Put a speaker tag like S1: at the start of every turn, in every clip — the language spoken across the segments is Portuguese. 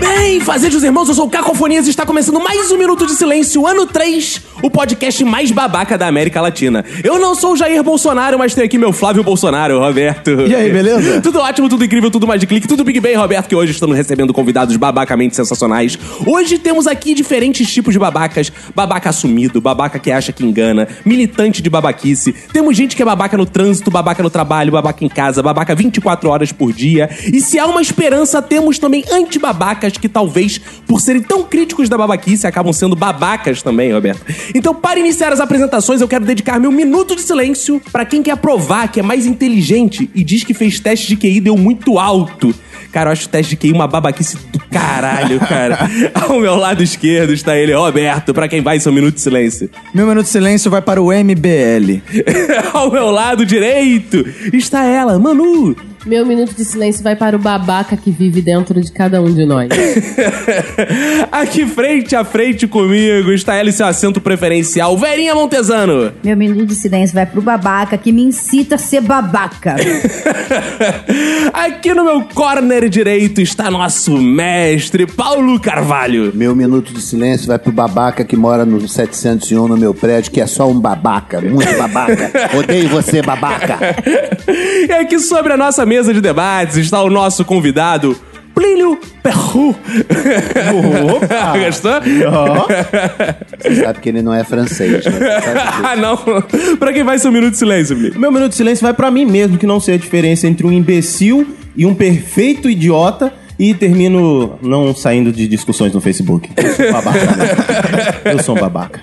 S1: Bem, fazejos irmãos, eu sou o Cacofonias e está começando mais um Minuto de Silêncio, ano 3, o podcast mais babaca da América Latina. Eu não sou o Jair Bolsonaro, mas tenho aqui meu Flávio Bolsonaro, Roberto.
S2: E aí, beleza?
S1: Tudo ótimo, tudo incrível, tudo mais de clique, tudo Big Bang, Roberto, que hoje estamos recebendo convidados babacamente sensacionais. Hoje temos aqui diferentes tipos de babacas. Babaca assumido, babaca que acha que engana, militante de babaquice. Temos gente que é babaca no trânsito, babaca no trabalho, babaca em casa, babaca 24 horas por dia. E se há uma esperança, temos também antibabacas que talvez, por serem tão críticos da babaquice, acabam sendo babacas também, Roberto. Então, para iniciar as apresentações, eu quero dedicar meu minuto de silêncio para quem quer provar que é mais inteligente e diz que fez teste de QI e deu muito alto. Cara, eu acho o teste de QI uma babaquice do caralho, cara. Ao meu lado esquerdo está ele, Roberto, para quem vai seu minuto de silêncio.
S2: Meu minuto de silêncio vai para o MBL.
S1: Ao meu lado direito está ela, Manu.
S3: Meu minuto de silêncio vai para o babaca que vive dentro de cada um de nós.
S1: Aqui frente a frente comigo está ela e seu assento preferencial, Verinha Montesano.
S4: Meu minuto de silêncio vai pro babaca que me incita a ser babaca.
S1: Aqui no meu corner direito está nosso mestre Paulo Carvalho.
S5: Meu minuto de silêncio vai pro babaca que mora no 701 no meu prédio, que é só um babaca, muito babaca. Odeio você, babaca.
S1: E aqui sobre a nossa mesa de debates está o nosso convidado. Plínio Perru. Opa! Gostou?
S5: Você sabe que ele não é francês, né? Você sabe disso.
S1: ah, não. pra quem vai ser um minuto de silêncio, Plínio?
S6: Meu minuto de silêncio vai pra mim mesmo, que não sei a diferença entre um imbecil e um perfeito idiota. E termino não saindo de discussões no Facebook. Eu sou um babaca. Né? Eu sou um babaca.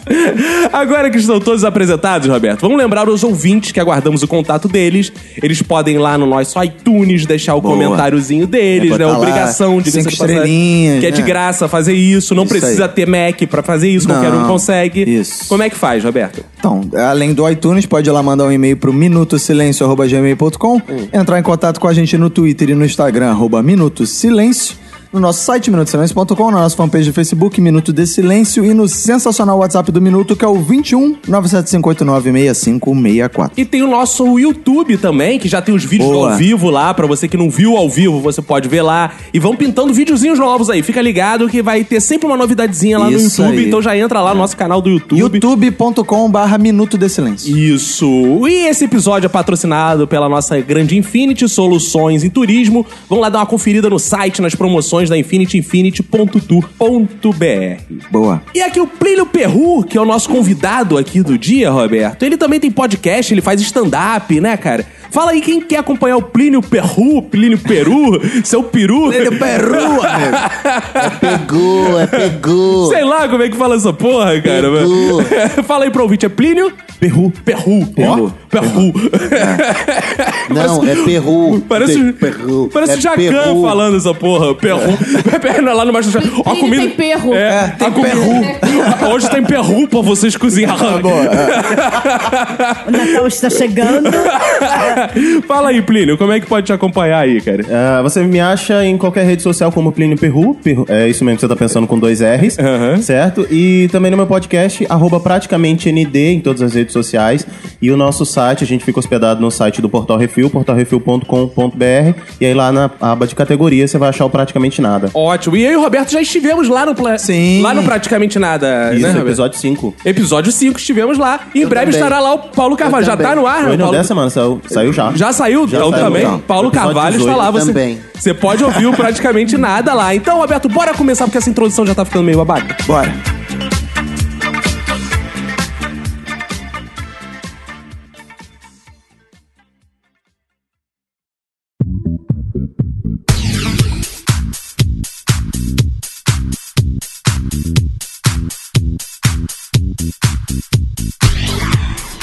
S1: Agora que estão todos apresentados, Roberto, vamos lembrar os ouvintes que aguardamos o contato deles. Eles podem ir lá no nosso iTunes deixar o
S2: Boa.
S1: comentáriozinho
S2: É,
S1: deles, né?
S2: botar lá
S1: Obrigação de
S2: cinco
S1: vocês passarem-
S2: estrelinhas,
S1: Que é de
S2: né?
S1: graça fazer isso. Não
S2: Isso
S1: precisa
S2: aí.
S1: ter Mac pra fazer isso.
S2: Não,
S1: Qualquer um consegue.
S2: isso.
S1: Como é que faz, Roberto?
S2: Então, além do iTunes, pode ir lá mandar um e-mail pro minutosilencio.gmail.com,
S5: Hum.
S2: entrar em contato com a gente no Twitter e no Instagram, arroba Minutosilêncio, no nosso site minutosilencio.com, na nossa fanpage do Facebook, Minuto de Silêncio, e no sensacional WhatsApp do Minuto, que é o 21 975896564.
S1: E tem o nosso YouTube também, que já tem os vídeos
S2: Boa.
S1: ao vivo lá. Pra você que não viu ao vivo, você pode ver lá. E vão pintando videozinhos novos aí. Fica ligado que vai ter sempre uma novidadezinha lá
S2: Isso
S1: no YouTube.
S2: aí.
S1: Então já entra lá no nosso canal do YouTube.
S2: youtube.com barra Minuto de Silêncio.
S1: Isso! E esse episódio é patrocinado pela nossa grande Infinity Soluções em Turismo. Vão lá dar uma conferida no site, nas promoções da Infinity, infinity.tour.br.
S2: Boa.
S1: E aqui o Plínio Perru, que é o nosso convidado aqui do dia, Roberto. Ele também tem podcast, ele faz stand-up, né, cara? Fala aí quem quer acompanhar o Plínio Perru, Plínio Peru, seu peru.
S2: Peru, amigo.
S5: Pegou, é pegou.
S1: Sei lá como é que fala essa porra, cara.
S5: Perru.
S1: Fala aí pro ouvinte, é Plínio? Perru. Perru. Perru. Perru.
S5: Não, é Peru.
S1: Parece,
S5: De-
S1: o-
S5: Peru.
S1: parece
S5: É
S1: o Jacan
S5: Peru.
S1: falando essa porra. Perru. Perna lá no Master Chef. Ó, a
S3: Ele
S1: comida.
S3: tem perro.
S1: É, a comida. Hoje tem perru pra vocês cozinhar.
S4: O Natal está chegando.
S1: Fala aí, Plínio, como é que pode te acompanhar aí, cara?
S6: Ah, você me acha em qualquer rede social como Plínio Perru, Perru- é isso mesmo que você tá pensando com dois R's,
S1: Aham.
S6: certo? E também no meu podcast, arroba praticamente ND em todas as redes sociais. E o nosso site, a gente fica hospedado no site do Portal Refil, portalrefil.com.br. E aí lá na aba de categoria você vai achar o Praticamente Nada.
S1: Ótimo. E eu e o Roberto já estivemos lá no pla...
S2: Sim.
S1: Lá no Praticamente Nada,
S6: Isso,
S1: né, Roberto?
S6: episódio 5.
S1: Episódio 5 estivemos lá. Em breve
S5: também.
S1: estará lá o Paulo Carvalho. Já tá
S5: também.
S1: no ar,
S6: Foi
S1: né,
S6: não
S1: Paulo?
S6: dessa semana, saiu, saiu já.
S1: Já saiu,
S6: Já
S1: então
S6: saiu,
S1: também.
S6: já.
S1: Paulo
S6: Episódio
S1: Carvalho está
S6: 18
S1: lá. Você,
S5: também.
S1: você pode ouvir o praticamente nada lá. Então, Roberto, bora começar, porque essa introdução já tá ficando meio babaca.
S2: Bora.
S1: Vamos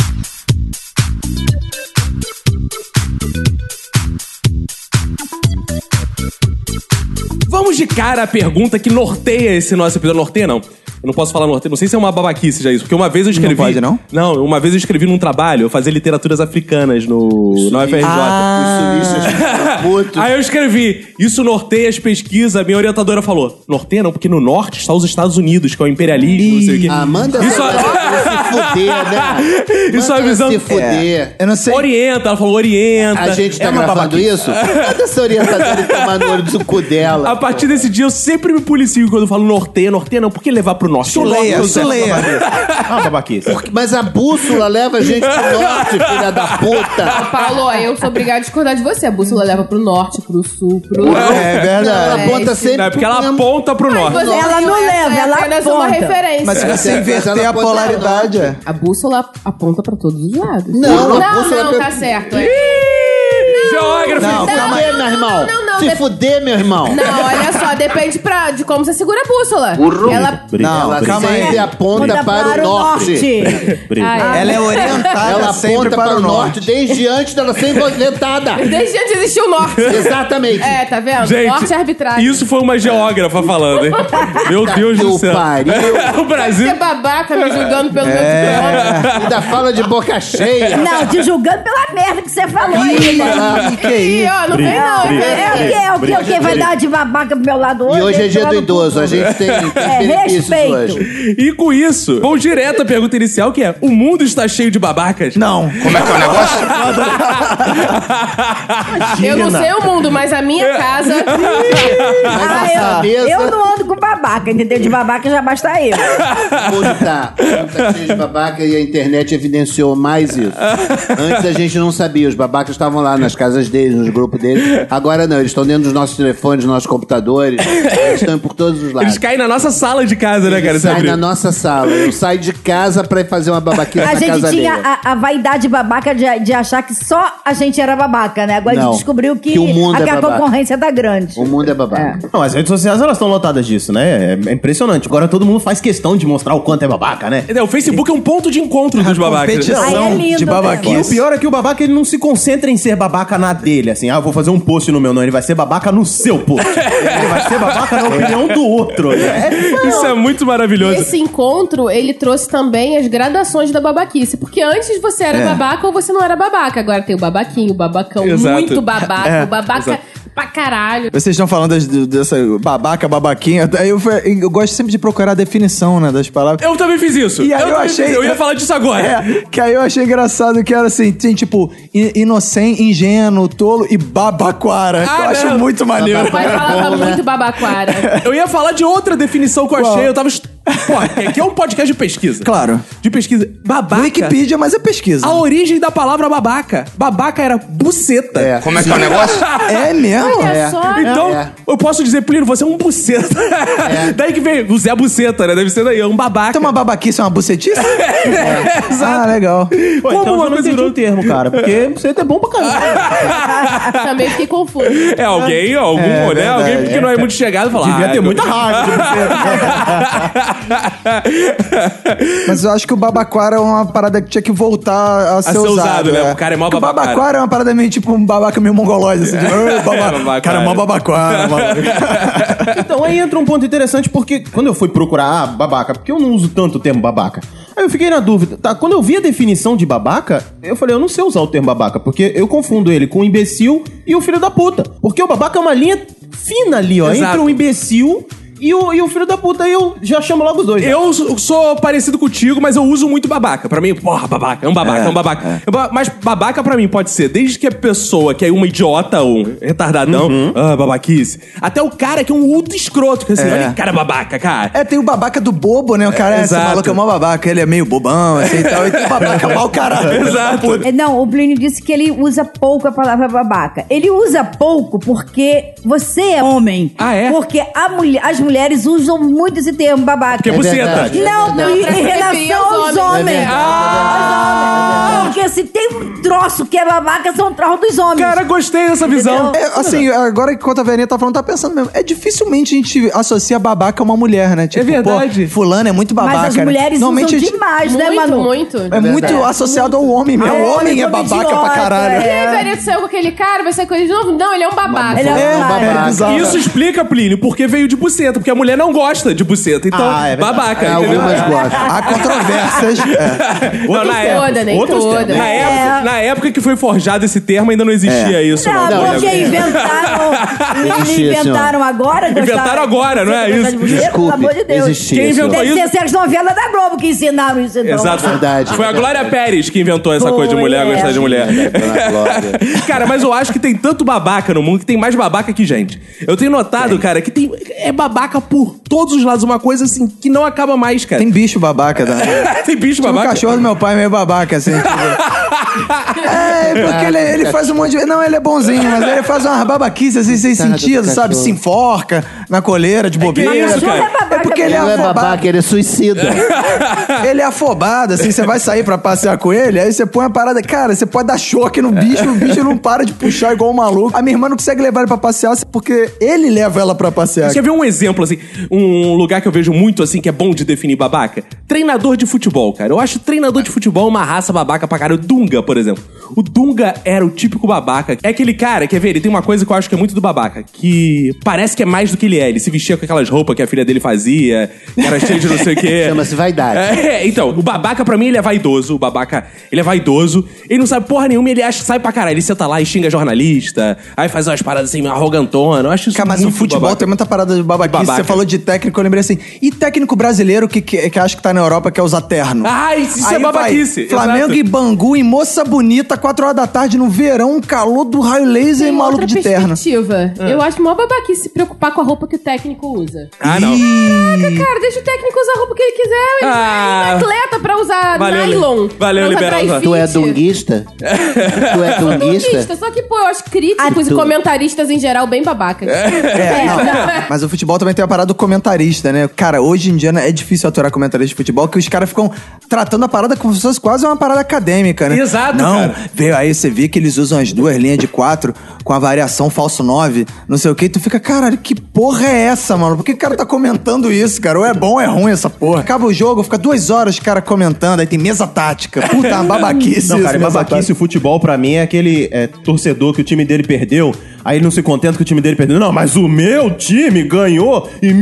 S1: Vamos de cara à pergunta que norteia esse nosso episódio. Norteia, não. Eu não posso falar norteia. Não sei se é uma babaquice já isso. Porque uma vez eu escrevi...
S2: pode, não?
S1: Não, uma vez eu escrevi num trabalho. Eu fazia literaturas africanas no, na UFRJ.
S5: Ah. Os sulistas ficam putos.
S1: Aí eu escrevi, isso norteia as pesquisas. Minha orientadora falou, norteia não, porque no norte está os Estados Unidos, que é o imperialismo, não sei o quê.
S5: Ah, manda
S1: isso,
S5: ela se fuder, né?
S1: Isso
S5: Manda ela
S1: avisando-
S5: se fuder.
S2: É, Eu não sei.
S1: Orienta, ela falou, orienta.
S5: A gente tá
S1: É uma
S5: gravando
S1: babaquice.
S5: isso? Manda essa orientadora tomar no olho do cu dela.
S1: A partir desse dia eu sempre me policio quando eu falo norteia, norteia não, por que levar pro norte?
S2: Suleia,
S1: Norte,
S2: suleia.
S6: Ah, babaquice.
S5: Mas a bússola leva a gente pro norte, filha da puta.
S3: Paulo, eu sou obrigada a discordar de você. A bússola leva pro norte, pro sul, pro.
S2: É
S5: Não,
S2: verdade.
S5: ela
S4: É,
S5: aponta
S4: isso-
S5: sempre.
S1: Não, é porque ela
S5: pro-
S1: aponta pro norte.
S3: Você-
S4: Ela não
S3: essa
S4: leva,
S3: é
S4: ela
S3: apenas uma
S4: aponta.
S3: referência.
S2: Mas se
S5: Mas
S2: você
S5: ela
S2: inverter a
S5: pode dar
S2: polaridade... é.
S3: A bússola aponta pra todos os lados.
S5: Não,
S3: não,
S5: a bússola
S3: não,
S5: é pra-
S3: tá certo.
S1: Ih,
S3: é.
S1: Geógrafo!
S2: Não,
S5: Se
S2: calma
S5: fuder,
S2: aí.
S5: meu irmão.
S3: não, não,
S5: Se
S3: de-
S5: fuder, meu irmão.
S3: Não, olha só, depende pra, de como você segura a bússola. Ela.
S6: Obrigado.
S5: Ela
S2: calma aí.
S5: sempre aponta para o norte.
S6: Obrigado.
S3: Ai,
S2: Ela é orientada
S5: Ela
S2: sempre
S5: aponta para o norte desde antes dela ser inventada.
S3: Desde antes existia o norte.
S5: Exatamente.
S3: É, tá vendo? norte é arbitrário.
S1: Gente, isso foi uma geógrafa falando, hein? Meu Deus do
S5: que
S1: céu.
S5: pariu.
S1: o Brasil...
S3: Você é babaca me julgando pelo meu nome.
S5: Ainda fala de boca cheia.
S4: Ah, Não, te julgando pela merda que você falou aí, né?
S5: Ah,
S2: Que
S3: Ih,
S2: isso?
S3: ó, não vem não.
S6: Bri-
S3: hein?
S4: É o quê? É o quê? É o quê? Vai dar de babaca pro meu lado hoje?
S5: E hoje é dia
S4: Entrando
S5: do
S4: com
S5: idoso. A
S4: tudo.
S5: gente tem, tem
S4: É,
S5: benefícios
S4: respeito.
S5: hoje.
S1: E com isso, vamos direto à pergunta inicial, que é: o mundo está cheio de babacas?
S2: Não. Como é que é o negócio?
S3: Eu não sei o mundo, mas a minha casa.
S5: Mas
S4: Ah,
S5: essa
S4: eu,
S5: mesa
S4: eu não ando com babaca, entendeu? De babaca já basta eu.
S5: mundo tá, o mundo tá cheio de babaca e a internet evidenciou mais isso. Antes a gente não sabia. Os babacas estavam lá nas casas deles, nos grupos deles. Agora não. Eles estão dentro dos nossos telefones, dos nossos computadores. Eles estão por todos os lados.
S1: Eles caem na nossa sala de casa, né, cara?
S5: Ele sai
S1: Sempre.
S5: na nossa sala. Eu saio de casa pra ir fazer uma babaquinha
S4: A
S5: na
S4: gente
S5: casa
S4: tinha
S5: dele.
S4: a, a vaidade babaca de, de achar que só a gente era babaca, né? Agora a
S5: Não,
S4: gente descobriu que,
S5: que o mundo
S4: a,
S5: é
S4: que a
S5: babaca.
S4: concorrência tá grande.
S5: O mundo é babaca.
S6: Não, as redes sociais elas estão lotadas disso, né? É é impressionante. Agora todo mundo faz questão de mostrar o quanto é babaca, né?
S1: Entendeu? O Facebook é um ponto de encontro dos babacas.
S4: Aí é
S2: Competição
S4: lindo,
S2: de
S4: né?
S6: E o
S2: babaquice.
S6: pior é que o babaca ele não se concentra em ser babaca na dele, assim, ah, eu vou fazer um post no meu, não, ele vai ser babaca no seu post. ele vai ser babaca na opinião do outro. né?
S1: Isso é muito maravilhoso.
S3: Esse encontro, ele trouxe também as gradações da babaquice. Porque antes você era babaca ou você não era babaca. Agora tem o babaquinho, o babacão,
S1: Exato.
S3: muito babaca,
S2: É,
S3: o babaca pra caralho.
S2: Vocês estão falando das- do- dessa babaca, babaquinha. Daí Eu, eu gosto sempre de procurar a definição né, das palavras.
S1: Eu também fiz isso.
S2: E aí eu
S1: também
S2: achei-
S1: fiz- eu ia falar disso agora.
S2: É, que aí eu achei engraçado que era assim, tem tipo in- inocente, ingênuo, tolo e babaquara.
S1: Ah,
S2: que eu acho
S1: não.
S2: muito maneiro.
S3: Vai falar tá muito babaquara.
S1: Eu ia falar de outra definição que eu achei. Eu tava. est- Pô, aqui é um podcast de pesquisa.
S2: Claro.
S1: De pesquisa. Babaca.
S2: Wikipedia, mas é pesquisa.
S1: A origem da palavra babaca. Babaca era buceta.
S5: É.
S7: Como é que é o negócio?
S2: É mesmo?
S3: Olha
S5: É.
S3: só.
S1: Então,
S5: É.
S1: eu posso dizer, Plínio, você é um buceta. daí que vem o Zé Buceta, né? Deve ser daí, é um babaca.
S2: Tem uma babaquice, é uma bucetice?
S1: Exato.
S2: ah, legal.
S6: Pô,
S1: Como
S6: então
S1: uma
S6: eu não
S1: coisa
S6: entendi
S1: virou-
S6: o termo, cara, porque você é bom pra caramba.
S3: Também fiquei confusa.
S1: É alguém, algum, né? Alguém que não é muito chegado falar.
S6: Devia ter né? muita raiva de
S2: Mas eu acho que o babaquara é uma parada que tinha que voltar a ser,
S1: ser usado, né?
S2: é.
S1: O cara é mó
S2: Porque O
S1: babaquara.
S2: babaquara é uma parada meio tipo um babaca meio mongolóide, assim. Tipo, "Ô, baba-
S1: babaquara."
S2: Cara, é mó babaquara. mano.
S6: Então aí entra um ponto interessante, porque quando eu fui procurar ah, babaca, porque eu não uso tanto o termo babaca. Aí eu fiquei na dúvida. Tá, quando eu vi a definição de babaca, eu falei, eu não sei usar o termo babaca, porque eu confundo ele com o imbecil e o filho da puta. Porque o babaca é uma linha fina ali, ó,
S1: Exato.
S6: entre o imbecil e o, e o filho da puta. Aí eu já chamo logo os dois. né? ó.
S1: Eu sou- sou parecido contigo, mas eu uso muito babaca. Pra mim, porra, babaca, é um babaca, é, um babaca. É ba- Mas babaca pra mim pode ser desde que a pessoa que é uma idiota, um retardadão, ah, babaquice, até o cara que é um ultra escroto, que assim, olha que cara babaca, cara.
S2: É, tem o babaca do bobo, né? O cara é, esse
S1: Exato.
S2: maluco é mó babaca, ele é meio bobão, assim e tal. E tem o babaca mau caralho.
S1: Exato.
S4: É, Não, o Plínio disse que ele usa pouco a palavra babaca. Ele usa pouco porque você é homem.
S1: Ah, é?
S4: Porque a mulher, as mulheres usam muito esse termo, babaca.
S1: Porque é buceta.
S5: verdade.
S4: Não,
S3: Não,
S4: em
S3: pra
S4: em
S3: servir
S4: relação
S3: aos
S4: aos
S3: homens.
S4: homens.
S5: É verdade,
S4: Aos homens. Porque se tem um troço que é babaca, são troços dos homens.
S1: Cara, gostei dessa visão.
S4: Entendeu?
S2: É, assim, agora que a Verinha tá falando, tá pensando mesmo. É dificilmente a gente associa babaca a uma mulher, né? Tipo,
S1: É verdade.
S2: pô, fulano é muito babaca.
S4: Mas as
S2: né?
S4: mulheres
S2: Normalmente
S4: usam
S2: a gente-
S4: demais, né,
S3: Muito,
S4: Manu?
S3: muito.
S2: É muito associado ao homem, meu.
S4: É,
S2: O
S4: homem
S2: homem é
S4: como
S2: babaca
S4: idiota, é.
S2: pra caralho.
S3: E aí, Vereta saiu com aquele cara, vai sair com ele de novo? Não, ele é um babaca.
S4: Ele é um
S2: É,
S4: babaca.
S2: é, exato.
S1: Isso explica, Plínio, porque veio de buceta, porque a mulher não gosta de buceta. Então,
S6: Ah, é verdade.
S1: babaca,
S5: É,
S1: entendeu?
S5: algumas gostam.
S2: Há controvérsias. É.
S1: Não,
S3: Nem
S1: na
S3: toda,
S1: época-
S3: nem
S1: outros
S3: toda.
S1: tempos. Na,
S4: É.
S1: época, na época que foi forjado esse termo, ainda não existia isso.
S4: Não,
S5: não,
S4: porque
S5: não.
S4: inventaram. não
S5: Existia,
S4: inventaram agora. gostar-
S1: Inventaram agora, não é
S4: gostar
S1: isso?
S4: de mulher,
S5: Desculpe,
S4: Pelo amor de Deus.
S5: existia
S1: Quem
S5: isso.
S1: inventou
S4: Deve
S1: isso?
S4: ser as novelas da Globo que ensinaram isso, então.
S1: Exato. foi-
S5: Verdade.
S1: Foi a Glória Pérez que inventou essa
S4: Foi,
S1: coisa de mulher
S4: é.
S1: gostar de mulher.
S5: Dona Glória.
S1: cara, mas eu acho que tem tanto babaca no mundo que tem mais babaca que gente. Eu tenho notado, cara, que tem é babaca por todos os lados. Uma coisa assim que não acaba mais, cara.
S2: Tem bicho babaca, tá?
S1: Tem bicho
S2: Tinha um
S1: babaca.
S2: cachorro do meu pai meio babaca, assim. tipo. é, porque ele, ele faz um monte de. Não, ele é bonzinho, mas ele faz umas babaquices assim, sem
S5: Coitado do
S2: sentido, sabe?
S5: cachorro.
S2: Se enforca na coleira de bobeira.
S1: que isso, cara?
S4: Não é babaca,
S2: É porque ele é
S5: Ele não é
S2: afobado.
S5: babaca, ele é suicida.
S2: Ele é afobado, assim, você vai sair pra passear com ele, aí você põe uma parada. Cara, você pode dar choque no bicho, o bicho não para de puxar igual um maluco. A minha irmã não consegue levar ele pra passear porque ele leva ela pra passear.
S1: Você vê um exemplo, assim, um lugar que eu vejo muito, assim, que é bom de definir babaca? Treinador de futebol, cara. Eu acho treinador de futebol uma raça babaca pra caralho. O Dunga, por exemplo. O Dunga era o típico babaca. É aquele cara, quer ver? Ele tem uma coisa que eu acho que é muito do babaca, que parece que é mais do que ele é. Ele se vestia com aquelas roupas que a filha dele fazia, que era cheio de não sei o quê.
S5: Chama-se vaidade.
S1: É, então, o babaca pra mim ele é vaidoso, o babaca, ele é vaidoso, ele não sabe porra nenhuma, ele acha, sai pra caralho, ele senta lá e xinga jornalista, aí faz umas paradas assim, arrogantona, eu acho isso
S2: Cara, mas o
S1: muito
S2: futebol
S1: babaca.
S2: tem muita parada de babaquice.
S1: Babaca.
S2: Você falou de técnico, eu lembrei assim. E técnico brasileiro que, que, que acha que tá na Europa quer usar terno?
S1: Ah, isso isso
S2: Aí
S1: é babaquice.
S2: vai Flamengo
S1: exato.
S2: e Bangu e Moça Bonita, 4 horas da tarde no verão, um calor do raio laser
S3: Tem
S2: e
S3: uma
S2: maluco
S3: outra
S2: de terno.
S3: perspectiva. Eu acho mó babaquice se preocupar com a roupa que o técnico usa.
S1: Ah, não.
S3: Cara, deixa o técnico usar a roupa que ele quiser. Ele
S1: Ah.
S3: é um atleta pra usar
S1: Valeu,
S3: nylon.
S1: valeu,
S3: pra usar
S1: liberal.
S3: dry fit.
S5: Tu é dunguista? Tu é
S3: Turista,
S5: dunguista?
S3: só que, pô, eu acho críticos
S5: Ah,
S3: e
S5: tu.
S3: comentaristas em geral bem babacas.
S2: É, não. Mas o futebol também tem a parada do comentarista, né? Cara, hoje em dia né, é difícil aturar comentarista de futebol, que os caras ficam tratando a parada como se fosse quase uma parada acadêmica, né?
S1: Exato,
S2: Não,
S1: cara.
S2: veio aí você vê que eles usam as duas linhas de quatro com a variação falso nove, não sei o que, tu fica, caralho, que porra é essa, mano? Por que o cara tá comentando isso, cara? Ou é bom ou é ruim essa porra? Acaba o jogo, fica duas horas o cara comentando, aí tem mesa tática. Puta, uma babaquice.
S6: Não, cara, é
S2: isso, mesa
S6: babaquice
S2: tática.
S6: o futebol pra mim é aquele é, torcedor que o time dele perdeu, aí ele não se contenta que o time dele perdeu. Não, mas o meu time ganhou em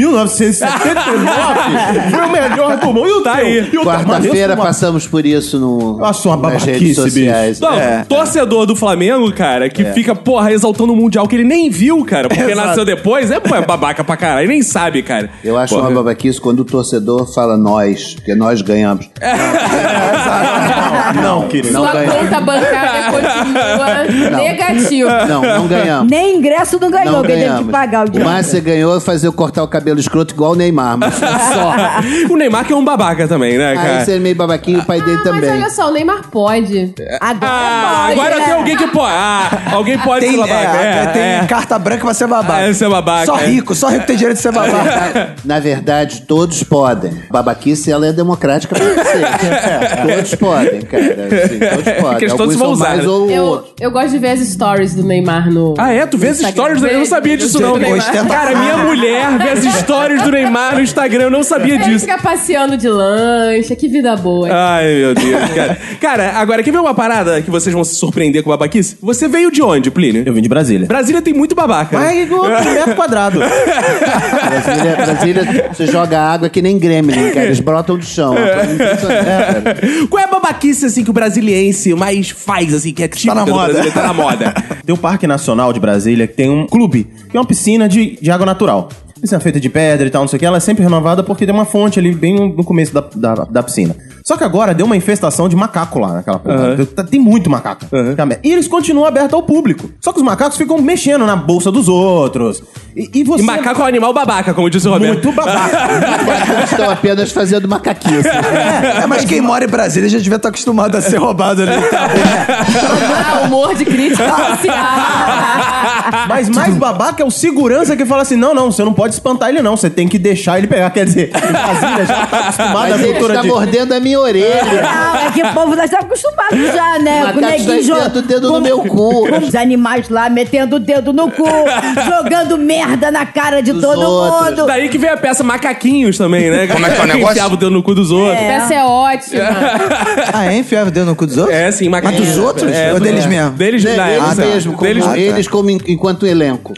S6: 1979. foi o melhor do mundo. E o
S1: Tá
S6: teu?
S1: aí.
S6: E o teu? Mas isso é
S5: Quarta-feira
S6: uma-
S5: passamos por isso no,
S6: Eu acho uma
S5: nas
S6: babaquice,
S5: redes sociais. É,
S1: Não,
S2: É.
S1: torcedor do Flamengo, cara, que fica, porra, exaltando o Mundial que ele nem viu, cara, porque nasceu depois, é, pô, é babaca pra caralho, nem sabe, cara.
S5: Eu acho
S1: Porra.
S5: uma babaquice quando o torcedor fala nós, porque nós ganhamos.
S1: É.
S2: É,
S6: Não, querido.
S5: Não
S3: Sua
S5: ganhamos.
S3: conta bancária é continua
S1: Ah,
S3: negativa.
S5: Não, não ganhamos.
S4: Nem ingresso não ganhou,
S5: Não
S4: porque teve
S5: ganhamos.
S4: que pagar o
S5: O
S4: dinheiro.
S5: mais que você ganhou é fazer eu cortar o cabelo escroto igual o Neymar, mas só.
S1: o Neymar que é um babaca também, né, É, cara?
S5: Aí você é meio babaquinho, o pai dele
S3: Ah, mas
S5: também. É.
S3: olha só, o Neymar pode.
S4: Agora,
S1: Ah,
S4: pode,
S1: agora
S4: né?
S1: tem alguém que pode. Ah, alguém pode ser
S2: Tem,
S1: babaca.
S2: é,
S1: É,
S2: tem
S1: é.
S2: carta branca pra ser babaca.
S1: Ah, ser babaca,
S2: Só
S1: é.
S2: rico, só rico tem direito de ser babaca.
S5: Na verdade, todos podem. Babaquice, ela é democrática pra você. Todos podem, cara. Assim, todos
S1: Questão
S5: podem.
S1: de
S5: Alguns
S1: se
S5: são
S1: vão usar,
S5: mais
S1: né?
S5: ou
S3: Eu,
S5: outros.
S3: eu gosto de ver as stories do Neymar no.
S1: Ah, é? Tu vê
S3: no
S1: as
S3: Instagram.
S1: histórias do Neymar? Eu não sabia
S3: Vejo,
S1: disso,
S3: vejo
S1: não.
S3: do Neymar.
S2: Gostei.
S1: Cara, minha mulher vê as histórias do Neymar no Instagram, eu não sabia
S3: Ele
S1: disso. Ah.
S3: fica passeando de lancha, que vida boa.
S1: Ai, meu Deus, cara. Cara, agora, quer ver uma parada que vocês vão se surpreender com babaquice? Você veio de onde, Plínio?
S6: Eu vim de Brasília.
S1: Brasília tem muito babaca. né?
S2: Mas é igual a metro quadrado.
S6: Tá
S5: Brasília, Brasília, você joga água que nem Gremlin, cara. Eles brotam do chão. É uma coisa impressionante, cara.
S1: Qual é a babaquice, assim, que o brasiliense mais faz, assim, que é típica
S2: na
S1: do
S2: moda.
S1: brasileiro, Tá na moda.
S6: Tem o Parque Nacional de Brasília, que tem um clube, que é uma piscina de, de água natural. Piscina feita de pedra e tal, não sei o que. Ela é sempre renovada porque tem uma fonte ali bem no começo da, da, da piscina. Só que agora deu uma infestação de macaco lá naquela porra. tá, Tem- Tem muito macaco. E eles continuam abertos ao público. Só que os macacos ficam mexendo na bolsa dos outros. E, e você...
S1: E macaco né? é um animal babaca, como disse o Roberto.
S6: Muito babaca.
S5: Eles Estão apenas fazendo macaquice.
S2: É, mas quem mora em Brasília já devia estar acostumado a ser roubado, né?
S3: Ah, humor de crítica social.
S6: Mas mais babaca é o segurança que fala assim: não, não, você não pode pode espantar ele, não. Você tem que deixar ele pegar. Quer dizer, em Brasília já tá acostumada
S5: Mas
S6: à
S5: ele
S6: cultura
S5: está
S6: de...
S5: mordendo a minha orelha.
S4: Não, é que o povo lá está acostumado já, né?
S5: Macaco
S4: o neguinho
S5: está
S4: jogando
S5: enfiando o dedo no meu cu.
S4: Os animais lá metendo o dedo no cu, jogando merda na cara de
S5: Dos
S4: todo
S5: outros.
S4: mundo.
S1: Daí que vem a peça Macaquinhos também, né?
S7: Como é que é o negócio?
S1: Enfiava o dedo no cu dos outros.
S4: É.
S3: Essa é ótima.
S2: Ah, é? Enfiava o dedo no cu dos outros?
S1: É, sim,
S2: Mas
S1: Macaquinhos.
S2: dos outros?
S1: É,
S2: Ou
S1: do-
S2: deles
S1: é.
S2: mesmo?
S1: Deles,
S5: Né?
S1: da
S5: Eles
S1: época.
S5: mesmo, como,
S1: Deles-
S2: Ah, tá.
S5: eles como en- enquanto elenco.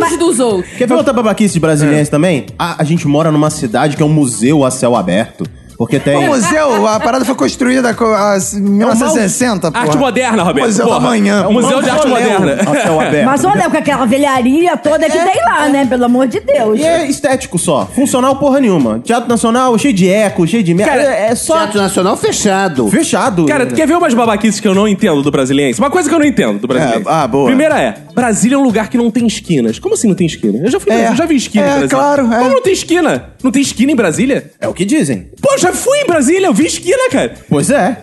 S3: Uns dos outros.
S6: Quer ver outra babaquice de
S1: É.
S6: brasileiros também? A, a gente mora numa cidade que é um museu a céu aberto. Porque tem...
S2: é
S6: É um
S2: O museu, a parada foi construída co- a- em 1960, pô.
S1: Arte moderna, Roberto.
S2: Museu da
S1: porra.
S2: manhã.
S1: É um Museu de arte
S6: mausoléu
S1: moderna.
S6: A céu
S1: É.
S6: aberto.
S4: Mas olha com aquela velharia toda que tem lá, né? Pelo amor de Deus.
S6: E é estético só. Funcional porra nenhuma. Teatro Nacional cheio de eco, cheio de merda.
S1: Cara,
S6: é é só
S5: Teatro Nacional fechado.
S6: fechado.
S1: Cara, tu quer ver umas babaquices que eu não entendo do brasiliense? Uma coisa que eu não entendo do brasileiro.
S2: É. É, ah, boa.
S1: Primeira é, Brasília é um lugar que não tem esquinas. Como assim não tem esquina? Eu já fui,
S2: É.
S1: eu já vi esquina
S2: É,
S1: em Brasília.
S2: claro, é.
S1: Como não tem esquina? Não tem esquina em Brasília?
S6: É o que dizem.
S1: Pô, eu já fui em Brasília, eu vi esquina, cara.
S6: Pois é.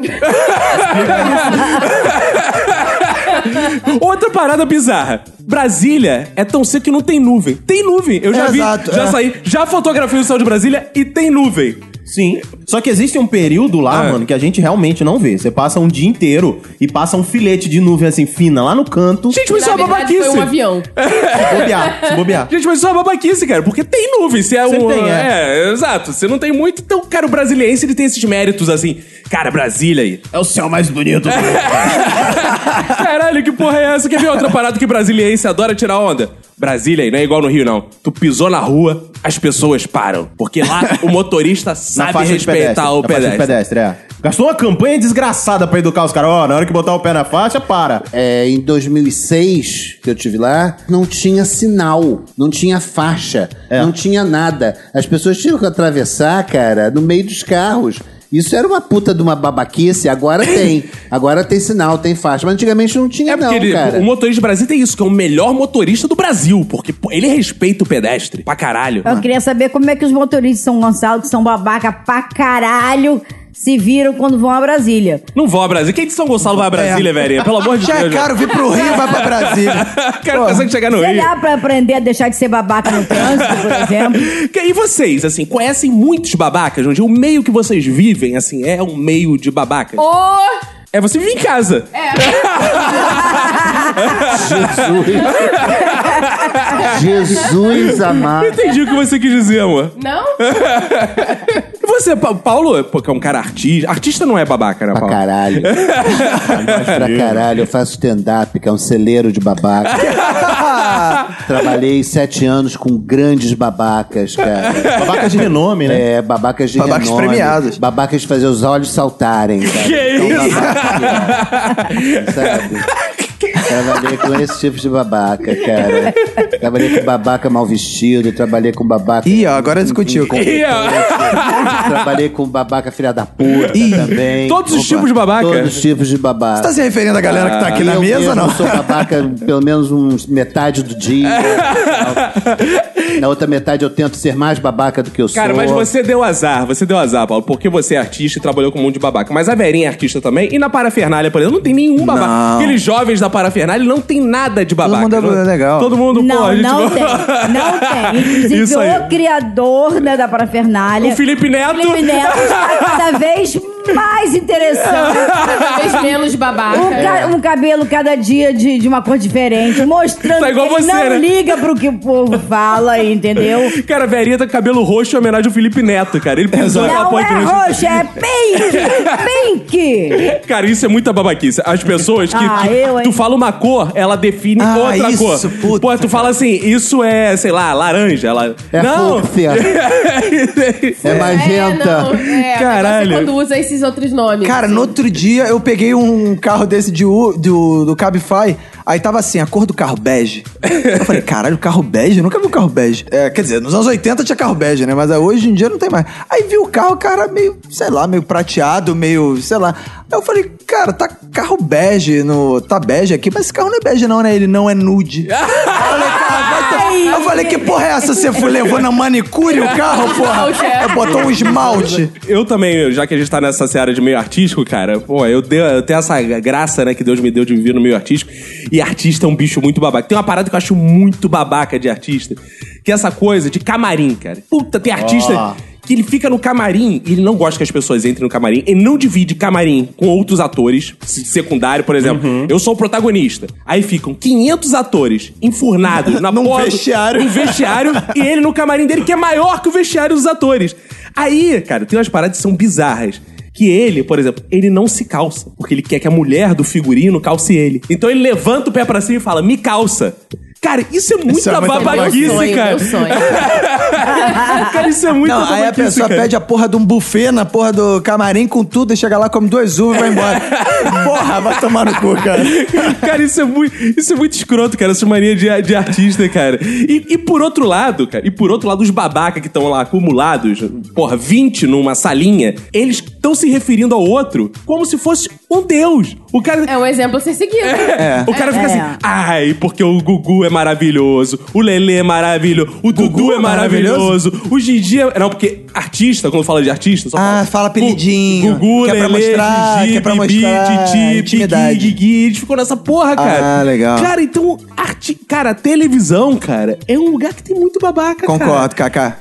S1: Outra parada bizarra. Brasília é tão seco que não tem nuvem. Tem nuvem. Eu já
S2: É,
S1: vi,
S2: exato,
S1: já
S2: é.
S1: saí, já fotografei o céu de Brasília e tem nuvem.
S6: Sim. Só que existe um período lá,
S1: É.
S6: mano, que a gente realmente não vê. Você passa um dia inteiro e passa um filete de nuvem assim fina lá no canto.
S1: Gente, mas isso é
S3: Na
S1: uma
S3: verdade,
S1: babaquice. É.
S3: foi um avião.
S6: Se bobear, se bobear.
S1: Gente, mas isso é uma babaquice, cara, porque tem nuvem. Se é
S6: Sempre
S1: um.
S6: tem,
S1: é. exato. Você não tem muito. Então, cara, o brasiliense ele tem esses méritos assim. Cara, Brasília aí.
S6: É o céu mais bonito. do mundo.
S1: Caralho, que porra é essa? Quer ver outra parada que brasiliense adora tirar onda? Brasília aí, não é igual no Rio, não. Tu pisou na rua, as pessoas param. Porque lá o motorista
S6: Na
S1: sabe
S6: faixa de
S1: respeitar o
S6: na faixa de
S1: pedestre.
S6: pedestre, é. Gastou uma campanha desgraçada pra educar os caras. Ó, na hora que botar o pé na faixa, para.
S5: É, em 2006, que eu tive lá, não tinha sinal, não tinha faixa,
S6: É.
S5: não tinha nada. As pessoas tinham que atravessar, cara, no meio dos carros. Isso era uma puta de uma babaquice, agora tem. Agora tem sinal, tem faixa. Mas antigamente não tinha,
S1: É
S5: não,
S1: porque ele-
S5: cara.
S1: o motorista do Brasil tem isso, que é o melhor motorista do Brasil. Porque pô, ele respeita o pedestre pra caralho.
S4: Eu queria saber como é que os motoristas de São Gonçalo, que são babaca pra caralho, se viram quando vão a Brasília.
S1: Não vou a Brasília. Quem de São Gonçalo vai a Brasília, velhinha? Pelo amor de
S2: Já é
S1: Deus.
S2: caro vir pro Rio e vai pra Brasília.
S1: O cara consegue chegar no Rio.
S4: Será pra aprender a deixar de ser babaca no trânsito, por exemplo?
S1: Que- E vocês, assim, conhecem muitos babacas? Onde o meio que vocês vivem, assim, é um meio de babacas?
S4: Oh.
S3: Ô,
S1: É você vive em casa.
S4: É.
S5: Jesus
S1: Eu
S5: amado.
S1: entendi o que você quis dizer, amor.
S3: não?
S1: E você, Pa- Paulo, pô, que é um cara artista. Artista não é babaca, né,
S5: Pra
S1: Paulo?
S5: caralho. pra caralho. Eu faço stand-up, que é um celeiro de babaca. Trabalhei sete anos com grandes babacas, cara.
S6: Babaca de renome, né?
S5: É, babacas de
S2: Babacas
S5: renome.
S2: premiadas.
S5: Babacas de fazer os olhos saltarem, cara. Então,
S1: Que isso?
S5: sabe? Trabalhei com esse tipo de babaca, cara. Trabalhei com babaca mal vestido, trabalhei com babaca.
S2: Ih, ó, agora discutiu.
S1: E, é.
S5: É.
S1: ó,
S5: Trabalhei com babaca filha da puta também.
S1: todos os tipos de babaca?
S5: Todos os tipos de babaca.
S2: Tá se referindo à galera que tá
S1: Ah,
S2: aqui
S5: E
S2: na
S5: eu
S2: mesa
S5: mesmo
S2: ou não?
S5: sou babaca pelo menos uns metade do dia. na outra metade eu tento ser mais babaca do que eu
S1: Cara,
S5: sou.
S1: mas você deu azar, você deu azar, Paulo, porque você é artista e trabalhou com um monte de babaca. Mas a Verinha é artista também, e na parafernália, por exemplo, não tem nenhum babaca.
S2: Não.
S1: Aqueles jovens da parafernália não tem nada de babaca.
S2: mundo é
S1: Não-
S2: legal.
S1: Todo mundo,
S4: não,
S1: pô, a gente
S4: não tem. Não tem. Inclusive,
S1: Isso aí.
S4: o criador né, da parafernália,
S1: O Felipe Neto.
S4: Felipe Neto, está cada vez mais interessante.
S3: Cada vez menos babaca.
S1: É.
S4: Um, ca- um cabelo cada dia de, de uma cor diferente, mostrando
S1: Tá igual
S4: que ele
S1: você,
S4: não
S1: né?
S4: liga pro que o povo fala, entendeu?
S1: Cara, a Verinha tá com cabelo roxo em homenagem ao Felipe Neto, cara. Ele pisou na
S4: Não
S1: ponte
S4: é
S1: do-
S4: roxo, é pink! Pink!
S1: Cara, isso é muita babaquice. As pessoas que.
S4: Ah,
S1: que
S4: eu, hein?
S1: tu fala uma cor, ela define
S2: Ah,
S1: outra
S2: isso,
S1: cor.
S2: puta.
S1: Pô, tu fala assim, isso é, sei lá, laranja. Ela...
S5: É
S1: não!
S5: fúcsia. É
S3: É,
S5: magenta.
S3: não, é,
S1: Caralho.
S3: Você quando usa esses outros nomes.
S2: Cara, no outro dia eu peguei um carro desse de U, do, do Cabify, aí tava assim, a cor do carro bege. Eu falei, caralho, carro bege? Eu nunca vi um carro bege. É, quer dizer, nos anos 80 tinha carro bege, né? Mas ah, hoje em dia não tem mais. Aí vi o carro, cara, meio, sei lá, meio prateado, meio, sei lá. Aí eu falei, cara, tá carro bege no... Tá bege aqui, mas esse carro não é bege não, né? Ele não é nude. Eu falei, cara, vai ter- eu falei, que porra é essa? Você foi levou na manicure o carro, porra?
S3: Esmalte, é.
S2: É, botou um esmalte.
S1: Eu também, já que a gente tá nessa seara de meio artístico, cara, pô, eu, dei, eu tenho essa graça, né, que Deus me deu de viver no meio artístico. E artista é um bicho muito babaca. Tem uma parada que eu acho muito babaca de artista, que é essa coisa de camarim, cara. Puta, tem artista
S6: Ó.
S1: que ele fica no camarim e ele não gosta que as pessoas entrem no camarim. Ele não divide camarim com outros atores, se- secundário, por exemplo.
S2: Uhum.
S1: Eu sou o protagonista. Aí ficam 500 atores enfurnados na
S2: Num
S1: porta.
S2: vestiário.
S1: Num vestiário e ele no camarim dele, que é maior que o vestiário dos atores. Aí, cara, tem umas paradas que são bizarras. Que ele, por exemplo, ele não se calça, porque ele quer que a mulher do figurino calce ele. Então ele levanta o pé pra cima e fala, me calça. Cara, isso é muita
S2: é muito
S1: babaquice,
S3: meu sonho,
S1: cara.
S3: meu sonho.
S1: Cara, isso é muito
S2: Não, aí a pessoa pede a porra de um buffet na porra do camarim com tudo, e chega lá, come dois uvas e vai embora. porra, vai tomar no cu, cara.
S1: cara, isso é muito, isso é muito escroto, cara. Essa mania de, de artista, cara. E, e por outro lado, cara, e por outro lado, os babaca que estão lá acumulados, porra, 20 numa salinha, eles estão se referindo ao outro como se fosse um deus. O cara.
S3: É um exemplo a ser seguido.
S1: O cara fica
S4: É.
S1: assim, ai, porque o Gugu é maravilhoso, o Lelê é maravilhoso, o Dudu é
S2: é
S1: maravilhoso, o Gigi é... Não, porque artista, quando fala de artista, só
S2: Ah, fala apelidinho,
S1: Gugu,
S2: que é
S1: Lelê,
S2: pra mostrar,
S1: Gigi,
S2: que é pra
S1: Bibi,
S2: mostrar
S1: Titi,
S2: intimidade.
S1: Piqui, Gigi, eles ficam nessa porra, cara.
S2: Ah, legal.
S1: Cara, então, arti... cara, a televisão, cara, é um lugar que tem muito babaca, cara.
S2: Concordo, Kaká.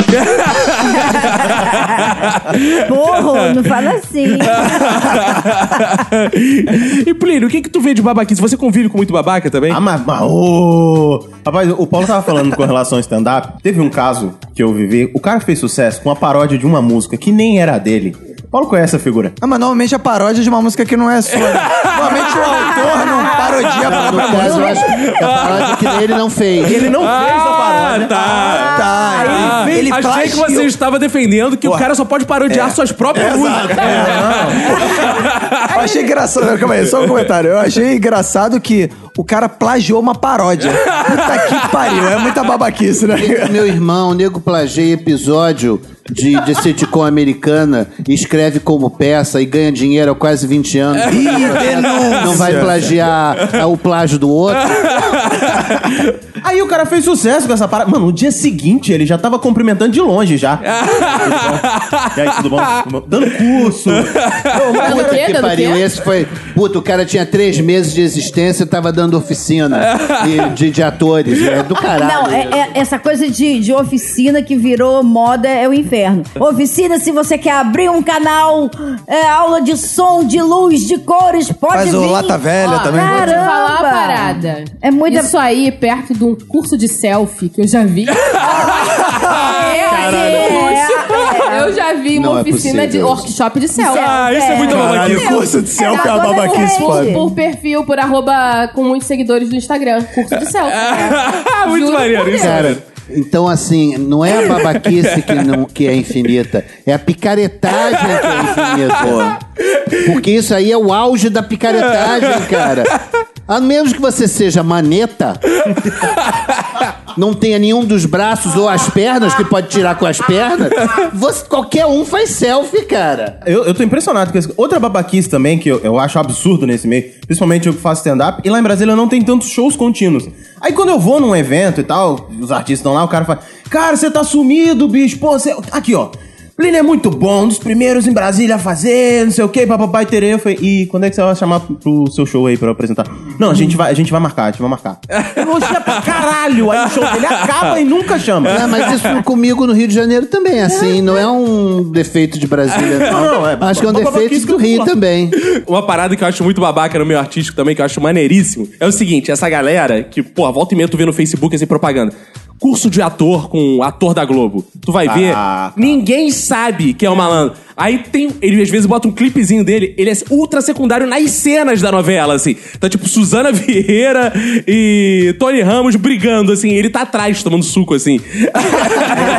S4: Porra, não fala assim.
S1: e Plínio, o que que tu vê de babaquice? Você convive com muito babaca também?
S6: Ah, mas, mas ô! Rapaz, o Paulo tava falando com relação ao stand-up. Teve um caso que eu vivi. O cara fez sucesso com uma paródia de uma música que nem era dele. O Paulo conhece essa figura.
S2: Ah, mas normalmente a paródia é de uma música que não é sua. né? Normalmente o autor não parodia a
S5: No
S2: própria
S5: caso,
S2: música.
S5: eu acho que a paródia que ele não fez.
S6: Ele não fez a
S1: Ah,
S6: paródia.
S1: tá.
S2: Tá,
S1: Ah,
S2: ele, ele
S1: achei que você
S2: plagiou.
S1: estava defendendo que o cara só pode parodiar suas próprias músicas. É.
S2: Eu achei engraçado. Calma aí, só um comentário. Eu achei engraçado que o cara plagiou uma paródia. Puta que pariu, é muita babaquice, né?
S5: Meu irmão, o nego plageia episódio de, de sitcom americana, escreve como peça e ganha dinheiro há quase 20 anos.
S2: Ih, denúncia.
S5: Não vai plagiar é, o plágio do outro.
S6: Aí o cara fez sucesso com essa parada. Mano, no dia seguinte ele já tava cumprimentando de longe já. e aí, tudo bom? Tudo bom? Dando curso.
S3: Dando o quê?
S5: Que
S3: Dando o
S5: pariu,
S3: quê?
S5: esse foi. Puta, o cara tinha três meses de existência e tava dando oficina e- de, de atores. É do caralho.
S4: Não, é- é- essa coisa de, de oficina que virou moda é o inferno. Oficina, se você quer abrir um canal, é, aula de som, de luz, de cores, pode
S2: Faz
S4: vir.
S2: o Lata Velha também.
S3: Vou te
S4: Caramba!
S3: falar uma parada.
S4: É muita-
S3: Isso aí, perto de um curso de selfie que eu já vi.
S4: Ah,
S3: Eu um vi. Eu já vi uma
S5: Não é
S3: oficina de
S5: possível. um
S3: workshop de selfie.
S4: selfie.
S1: Ah, isso é muito
S4: Caralho,
S1: babaquice.
S2: curso de selfie é uma
S3: Agora,
S2: babaquice,
S3: por-
S2: foda.
S3: Por perfil, por arroba com muitos seguidores no Instagram. Curso de selfie.
S1: muito
S3: Juro por
S1: maneiro isso.
S3: Deus.
S1: Cara,
S5: Cara, então assim, não é a babaquice que, não, que é infinita, é a picaretagem que é infinita. Porque isso aí é o auge da picaretagem, cara. A menos que você seja maneta, não tenha nenhum dos braços ou as pernas, que pode tirar com as pernas, você- qualquer um faz selfie, cara.
S6: Eu, eu tô impressionado com isso. Outra babaquice também, que eu, eu acho absurdo nesse meio, principalmente eu que faço stand-up, e lá em Brasília não tem tantos shows contínuos. Aí quando eu vou num evento e tal, os artistas estão lá, o cara fala: Cara, você tá sumido, bicho. Pô, você. Aqui, ó. Plínio é muito bom, um dos primeiros em Brasília a fazer, não sei o que, papapai, terei. Eu falei, e quando é que você vai chamar pro seu show aí pra eu apresentar? Não, a gente vai, a gente vai marcar, a gente vai marcar. Elogia pra caralho, aí o show dele acaba e nunca chama.
S5: É, mas isso comigo no Rio de Janeiro também, assim, não é um defeito de Brasília, não.
S6: Não, não, é
S5: Acho que é um defeito
S6: babaquice
S5: do Rio
S6: popular.
S5: também.
S1: Uma parada que eu acho muito babaca no meio artístico também, que eu acho maneiríssimo, é o seguinte: essa galera que, porra, volta e meia tu vê no Facebook assim propaganda. Curso de ator com ator da Globo. Tu vai ver,
S6: Caraca.
S1: ninguém sabe que é o malandro. Aí tem. Ele às vezes bota um clipezinho dele, ele é ultra secundário nas cenas da novela, assim. Tá tipo Suzana Vieira e Tony Ramos brigando, assim. Ele tá atrás tomando suco, assim.
S6: Ele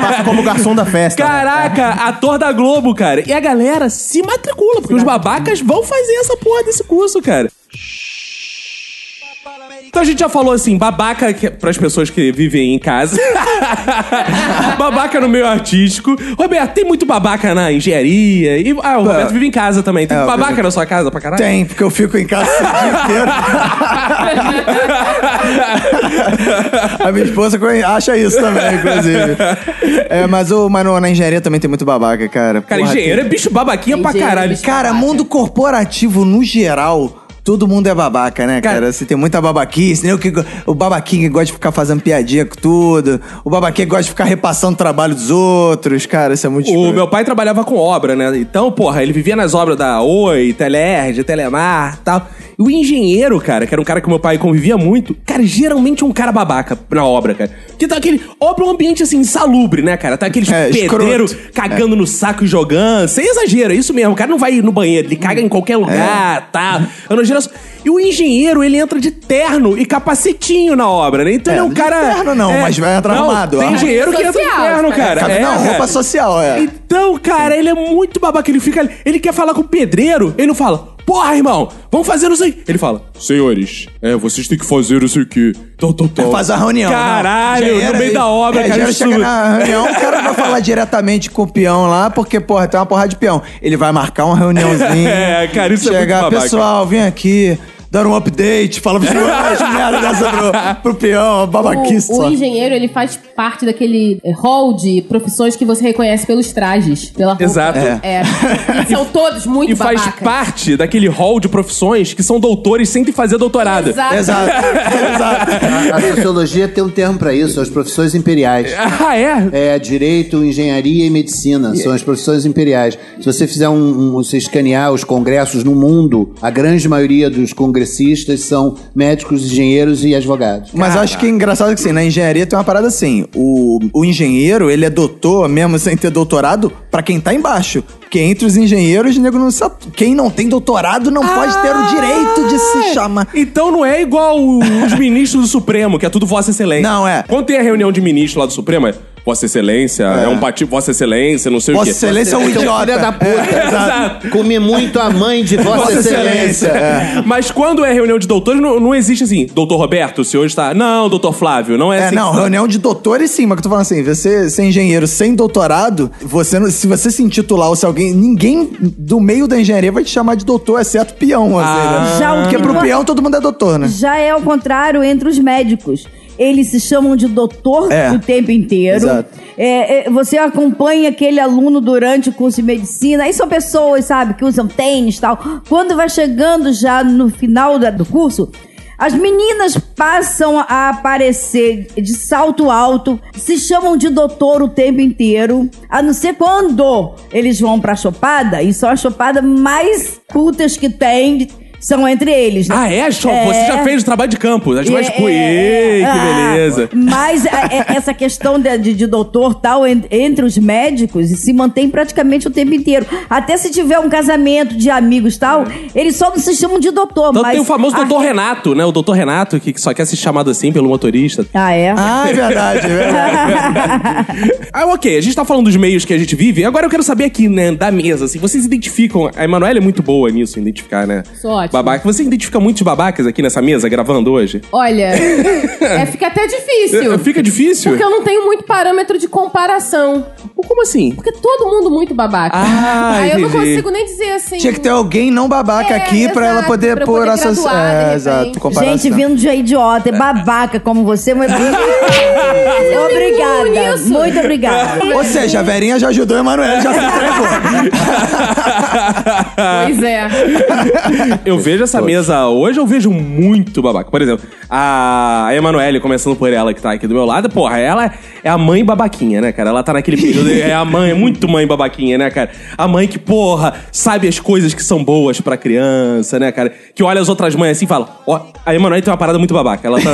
S6: passa como garçom da festa. né?
S1: Caraca, ator da Globo, cara. E a galera se matricula, porque os babacas vão fazer essa porra desse curso, cara. Então a gente já falou assim, babaca que, pras pessoas que vivem em casa. babaca no meio artístico. Roberto, tem muito babaca na engenharia. E, ah, o Roberto vive em casa também. Tem
S2: é, eu
S1: babaca na sua casa pra caralho?
S2: Tem, porque eu fico em casa o dia inteiro. A minha esposa conhe- acha isso também, inclusive. É, mas, o, mas no- na engenharia também tem muito babaca, cara.
S1: Cara,
S2: Porra,
S1: engenheiro é bicho babaquinha pra
S3: Engenheiro é
S1: caralho.
S3: bicho
S2: Cara,
S3: Babaca.
S2: mundo corporativo no geral Todo mundo é babaca, né, cara?
S1: Cara-
S2: Você tem muita babaquice, né? O, que, go- o babaquinho que gosta de ficar fazendo piadinha com tudo. O babaquinho que gosta de ficar repassando o trabalho dos outros, cara. Isso é muito
S1: O
S2: escroto.
S1: meu pai trabalhava com obra, né? Então, porra, ele vivia nas obras da Oi, Telerge, Telemar tal. E o engenheiro, cara, que era um cara que meu pai convivia muito, cara, geralmente é um cara babaca na obra, cara. Porque tá aquele. Obra é um ambiente assim, insalubre, né, cara? Tá aqueles
S2: É,
S1: pedreiros
S2: escroto. É.
S1: cagando no saco e jogando. Sem exagero, é isso mesmo. O cara não vai no banheiro, ele caga em qualquer lugar,
S2: É.
S1: tá? Eu não gero- E o engenheiro, ele entra de terno e capacetinho na obra, né? Então
S2: É,
S1: ele é um
S2: de
S1: cara.
S2: terno não, mas vai entrar armado,
S1: Tem
S2: ó.
S1: engenheiro que entra de
S3: Social,
S1: terno, cara.
S2: Cara,
S1: É,
S2: não,
S1: cara.
S2: roupa social, é.
S1: Então, cara, ele é muito babaca. Ele fica ali- Ele quer falar com o pedreiro, ele não fala. Porra, irmão, vamos fazer não sei. o quê." Ele fala, senhores, é, vocês têm que fazer isso aqui. Então, Tô, tô, tô.
S2: Faz a reunião. né?
S1: Caralho,
S2: Engenheiro
S1: no meio
S2: aí-
S1: da obra,
S2: é,
S1: cara.
S2: engenheiro
S1: isso
S2: chega
S1: tudo.
S2: na reunião, o cara vai falar diretamente com o peão lá, porque, porra, tem uma porrada de peão. Ele vai marcar uma reuniãozinha.
S1: É, cara, isso é muito
S2: Chegar,
S1: babaca.
S2: pessoal, vem aqui, dar um update, fala pros as merda dessa pro, pro peão, uma babaquice
S3: O, o
S2: só.
S3: engenheiro, ele faz parte daquele eh, hall de profissões que você reconhece pelos trajes, pela roupa.
S1: Exato.
S3: É. E são todos muito
S1: E faz
S3: babacas.
S1: parte daquele hall de profissões que são doutores sem fazer doutorado.
S3: Exato.
S2: Exato, exato.
S5: A, a sociologia tem um termo pra isso, são as profissões imperiais.
S1: Ah, é?
S5: É, direito, engenharia e medicina são as profissões imperiais. Se você fizer um, um se escanear os congressos no mundo, a grande maioria dos congressistas são médicos, engenheiros e advogados.
S2: Mas eu acho que é engraçado que, assim, na engenharia tem uma parada assim. O, o engenheiro, ele é doutor, mesmo sem ter doutorado, pra quem tá embaixo. Porque entre os engenheiros, nego não sabe. Quem não tem doutorado não pode ter o direito de se
S3: Ah!
S2: chamar.
S1: Então não é igual o- os ministros do Supremo, que é tudo Vossa Excelência.
S2: Não, é.
S1: Quando tem a reunião de ministro lá do Supremo, é Vossa Excelência, é, um partido Vossa Excelência, não sei o
S2: Vossa
S1: quê.
S2: Excelência é um
S5: Então,
S2: idiota.
S5: filha da puta.
S2: É, exato.
S5: Comi muito a mãe de Vossa,
S2: Vossa
S5: Excelência.
S2: Excelência. É.
S1: Mas quando é reunião de doutores, não, não existe assim, doutor Roberto, o senhor está. Não, doutor Flávio, não é,
S2: É,
S1: assim.
S2: não, reunião de doutores sim, mas que eu tô falando assim, você ser engenheiro sem doutorado, você não- se você se intitular ou se alguém, ninguém do meio da engenharia vai te chamar de doutor, exceto peão,
S1: Ah.
S2: assim, né?
S4: Já o
S2: Porque
S4: que
S2: pro
S4: não-
S2: peão todo mundo é doutor, né?
S4: Já é ao contrário entre os médicos. Eles se chamam de doutor
S2: É.
S4: o tempo inteiro.
S2: Exato.
S4: É, é, você acompanha aquele aluno durante o curso de medicina. Aí são pessoas, sabe, que usam tênis e tal. Quando vai chegando já no final da- do curso, as meninas passam a aparecer de salto alto, se chamam de doutor o tempo inteiro, a não ser quando eles vão pra chopada, e são as chopadas mais cultas que tem, são entre eles, né?
S1: Ah, é? Cho-
S4: É.
S1: Você já fez o trabalho de campo, as mais
S4: É,
S1: cu-
S4: é,
S1: Ei,
S4: é.
S1: que
S4: Ah,
S1: beleza.
S4: Mas a- é- essa questão de, de- de doutor tal en- entre os médicos se mantém praticamente o tempo inteiro. Até se tiver um casamento de amigos tal, eles só não se chamam de doutor.
S1: É. Então
S4: mas
S1: tem o famoso
S4: a-
S1: doutor Renato, né? O doutor Renato, que que só quer ser chamado assim pelo motorista.
S4: Ah, é?
S2: Ah, é verdade, é verdade.
S1: Ah, ok, a gente tá falando dos meios que a gente vive. Agora eu quero saber aqui, né, da mesa, assim, vocês identificam. A Emanuela é muito boa nisso, em identificar, né?
S3: Sou ótima.
S1: Babaca. Você identifica muitos babacas aqui nessa mesa, gravando hoje? Eh,
S3: Olha, é, fica até difícil.
S1: É, Fica difícil?
S3: Porque eu não tenho muito parâmetro de comparação.
S1: Como assim?
S3: Porque todo mundo muito babaca.
S1: Ah,
S3: Aí eu não
S1: entendi.
S3: consigo nem dizer assim.
S2: Tinha que ter alguém não babaca
S3: É,
S2: aqui pra ela
S3: exato,
S2: poder
S3: pra eu
S2: pôr
S3: poder
S2: essas.
S3: graduar, de
S2: É,
S3: repente.
S2: exato, comparação.
S4: Gente, vindo de idiota, é babaca como você, mas.
S3: incluo
S4: obrigada.
S3: nisso.
S4: Muito obrigada.
S2: Ou seja, a Verinha já ajudou o Emanuel, já se entregou.
S3: Pois é.
S1: Eu vejo essa mesa hoje, eu vejo muito babaca. Por exemplo, a Emanuele, começando por ela que tá aqui do meu lado, porra, ela é a mãe babaquinha, né, cara? Ela tá naquele período, é a mãe, é muito mãe babaquinha, né, cara? A mãe que, porra, sabe as coisas que são boas pra criança, né, cara? Que olha as outras mães assim e fala, ó, a Emanuele tem uma parada muito babaca. Ela tá,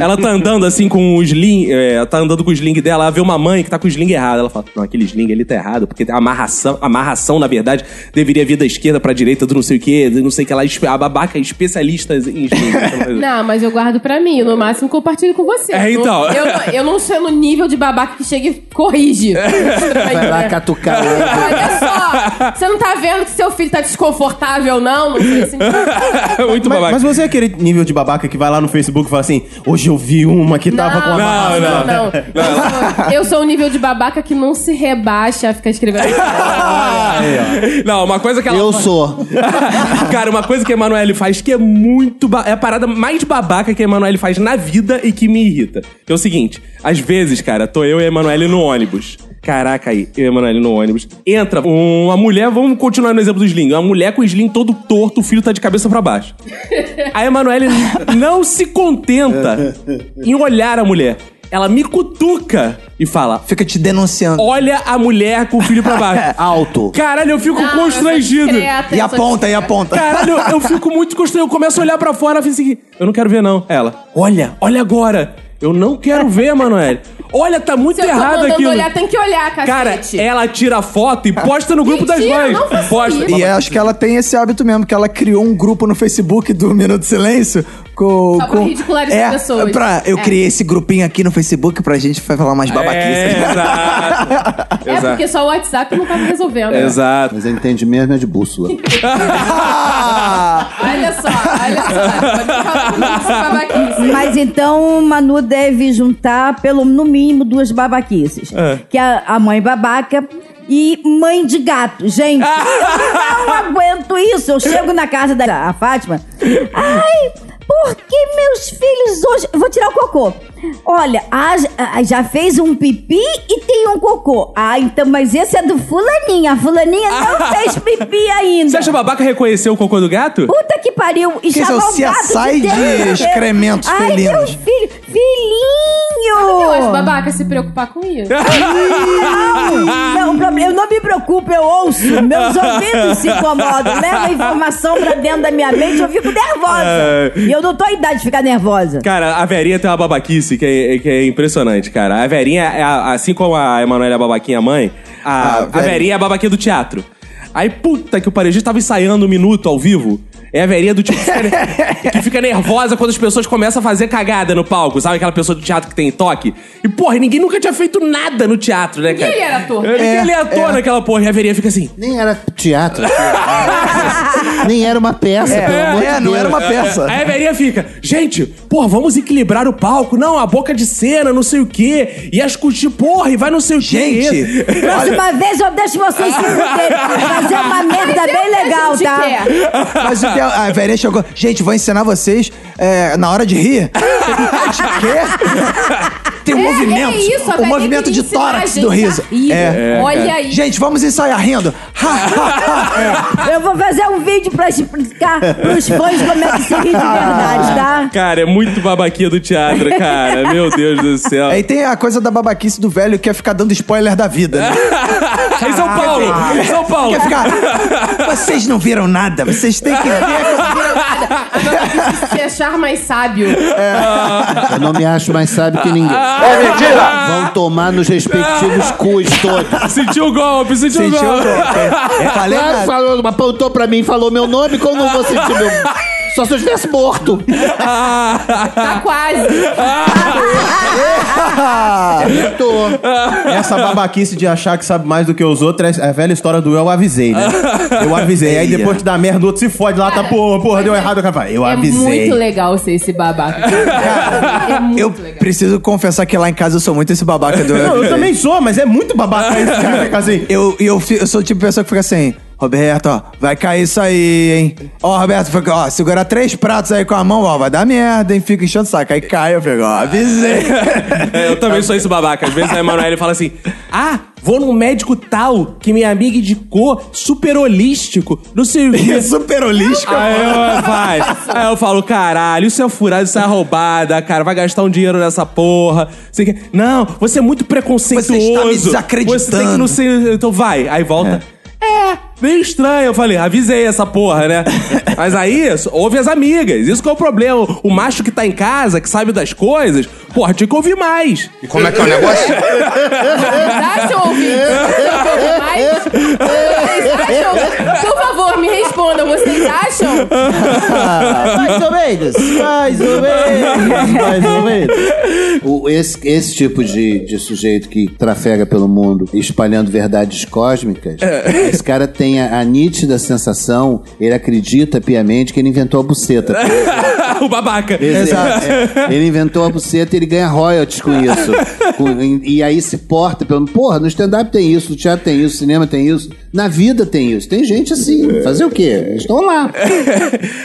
S1: ela tá andando assim com o sling, é, ela tá andando com o sling dela, ela vê uma mãe que tá com o sling errado. Ela fala, não, aquele sling ali tá errado, porque a amarração, a amarração, na verdade, deveria vir da esquerda pra direita do não sei o quê, do não sei o que lá. A babaca é especialista em sling. então,
S3: Não, mas eu guardo pra mim. No máximo compartilho com você.
S1: É, então.
S3: Eu, não- eu não sou no nível de babaca que chega e corrige.
S1: É.
S5: Vai lá catucar. o outro.
S3: Olha só, você não tá vendo que seu filho tá desconfortável, não? Não sei se...
S1: muito
S6: Mas,
S1: babaca.
S6: mas você é aquele nível de babaca que vai lá no Facebook e fala assim: hoje eu vi uma que tava com a barra-
S1: não,
S3: não, não, não. Eu, sou, eu sou um nível de babaca que não se rebaixa a ficar
S1: É,
S3: escrevendo.
S1: Não, uma coisa que ela
S5: Eu sou.
S1: Cara, uma coisa que a Emanuele faz que é muito. ba- É a parada mais babaca que a Emanuele faz na vida e que me irrita. Que é o seguinte: às vezes, cara, tô eu e a Emanuele no ônibus. Caraca aí, eu e a Emanuele no ônibus. Entra uma mulher, vamos continuar no exemplo do Slim. Uma mulher com o Slim todo torto, o filho tá de cabeça pra baixo. A Emanuele não se contenta em olhar a mulher. Ela me cutuca e fala:
S2: Fica te denunciando.
S1: Olha a mulher com o filho pra baixo.
S5: Alto.
S1: Caralho, eu fico
S3: Não, eu sou
S1: constrangido.
S3: discreta,
S2: E
S3: eu sou
S2: aponta, e aponta.
S1: Caralho, eu, eu fico muito constrangido. Eu começo a olhar pra fora e fico assim, eu não quero ver, não. Ela, olha, olha agora. Eu não quero ver, Manoel. Olha, tá muito
S3: Se eu tô
S1: errado
S3: mandando
S1: aqui.
S3: olhar, tem que olhar,
S1: Cara,
S3: cacete.
S1: ela tira foto e posta no grupo das
S3: Mentira,
S1: mães.
S3: não faço
S1: posta.
S3: isso.
S2: E eu acho que ela tem esse hábito mesmo, que ela criou um grupo no Facebook do Minuto de Silêncio com...
S3: Só pra
S2: com...
S3: ridicularizar
S2: é,
S3: pessoas.
S2: Pra... Eu
S3: É.
S2: criei esse grupinho aqui no Facebook pra gente falar mais
S1: É,
S2: babaquice.
S1: exato. É,
S3: É
S1: exato.
S3: porque só o WhatsApp não tá me resolvendo.
S1: Exato.
S5: Mas entendimento é de bússola.
S3: Olha só, olha só. Pode ficar com isso, babaquice.
S4: Mas então Manu deve juntar pelo no mínimo duas babaquices. Que é a, mãe babaca e mãe de gato. Gente, eu não aguento isso. Eu chego na casa da a Fátima. Ai, por que meus filhos hoje. Vou tirar o cocô. Olha, ah, j- ah, já fez um pipi e tem um cocô. Ah, então, mas esse é do fulaninha. A fulaninha não fez pipi ainda.
S1: Você acha babaca reconhecer o cocô do gato?
S4: Puta que pariu! E
S2: Que isso é o
S4: chamar o gato
S2: CSI de
S4: terça-feira.
S2: excrementos
S4: Ai,
S2: felinos.
S4: Meu filho,
S3: Eu acho
S4: filhinho!
S3: babaca se preocupar com isso.
S4: Tá Não, o problema- eu não me preocupo, eu ouço. Meus ouvidos se incomodam. Leva a informação pra dentro da minha mente, eu fico nervosa. E eu não tô em idade de ficar nervosa.
S1: Cara, a Verinha tem uma babaquice que é, que é impressionante, cara. A Verinha, é a- assim como a Emanuela é a babaquinha mãe, a,
S2: Ah,
S1: a
S2: velho.
S1: Verinha é a babaquinha do teatro. Aí, puta que o parejista tava ensaiando um minuto ao vivo. É a Verinha do tipo que fica- que fica nervosa quando as pessoas começam a fazer cagada no palco. Sabe aquela pessoa do teatro que tem toque? E, porra, ninguém nunca tinha feito nada no teatro, né, cara?
S3: Ninguém era ator.
S1: É, Ninguém ele é ator naquela porra. E a Verinha fica assim...
S5: Nem era teatro. Nem era uma peça, pelo amor de
S2: É, não
S5: Deus.
S2: era uma peça.
S1: Aí a velhinha fica, gente, pô, vamos equilibrar o palco. Não, a boca é de cena, não sei o quê. E as cutis, porra, e vai não sei o quê.
S2: Gente,
S4: Próxima vez eu deixo vocês se fuderem. Fazer uma merda bem
S3: A
S4: legal,
S3: gente é.
S4: tá?
S3: quer.
S2: Mas o que é- a a Verinha chegou. Gente, vou ensinar vocês é, na hora de rir. de quê? Tem um
S3: É,
S2: movimento.
S3: é isso, a
S2: o
S3: velhinha
S2: movimento
S3: queria
S2: de
S3: ensinar a
S2: tórax
S3: gente
S2: do
S3: a
S2: riso.
S3: rir.
S2: É.
S3: Olha aí.
S2: Gente, vamos ensaiar rindo. Ha, ha, ha. É.
S4: Eu vou fazer um vídeo pra explicar pros fãs como é que se ri de verdade, tá?
S1: Cara, é muito babaquinha do teatro, cara. Meu Deus do céu.
S2: Aí tem a coisa da babaquice do velho que é ficar dando spoiler da vida. Né?
S1: Em São Paulo! Em São Paulo!
S2: Quer ficar. Vocês não viram nada, vocês têm que ver.
S3: Se achar mais sábio.
S5: Eu não me acho mais sábio que ninguém. É mentira! Vão tomar nos respectivos cus todos.
S1: Sentiu o golpe, sentiu o
S2: Sentiu o
S1: golpe.
S2: golpe. Eu Falei
S5: Claro,
S2: nada.
S5: falou, apontou pra mim, falou meu nome, como eu vou sentir meu... Só se eu estivesse morto.
S3: Tá quase.
S5: Tô.
S6: Essa babaquice de achar que sabe mais do que os outros é a velha história do eu avisei, né? Eu avisei. Aí depois que dá merda, o outro se fode lá, tá, porra, porra, deu errado. O cara fala, eu
S3: É
S6: avisei.
S3: muito legal ser esse babaca. é muito
S2: Eu
S3: legal.
S2: preciso confessar que lá em casa eu sou muito esse babaca do
S6: Não, eu também sou, mas é muito babaca isso, cara. Fica assim.
S2: Eu, eu, fi- eu sou o tipo de pessoa que fica assim, Roberto, ó, vai cair isso aí, hein? Ó, Roberto, fica, ó, segurar três pratos aí com a mão, ó, vai dar merda, hein? Fica enchendo o saco. Aí cai, eu fico, ó, avisei.
S1: É, eu também sou esse babaca. Às vezes a Emanuele fala assim: Ah, vou num médico tal que minha amiga indicou, super holístico, não sei o quê.
S2: Super holístico.
S1: Aí eu, vai. Aí eu falo, caralho, isso é furado, isso é roubada, cara. Vai gastar um dinheiro nessa porra. Você quer- Não, você é muito preconceituoso.
S2: Você está me desacreditando.
S1: Você tem que não sei. Então vai. Aí volta. É. meio estranho. Eu falei, avisei essa porra, né? Mas aí, ouve as amigas. Isso que é o problema. O macho que tá em casa, que sabe das coisas, porra, tinha que ouvir mais.
S3: Vocês acham, ouvintes? Vocês acham mais? Vocês acham? Por favor, me respondam. Vocês acham?
S6: Mais ou menos, mais ou menos, mais ou menos.
S5: O- esse, esse tipo de, de sujeito que trafega pelo mundo espalhando verdades cósmicas, esse cara tem a, a nítida sensação, ele acredita piamente que ele inventou a buceta.
S1: o babaca.
S5: Ele- é, ele inventou a buceta e ele ganha royalties com isso. Com- e- e aí se porta pelo. Porra, no stand-up tem isso, no teatro tem isso, no cinema tem isso, na vida tem isso. Tem gente assim. Fazer o quê? Eles estão lá.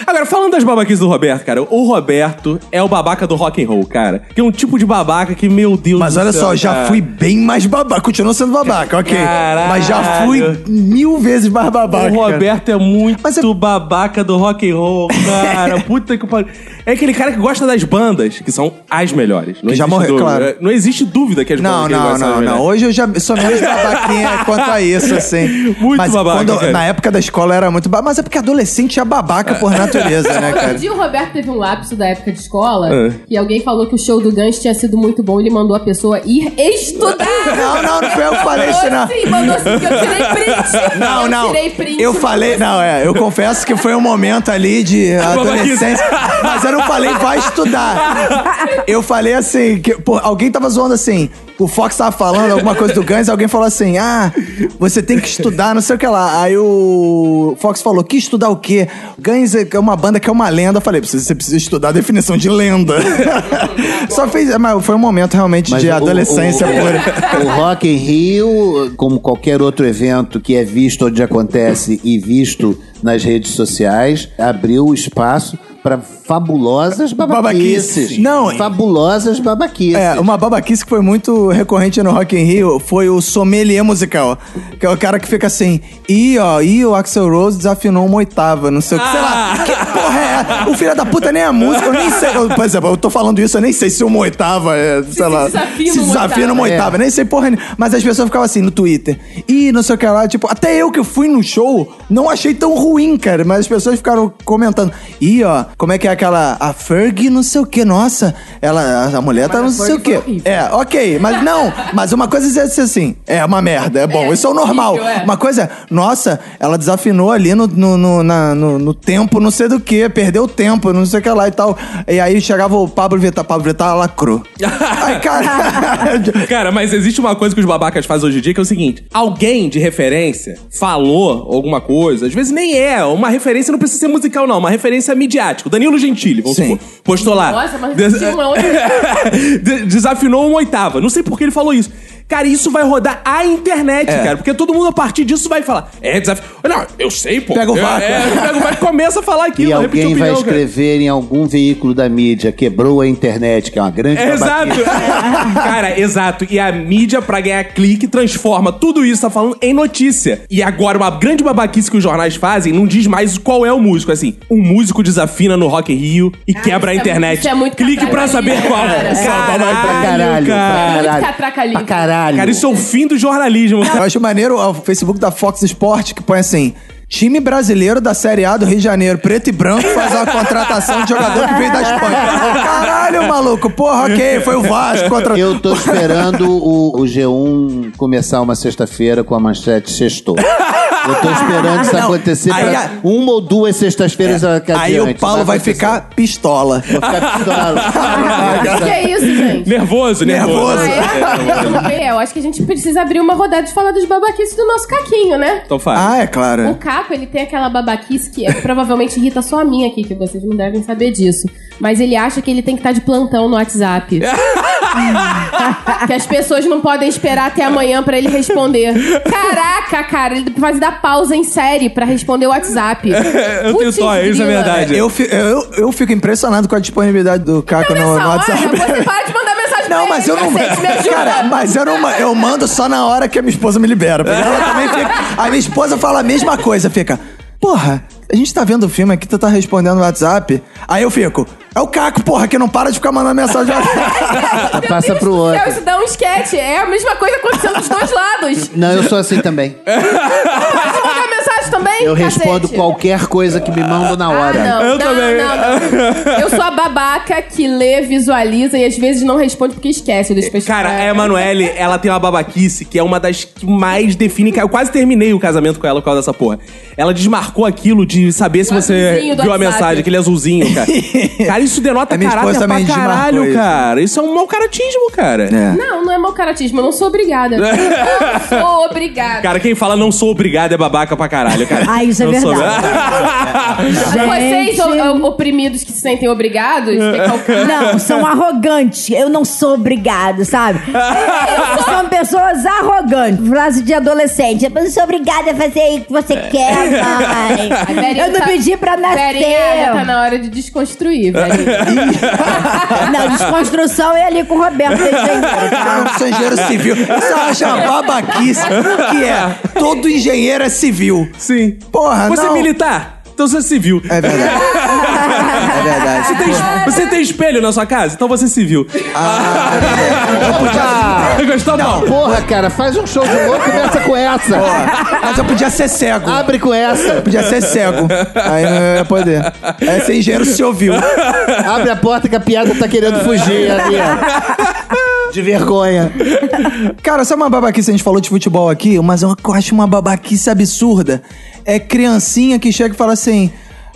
S1: Agora, falando das babaquices do Roberto, cara, o Roberto é o babaca do rock and roll, cara. Que é um tipo de babaca que, meu Deus
S2: Mas
S1: do
S2: olha
S1: céu,
S2: só, já
S1: cara.
S2: fui bem mais babaca. Continuo sendo babaca, ok.
S1: Caralho.
S2: Mas já fui mil vezes mais babaca.
S1: O Roberto é muito
S2: Mas é-
S1: babaca do rock and roll, cara. Puta que pariu. É aquele cara que gosta das bandas, que são as melhores. Não
S2: Que já
S1: existe
S2: morreu,
S1: dúvida. É,
S2: claro.
S1: Não existe dúvida que as
S2: Não,
S1: bandas que ele
S2: não,
S1: gosta são
S2: não,
S1: as
S2: não.
S1: melhores.
S2: Hoje eu já sou menos babaquinha quanto a isso, assim.
S1: Muito
S2: mas
S1: babaca,
S2: quando-
S1: cara.
S2: na época da escola eu era muito babaca. Mas é porque adolescente é babaca por natureza, né,
S3: Outro
S2: cara?
S3: dia o Roberto teve um lapso da época de escola
S1: É.
S3: e alguém falou que o show do Guns tinha sido muito bom. Ele mandou a pessoa ir estudar.
S2: Não, não, não foi eu que falei isso, não.
S3: Sim, mandou assim, que eu tirei print.
S2: Não,
S3: Eu
S2: não.
S3: tirei print.
S2: Eu falei, não, é. Eu confesso que foi um momento ali de adolescência. Mas eu não falei, vai estudar. Eu falei assim, que, pô, alguém tava zoando assim. O Fox tava falando alguma coisa do Guns, alguém falou assim: ah, você tem que estudar, não sei o que lá. Aí o Fox falou: que estudar o quê? Guns é uma banda que é uma lenda. Eu falei: "Precisa- você precisa estudar a definição de lenda. Só fez. Mas foi um momento realmente de
S5: o-
S2: adolescência
S5: o-
S2: pura.
S5: O Rock em Rio, como qualquer outro evento que é visto onde acontece e visto nas redes sociais, abriu espaço para fabulosas babaquices.
S2: Babaquices. Não, hein?
S5: Fabulosas babaquices.
S2: É, uma babaquice que foi muito recorrente no Rock in Rio foi o sommelier musical. Que é o cara que fica assim, e ó, e o Axel Rose desafinou uma oitava, não sei o que. Sei lá, que porra é essa? O filho da puta nem é músico, eu nem sei. Eu, por exemplo, eu tô falando isso, eu nem sei se uma oitava é, sei lá.
S3: desafina
S2: se
S3: uma
S2: desafia numa
S3: oitava.
S2: oitava, nem sei porra nenhuma. Mas as pessoas ficavam assim no Twitter, e não sei o que lá, tipo, até eu que fui no show, não achei tão ruim, cara, mas as pessoas ficaram comentando, e ó, como é que é aquela, a Ferg não sei o que, nossa, ela, a- a mulher tá não
S3: Mas a
S2: sei o
S3: Ferg
S2: que.
S3: foi horrível.
S2: É, ok, mas não, mas uma coisa é ser assim, é uma merda, é bom,
S3: É,
S2: isso é o normal.
S3: horrível, é.
S2: Uma coisa é, nossa, ela desafinou ali no, no, no, na- no- no tempo, não sei do que, perdeu o tempo, não sei o que lá e tal. E aí chegava o Pablo Vittar, Pablo Vittar lacrou. Ai, cara.
S1: Cara, mas existe uma coisa que os babacas fazem hoje em dia que é o seguinte: alguém de referência falou alguma coisa, às vezes nem é, uma referência não precisa ser musical, não, uma referência midiática. O Danilo Gentili, vamos
S2: Sim.
S1: supor, postou lá.
S3: Nossa, mas
S1: Des-
S3: tinha um uma outra-
S1: De- Desafinou uma oitava. Não sei por que ele falou isso. Cara, isso vai rodar a internet,
S2: É.
S1: cara. Porque todo mundo a partir disso vai falar. É, desafio. Não, eu sei, pô.
S2: Pega o
S1: É,
S2: vácuo.
S1: É, pega o vácuo e começa a falar aquilo.
S5: E
S1: repetir
S5: alguém vai
S1: opinião, cara.
S5: escrever em algum veículo da mídia, quebrou a internet, que é uma grande
S1: É,
S5: babaquice.
S1: Exato. Cara, exato. E a mídia, pra ganhar clique, transforma tudo isso que tá falando em notícia. E agora, uma grande babaquice que os jornais fazem não diz mais qual é o músico. Assim, um músico desafina no Rock in Rio e quebra a
S3: isso é-
S1: internet.
S3: isso é muito
S1: clique pra
S3: catraca
S1: saber
S3: livre,
S1: qual.
S3: cara. Isso é
S5: Babaca pra
S1: Caralho,
S5: caralho,
S1: cara.
S5: pra
S3: Muito catraca
S5: caralho.
S3: livre.
S5: Pra caralho.
S1: Cara, isso é o fim do jornalismo.
S2: Eu acho maneiro ó, o Facebook da Fox Sport que põe assim. Time brasileiro da Série A do Rio de Janeiro, preto e branco, faz uma contratação de jogador que veio da Espanha. Caralho, maluco, porra, ok, foi o Vasco contra.
S5: Eu tô esperando o, o G1 começar uma sexta-feira com a manchete sextou. Eu tô esperando isso
S2: Não,
S5: acontecer
S2: aí
S5: pra
S2: a- É,
S5: uma ou duas sextas-feiras
S2: Aí o Paulo vai ficar pistola.
S3: O que é isso, gente?
S1: Nervoso, nervoso.
S2: Nervoso.
S3: Ah, é? Tudo bem, é, eu acho que a gente precisa abrir uma rodada de falar dos babaquices do nosso caquinho, né?
S1: Então faz.
S2: Ah, é
S3: O
S2: claro.
S3: Caco, ele tem aquela babaquice que é, provavelmente irrita só a minha aqui, que vocês não devem saber disso. Mas ele acha que ele tem que estar de plantão no WhatsApp. que as pessoas não podem esperar até amanhã pra ele responder. Caraca, cara, ele faz dar pausa em série pra responder o WhatsApp.
S1: Eu tenho só, isso é
S3: grila.
S1: verdade.
S2: Eu, fi- eu, eu fico impressionado com a disponibilidade do Caco
S3: Então, Nessa
S2: no, no
S3: hora,
S2: WhatsApp.
S3: você para de mandar mensagem pra
S2: Não,
S3: ele,
S2: mas eu não.
S3: cacete, me ajuda.
S2: Cara, mas eu não. ma- Eu mando só na hora que a minha esposa me libera. porque Ela também fica. A minha esposa fala a mesma coisa, fica. Porra, a gente tá vendo o filme aqui, tu tá respondendo no WhatsApp. Aí eu fico. É o Caco, porra, que não para de ficar mandando mensagem.
S5: Passa pro
S3: Meu Deus do céu,
S5: outro.
S3: Isso dá um esquete. É a mesma coisa acontecendo dos dois lados.
S5: Não, eu sou assim também.
S2: É.
S3: Você mandou mensagem também?
S5: Eu respondo
S3: cacete?
S5: qualquer coisa que me mandam na
S3: Ah,
S5: hora.
S3: não.
S1: Eu
S3: não,
S1: também.
S3: não, não. Eu sou a babaca que lê, visualiza e às vezes não responde porque esquece dos pessoas.
S1: Cara, é, a Emanuele, ela tem uma babaquice que é uma das que mais define. Eu quase terminei o casamento com ela por causa dessa porra. Ela desmarcou aquilo de saber se
S3: O
S1: você
S3: azulzinho do
S1: viu a
S3: WhatsApp.
S1: mensagem, aquele azulzinho, cara. cara, isso denota
S2: A minha
S1: caráter
S2: esposa
S1: pra
S2: também desmarcou
S1: caralho,
S2: isso.
S1: cara. Isso é um mau caratismo, cara.
S3: Não, não é mau caratismo, eu não sou obrigada. não sou obrigada.
S1: Cara, quem fala não sou obrigado é babaca pra caralho, cara.
S4: Ah, isso é
S1: Não sou-
S3: Vocês,
S4: Gente.
S3: o- o- oprimidos que se sentem obrigados, tem que alcançar.
S4: Não, são arrogantes. Eu não sou obrigado, sabe? Eu sou uma pessoas arrogantes. Frase de adolescente. Eu não sou obrigada a fazer o que você quer, mãe.
S3: É. Verinha
S4: Eu não
S3: tá-
S4: pedi pra
S3: Verinha, já tá
S4: nascer.
S3: na hora de desconstruir, velho.
S4: Não, desconstrução é ali com o Roberto. engenheiro, tá?
S7: Eu não sou engenheiro civil. Você acha uma babaquice que é todo engenheiro é civil.
S1: Sim.
S7: Porra,
S1: Você é
S7: não.
S1: militar? Então você é civil.
S2: Ah, É verdade. É verdade.
S1: Você, tem, es- você tem espelho na sua casa? Então você é civil.
S2: é
S1: Ah, Gostou, Paulo?
S5: Porra, cara, faz um show de louco e começa com essa.
S7: Mas eu podia ser cego.
S5: Abre com essa.
S2: Podia ser cego. Aí não ia poder. Aí ser engenheiro se ouviu.
S5: Abre a porta que a piada tá querendo fugir ali, ó. De vergonha.
S2: Cara, sabe uma babaquice? A gente falou de futebol aqui, mas eu acho uma babaquice absurda. É criancinha que chega e fala assim: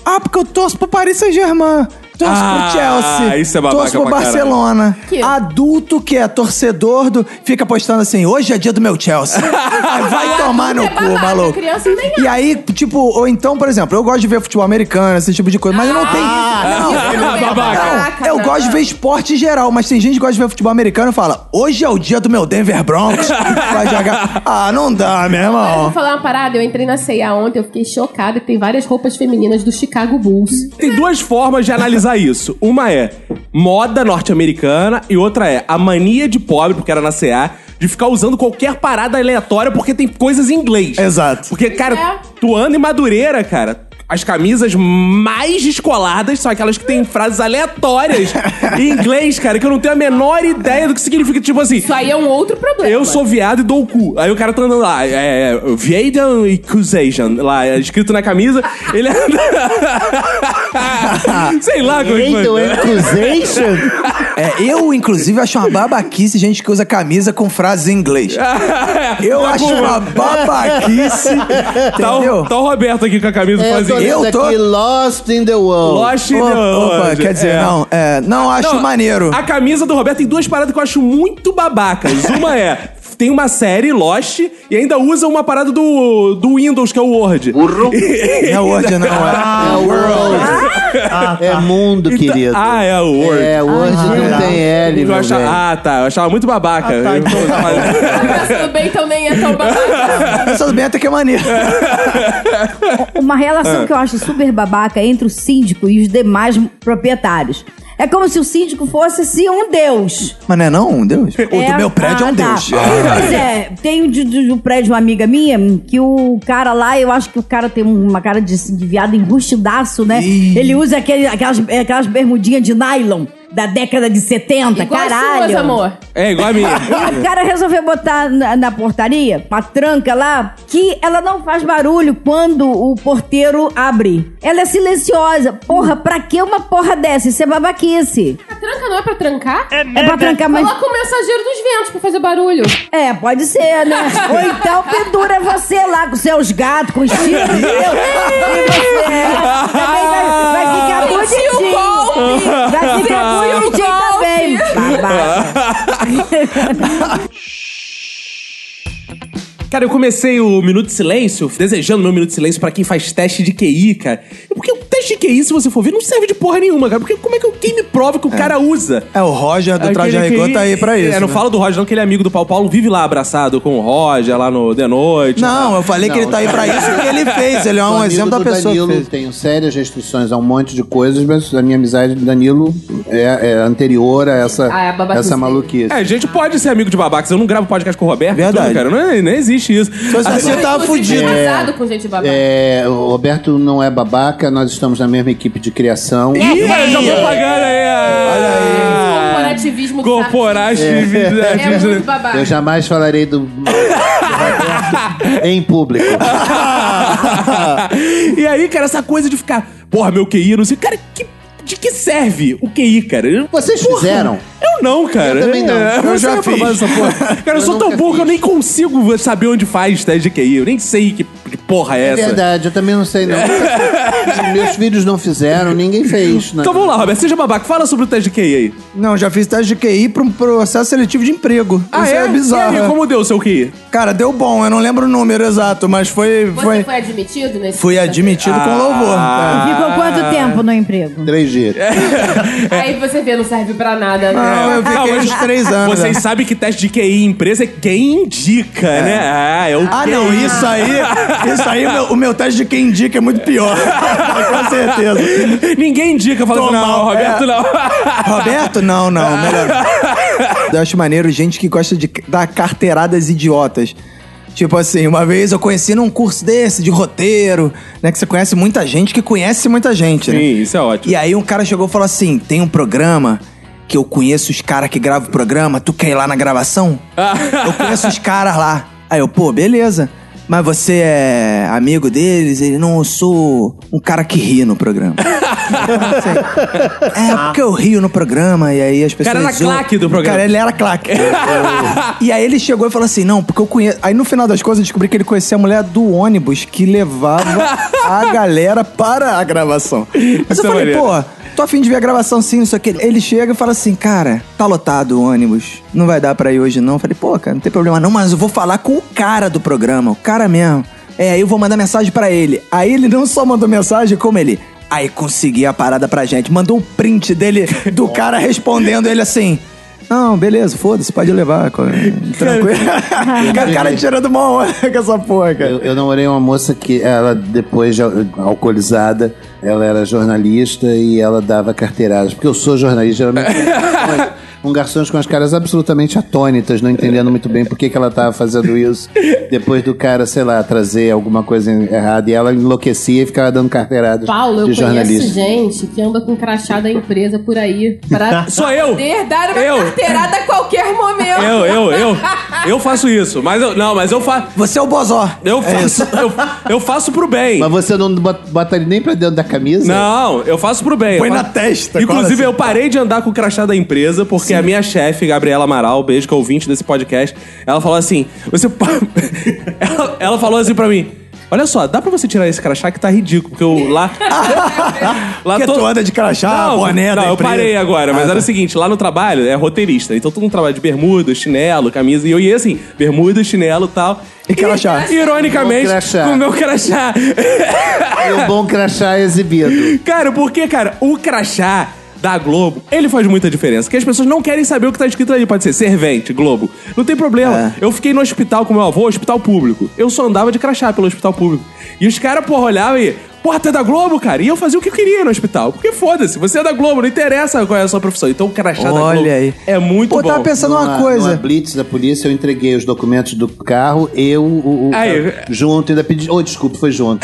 S2: Ah, porque eu torço pro Paris Saint-Germain. Torço
S1: Ah,
S2: pro Chelsea.
S1: isso é babaca
S2: Torço pro
S1: pra caralho.
S2: Barcelona.
S3: Que-
S2: Adulto que é torcedor do. Fica postando assim: Hoje é dia do meu Chelsea. Aí Ah, Vai tomar no
S3: é
S2: cu,
S3: babaca,
S2: maluco.
S3: criança nem
S2: E aí, tipo, ou então, por exemplo, eu gosto de ver futebol americano, esse tipo de coisa, mas eu não tenho. não,
S3: Ah, não, é babaca.
S2: eu
S3: não.
S2: gosto de ver esporte em geral, mas tem gente que gosta de ver futebol americano e fala: hoje é o dia do meu Denver Broncos. Vai jogar. Ah, não dá, meu
S3: Eu vou
S2: irmão.
S3: falar uma parada, eu entrei na ceia ontem, eu fiquei chocada que tem várias roupas femininas do Chicago Bulls.
S1: Tem duas formas de analisar isso. Uma é moda norte-americana e outra é a mania de pobre, porque era na CA, de ficar usando qualquer parada aleatória porque tem coisas em inglês.
S2: Exato.
S1: Porque, cara,
S3: É.
S1: tu anda em Madureira, cara. As camisas mais descoladas são aquelas que têm frases aleatórias em inglês, cara, que eu não tenho a menor ideia do que significa. Tipo assim,
S3: Isso aí é um outro problema.
S1: eu sou viado e dou o cu. Aí o cara tá andando lá, é, é Viadam e Cusation, lá, é escrito na camisa, ele anda... Sei lá como é que
S5: Então,
S1: foi.
S5: accusation?
S2: É, eu, inclusive, acho uma babaquice gente que usa camisa com frases em inglês. Eu acho uma babaquice.
S1: Tá o,
S2: Entendeu?
S1: tá o Roberto aqui com a camisa
S5: É, eu tô
S1: fazendo
S2: Eu
S5: lendo
S2: tô-
S5: aqui Lost in the World.
S1: Lost in the
S2: Opa, opa,
S1: World.
S2: quer dizer,
S1: É.
S2: não, é, não acho
S1: Não,
S2: maneiro.
S1: A camisa do Roberto tem duas paradas que eu acho muito babacas. Uma é. Tem uma série, Lost, e ainda usa uma parada do, do Windows, que é o Word. Burro.
S2: Não é hoje, não. É.
S5: É world.
S2: ah,
S5: É mundo,
S2: Então,
S5: querido.
S1: Ah, é o Word.
S5: É, Word não tem L,
S1: Eu
S5: meu
S1: achava-
S5: velho.
S1: ah, tá. Eu achava muito babaca. Eu-
S3: Tá tudo bem, então nem é tão babaca.
S2: Essas bem até que é maneiro.
S4: Uma relação
S3: Ah.
S4: que eu acho super babaca entre o síndico e os demais proprietários. É como se o síndico fosse assim, um deus.
S2: Mas não é não, um Deus? O
S4: É,
S2: do meu prédio é
S4: ah,
S2: um
S4: tá.
S2: Deus.
S4: Pois é, tem um de, de, de um prédio uma amiga minha que o cara lá, eu acho que o cara tem uma cara de, de viado enrustidaço, né?
S2: Ih.
S4: Ele usa aquele- aquelas, aquelas bermudinhas de nylon da década de 70,
S3: Igual as
S4: caralho.
S3: suas, amor.
S1: É igual a minha.
S4: E o cara resolveu botar na, na portaria uma tranca lá que ela não faz barulho quando o porteiro abre. Ela é silenciosa. Porra, pra que uma porra dessa? Isso é babaquice.
S3: A tranca não é pra trancar? É
S4: É pra trancar mais.
S3: Coloca o mensageiro dos ventos pra fazer barulho.
S4: É, pode ser, né? Ou então pendura você lá com seus gatos, com os filhos. entendeu? E você, é, também vai, vai ficar
S3: Sentiu o
S4: bonitinho.
S3: golpe.
S4: Vai ficar
S3: Sentiu o
S4: bonitinho
S3: golpe.
S4: também. Babaca.
S1: Cara, eu comecei o Minuto de Silêncio desejando meu Minuto de Silêncio pra quem faz teste de QI, cara. Porque o teste de QI, se você for ver, não serve de porra nenhuma, cara. Porque como é que quem me prova que o cara usa?
S2: É, o Roger do Traje a
S1: Aquele
S2: Rigor
S1: que-
S2: tá aí pra isso.
S1: É, não
S2: né?
S1: fala do Roger, não, que ele é amigo do Paulo. Paulo vive lá abraçado com o Roger, lá no The Noite.
S2: Não, eu falei que
S5: Não,
S2: ele tá aí pra isso porque ele fez. Ele é
S5: Sou
S2: um
S5: amigo
S2: exemplo da
S5: do
S2: pessoa que
S5: Danilo,
S2: fez.
S5: tenho sérias restrições a um monte de coisas, mas a minha amizade do Danilo é, é anterior a essa,
S3: Ah, é a babaquice
S5: essa
S3: dele.
S5: maluquice.
S1: É, a gente pode ser amigo de babacas. Eu não gravo podcast com o Roberto.
S2: Verdade.
S1: tudo, cara. Não, não existe isso. Ah,
S2: Mas você
S1: tá
S2: tava
S3: Inclusive,
S2: fudido.
S3: casado com gente babaca.
S5: É, o Roberto não é babaca, nós estamos na mesma equipe de criação.
S1: Ih, olha, é, já vou pagando aí. é.
S3: Esse
S1: Olha
S3: corporativismo do
S1: Corporativismo.
S3: É muito babaca.
S5: Eu jamais falarei do, do Roberto em público.
S1: e aí, cara, essa coisa de ficar, porra, meu QI, não sei. Cara, que- de que serve o QI, cara? Eu-
S5: Vocês fizeram?
S1: Eu não, cara.
S5: Eu também não.
S1: É,
S5: Eu
S1: você
S5: já
S1: é aprovado
S5: fiz.
S1: nessa porra. Cara, eu,
S5: Eu
S1: sou tão
S5: nunca
S1: burro que eu
S5: fiz.
S1: nem consigo saber onde faz teste de QI. Eu nem sei que de porra é
S5: É
S1: essa?
S5: verdade, eu também não sei, não. Meus filhos não fizeram, ninguém fez, né?
S1: Então vamos lá, Roberto, seja babaca. Fala sobre o teste de QI aí.
S2: Não, já fiz teste de QI pra um processo seletivo de emprego. Isso é, bizarro.
S1: Ah, E aí, como deu o seu QI?
S2: Cara, deu bom, eu não lembro o número exato, mas foi.
S3: Você
S2: foi...
S3: foi, admitido nesse
S2: Fui admitido com louvor.
S1: Ah.
S4: E ficou
S3: Ah.
S4: quanto tempo no emprego?
S5: Três dias.
S2: É
S3: Aí você vê, não serve pra nada. né?
S2: Não, eu
S1: Ah,
S2: fiquei
S1: mas
S2: uns três anos. né?
S1: Vocês sabem que teste de QI em empresa é quem indica, né? Ah, é o
S2: Ah,
S1: QI.
S2: não, isso aí. Isso aí, meu- o meu teste de quem indica é muito pior. Com certeza.
S1: Ninguém indica, falando,
S2: Toma,
S1: não, Roberto,
S2: é.
S1: não.
S2: Roberto? Não, não, melhor. Eu acho maneiro gente que gosta de dar carteiradas idiotas. Tipo assim, uma vez eu conheci num curso desse, de roteiro, né? Que você conhece muita gente que conhece muita gente, né?
S1: Sim, isso é ótimo.
S2: E aí um cara chegou e falou assim: tem um programa que eu conheço os caras que gravam o programa, tu quer ir lá na gravação? eu conheço os caras lá. Aí eu, pô, beleza. Mas você é amigo deles? Ele, não, eu sou um cara que ri no programa. Eu falei assim, é, porque eu rio no programa, e aí as pessoas...
S1: cara era
S2: zoam.
S1: claque do programa.
S2: Cara, ele era claque. e aí ele chegou e falou assim, não, porque eu conheço... Aí no final das coisas eu descobri que ele conhecia a mulher do ônibus que levava a galera para a gravação. Mas
S1: Isso
S2: eu
S1: é
S2: falei,
S1: maneiro.
S2: pô, tô afim de ver a gravação sim, isso aqui. Ele chega e fala assim, cara, tá lotado o ônibus, não vai dar pra ir hoje não. Eu falei, pô, cara, não tem problema não, mas eu vou falar com o cara do programa, o cara mesmo. É, aí eu vou mandar mensagem pra ele. Aí ele não só mandou mensagem, como ele... Aí consegui a parada pra gente. Mandou um print dele, do cara respondendo ele assim... Não, beleza, foda-se, pode levar. co- Tranquilo. o cara tirando uma hora com essa porra, cara.
S5: Eu, eu namorei uma moça que ela, depois de al- alcoolizada, ela era jornalista e ela dava carteiradas. Porque eu sou jornalista, geralmente. Com garçons Um com as caras absolutamente atônitas, não entendendo muito bem por que, que ela tava fazendo isso. Depois do cara, sei lá, trazer alguma coisa errada. E ela enlouquecia e ficava dando carteiradas
S3: Paulo, eu
S5: de
S3: conheço
S5: jornalista.
S3: gente que anda com crachá da empresa por aí pra
S1: Só eu?
S3: poder dar uma
S1: Eu?
S3: carteirada a qualquer momento.
S1: Eu, eu, eu. Eu faço isso. Mas eu, não, mas eu faço...
S2: Você é o Bozó.
S1: Eu faço, eu, eu faço pro bem.
S5: Mas você não bota bota ele nem pra dentro da camisa?
S1: Não, eu faço pro bem.
S2: Põe
S1: Eu
S2: na
S1: faço-
S2: testa,
S1: Inclusive,
S2: cola assim.
S1: eu parei de andar com o crachá da empresa, porque a minha chefe, Gabriela Amaral, beijo que é ouvinte desse podcast, ela falou assim: você. po- ela, ela falou assim pra mim. Olha só, dá pra você tirar esse crachá que tá ridículo, porque eu lá. lá
S2: Porque
S1: to-
S2: tu anda de crachá,
S1: não,
S2: boné da
S1: Não, eu
S2: empresa. Ah, tá.
S1: parei agora, mas era o seguinte: lá no trabalho é roteirista, então todo mundo trabalha de bermuda, chinelo, camisa, e eu ia assim: bermuda, chinelo e tal.
S2: E crachá.
S1: Ironicamente,
S5: Bom crachá.
S1: com o meu crachá.
S5: E um bom crachá exibido.
S1: Cara, porque, cara, o crachá da Globo, ele faz muita diferença. Porque as pessoas não querem saber o que tá escrito ali. Pode ser servente, Globo. Não tem problema.
S2: É.
S1: Eu fiquei no hospital com meu avô, hospital público. Eu só andava de crachá pelo hospital público. E os caras, porra, olhavam e... Porra, tu é da Globo, cara? E eu fazia o que eu queria no hospital. Porque foda-se, você é da Globo, não interessa qual é a sua profissão. Então o crachá da Globo
S2: Olha aí.
S1: é muito
S2: Pô,
S1: bom.
S2: tava pensando uma
S5: Numa-
S2: coisa.
S5: numa blitz da polícia, eu entreguei os documentos do carro, eu, o, o
S1: Aí. É,
S5: cara, junto, ainda pedi. Oh, desculpa, foi junto.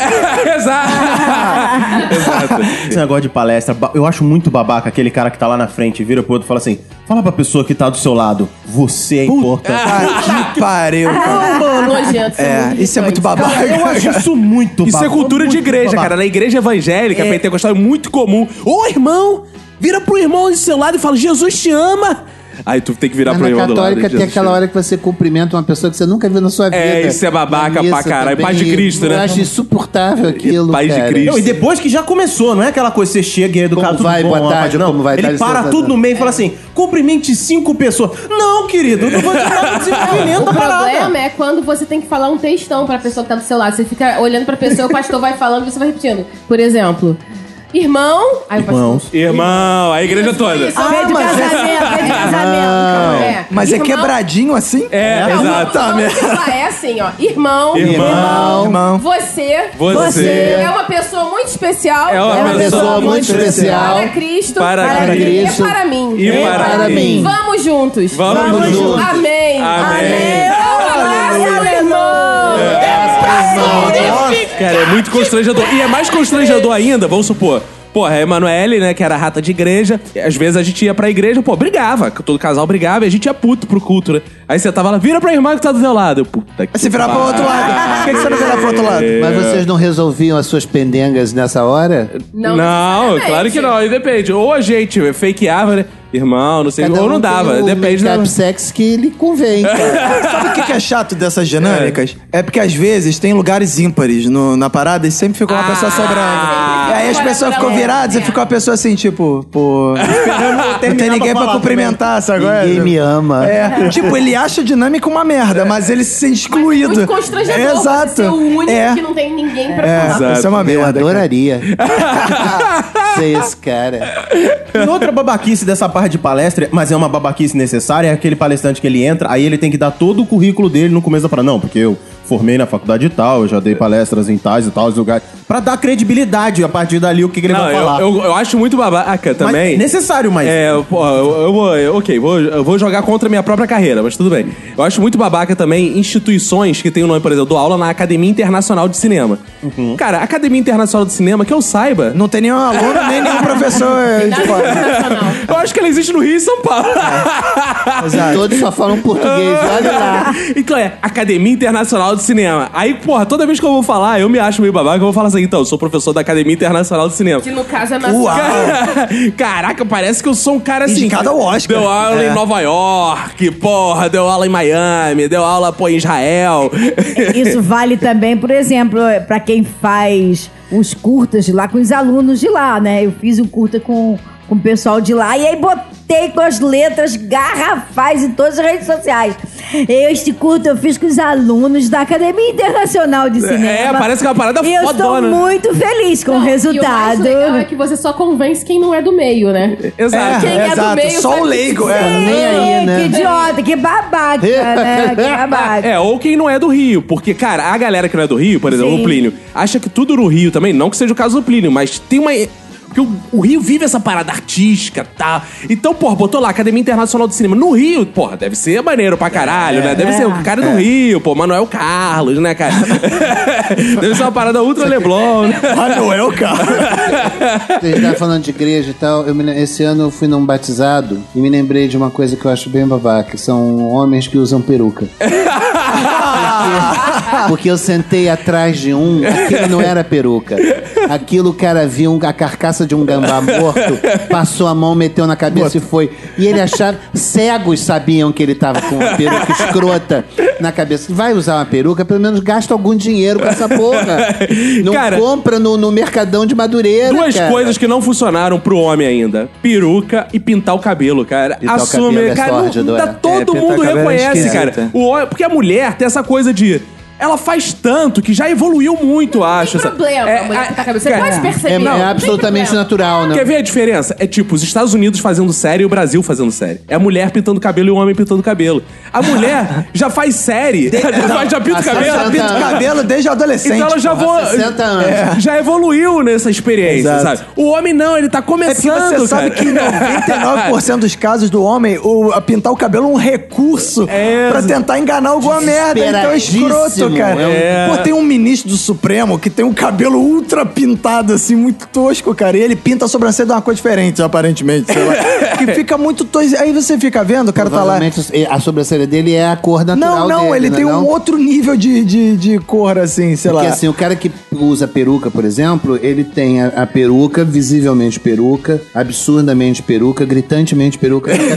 S1: Exato. Exato.
S6: Esse negócio de palestra, ba- eu acho muito babaca aquele cara que tá lá na frente, vira pro outro e fala assim: fala pra pessoa que tá do seu lado, você é importante.
S2: Ah, que pariu, cara.
S3: Nojento,
S2: É, isso é muito babaca.
S6: Eu acho isso muito
S1: Isso
S6: babaca.
S1: é cultura de
S6: muito
S1: igreja,
S6: babaca.
S1: cara. Na igreja evangélica, pentecostal, é muito comum. Ô, irmão, vira pro irmão do seu lado e fala, Jesus te ama. Aí tu tem que virar
S5: Mas
S1: pro
S5: na
S1: irmão um do lado.
S5: católica tem
S1: Jesus te
S5: aquela
S1: ama.
S5: hora que você cumprimenta uma pessoa que você nunca viu na sua vida.
S1: É, isso é babaca
S5: Na missa
S1: pra caralho.
S5: também,
S1: Paz de
S5: e
S1: Cristo,
S5: Eu
S1: né?
S5: acho insuportável aquilo,
S1: Paz de
S5: cara.
S1: Cristo.
S6: Não, e depois que já começou, não é aquela coisa que você chega e aí do
S5: Como
S6: cara tudo
S5: vai,
S6: bom,
S5: boa
S6: rapaz,
S5: tarde,
S6: não.
S5: como vai, Tá
S6: Ele
S5: tarde,
S6: para
S5: sensação.
S6: tudo no meio e
S5: É.
S6: fala assim: cumprimente cinco pessoas. Não, querido, eu não vou te dar um desenvolvimento
S3: O
S6: da parada.
S3: problema é quando você tem que falar um textão pra pessoa que tá do seu lado. Você fica olhando pra pessoa, o pastor vai falando e você vai repetindo. Por exemplo, irmão. Aí o pastor-
S6: Irmãos.
S1: Irmão, a igreja toda.
S3: Isso,
S4: Veio de
S2: mas é-
S4: casamento, veio de casamento.
S3: é.
S2: Mas é
S3: Irmão-
S2: quebradinho assim?
S1: É,
S3: Não,
S1: exato.
S3: Não, não, ela é assim, ó. Irmão.
S1: Irmão,
S2: Irmão.
S3: Você,
S1: Você.
S3: é uma pessoa muito especial.
S1: É uma pessoa
S5: muito especial.
S3: Para Cristo.
S1: Para
S5: Cristo.
S3: E para mim.
S1: E para
S5: mim.
S3: Vamos juntos.
S1: Vamos juntos.
S3: Amém.
S1: Amém.
S3: Um abraço, irmão.
S1: Cara, é muito constrangedor. E é mais constrangedor ainda, vamos supor. Porra, a Emanuele, né, que era rata de igreja, às vezes a gente ia pra igreja, pô, brigava, todo casal brigava e a gente ia puto pro culto, né? Aí você tava lá, vira pra irmã que tá do seu lado. Eu, Puta que
S7: Aí você virar pro outro lado. Por que que você não virar pro outro lado?
S1: É.
S5: Mas vocês não resolviam as suas pendengas nessa hora?
S3: Não,
S1: Não,
S3: necessariamente.
S1: claro que não. Aí depende. Ou a gente fakeava, né? Irmão, não sei.
S5: Cada
S1: ou
S5: um
S1: não dava.
S5: tem o
S1: Depende.
S5: make-up
S1: Da...
S5: sex que lhe convém.
S7: É
S5: cara.
S7: Sabe o que que é chato dessas dinâmicas? É, porque às vezes tem lugares ímpares no- na parada e sempre fica uma
S1: Ah. tá
S7: pessoa sobrando. E aí as
S3: Sempre
S7: pessoas
S3: fica
S7: ficam
S3: ela,
S7: viradas
S3: é.
S7: e fica uma pessoa assim, tipo, pô. Não tem ninguém
S1: né?
S7: pra cumprimentar, sabe? qual é?
S5: né? Ninguém me ama.
S7: É, tipo, ele acha a dinâmica uma merda, mas ele se sente excluído.
S3: É Muito constrangedor. você
S7: Exato.
S3: ser o único
S7: é.
S3: que não tem ninguém pra
S7: É,
S3: falar.
S7: isso é uma
S5: Eu
S7: merda. cara.
S5: adoraria ser esse cara.
S6: E outra babaquice dessa parte de palestra, mas é uma babaquice necessária, é aquele palestrante que ele entra, aí ele tem que dar todo o currículo dele no começo da parada. Não, porque eu formei na faculdade de tal, eu já dei palestras em tais e tais lugares. Pra dar credibilidade a partir dali, o que, que ele
S1: Não,
S6: vai
S1: eu,
S6: falar.
S1: eu, eu acho muito babaca
S6: Mas
S1: também.
S6: necessário, mas...
S1: É, pô, eu, eu vou. eu- ok, vou, eu vou jogar contra a minha própria carreira, mas tudo bem. Eu acho muito babaca também instituições que tem o nome, por exemplo, eu dou aula na Academia Internacional de Cinema. Cara, a Academia Internacional de Cinema, que eu saiba.
S7: Uhum. Não tem nenhum aluno, nem nenhum professor. é, de fora.
S1: Eu acho que ela existe no Rio e São Paulo.
S7: É. Exato.
S5: Todos só falam português, olha lá.
S1: Então é, Academia Internacional de Cinema. Aí, porra, toda vez que eu vou falar, eu me acho meio babaca, eu vou falar assim, então, eu sou professor da Academia Internacional de Cinema.
S3: Que no caso é na
S1: Caraca, parece que eu sou um cara assim.
S7: Indicado ao Oscar.
S1: Deu aula
S7: É.
S1: em Nova York, porra, deu aula em Miami, deu aula, pô, em Israel.
S4: Isso vale também, por exemplo, pra quem faz os curtas de lá com os alunos de lá, né? Eu fiz um curta com, com o pessoal de lá e aí botei com as letras garrafais em todas as redes sociais. Este curta eu fiz com os alunos da Academia Internacional de Cinema.
S1: É, parece que é uma parada
S4: E eu estou
S1: fodona.
S4: muito feliz com o
S3: Não, E o mais
S4: resultado.
S3: legal é que você só convence quem não é do meio, né?
S1: Exato.
S3: Quem é do
S7: exato.
S3: meio
S7: Só
S3: sabe
S7: o leigo. é.
S5: Nem aí,
S4: Que
S5: né?
S4: idiota, que babaca, né? Que babaca.
S1: É, ou quem não é do Rio. Porque, cara, a galera que não é do Rio, por exemplo,
S4: Sim.
S1: o Plínio, acha que tudo no Rio também, não que seja o caso do Plínio, mas tem uma. Porque o, o Rio vive essa parada artística, tá? Então, porra, botou lá Academia Internacional de Cinema. No Rio, porra, deve ser maneiro pra caralho, né? Deve ser o cara do Rio, pô, Manuel Carlos, né, cara? deve ser uma parada ultra Leblon, né?
S7: Manuel, cara.
S5: A gente tava falando de igreja e tal. Eu me lem- esse ano eu fui num batizado e me lembrei de uma coisa que eu acho bem babaca. São homens que usam peruca. Porque- Porque eu sentei atrás de um, aquilo não era peruca. Aquilo o cara viu um- a carcaça de um gambá morto, passou a mão, meteu na cabeça e foi. E ele achava. Cegos sabiam que ele tava com uma peruca escrota na cabeça. Vai usar uma peruca, pelo menos gasta algum dinheiro com essa porra. Não
S1: Cara,
S5: compra no, no Mercadão de Madureira.
S1: Duas
S5: cara.
S1: coisas que não funcionaram pro homem ainda: peruca e pintar o cabelo, cara.
S5: Pintar o
S1: Assume,
S5: cabelo é
S1: cara. não-
S5: sórdido,
S1: não
S5: é.
S1: dá- todo
S7: É, pintar
S1: mundo
S7: o cabelo é
S1: reconhece,
S7: esquisito,
S1: cara.
S7: é.
S1: O homem- porque a mulher tem essa coisa de. Ela faz tanto que já evoluiu muito, eu acho.
S3: Não tem
S1: sabe?
S3: problema,
S1: É,
S3: mulher
S1: a-
S3: que tá cabeça. Você
S1: cara,
S3: pode perceber.
S5: É,
S3: não,
S5: é
S3: tem
S5: absolutamente
S3: problema.
S5: natural, né?
S1: Quer ver a diferença? É tipo, os Estados Unidos fazendo série e o Brasil fazendo série. É a mulher pintando cabelo e o homem pintando cabelo. A mulher já faz série, já, faz- já pinta o
S5: Há
S1: cabelo.
S5: 60
S7: Pinto
S5: anos.
S7: tá cabelo desde adolescente.
S1: É Então ela já,
S5: porra,
S1: vo...
S5: há 60 anos.
S1: já evoluiu nessa experiência,
S7: Exato.
S1: sabe? O homem não, ele tá
S7: É porque
S1: começando,
S7: você sabe
S1: cara.
S7: que em 99% dos casos do homem, o, a pintar o cabelo é um recurso
S1: É.
S7: pra tentar enganar alguma merda. Então é escroto,
S5: Desesperadíssimo,
S7: cara.
S1: é um-
S7: Pô, tem um ministro do Supremo que tem um cabelo ultra pintado, assim, muito tosco, cara. E ele pinta a sobrancelha de uma cor diferente, aparentemente, sei lá. que fica muito tosco. Aí você fica vendo, o cara tá lá.
S5: Provavelmente a sobrancelha dele é a cor
S7: Não,
S5: natural
S7: não,
S5: dele,
S7: ele
S5: né,
S7: tem
S5: não?
S7: um outro nível de, de, de cor, assim, sei
S5: Porque
S7: lá.
S5: assim, o cara que usa peruca, por exemplo, ele tem a, a peruca, visivelmente peruca, absurdamente peruca, gritantemente peruca na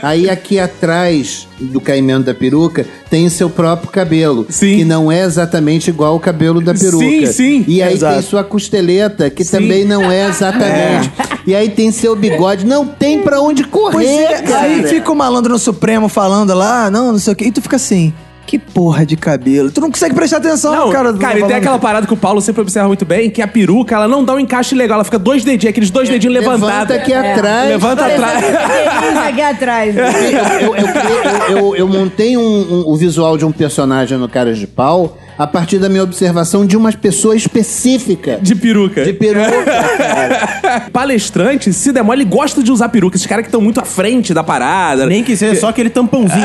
S5: Aí aqui atrás do caimento da peruca tem seu próprio cabelo,
S1: Sim.
S5: que não é exatamente igual ao cabelo da peruca.
S1: Sim, sim.
S5: E aí
S7: Exato.
S5: tem sua costeleta, que também não é exatamente. E aí tem seu bigode, não tem pra onde correr,
S7: Pois é,
S5: cara.
S7: aí fica o malandro no Supremo falando lá, "Ah, não, não sei o quê. E tu fica assim, que porra de cabelo. Tu não consegue prestar atenção,
S1: Não,
S7: cara.
S1: cara,
S7: do
S1: e tem
S7: malandro.
S1: aquela parada que o Paulo sempre observa muito bem, que a peruca, ela não dá um encaixe legal, ela fica dois dedinhos, aqueles dois dedinhos levantados.
S5: Levanta aqui
S7: É.
S5: atrás.
S1: Levanta atrás.
S4: Isso aqui atrás.
S5: eu, eu- eu criei- eu- eu- eu montei um- um- o visual de um personagem no Caras de Pau a partir da minha observação de uma pessoa específica.
S1: De peruca.
S5: De peruca, cara.
S1: Palestrante, se der mole, gosta de usar peruca. Esses caras que estão muito à frente da parada.
S6: Nem que seja só aquele tampãozinho.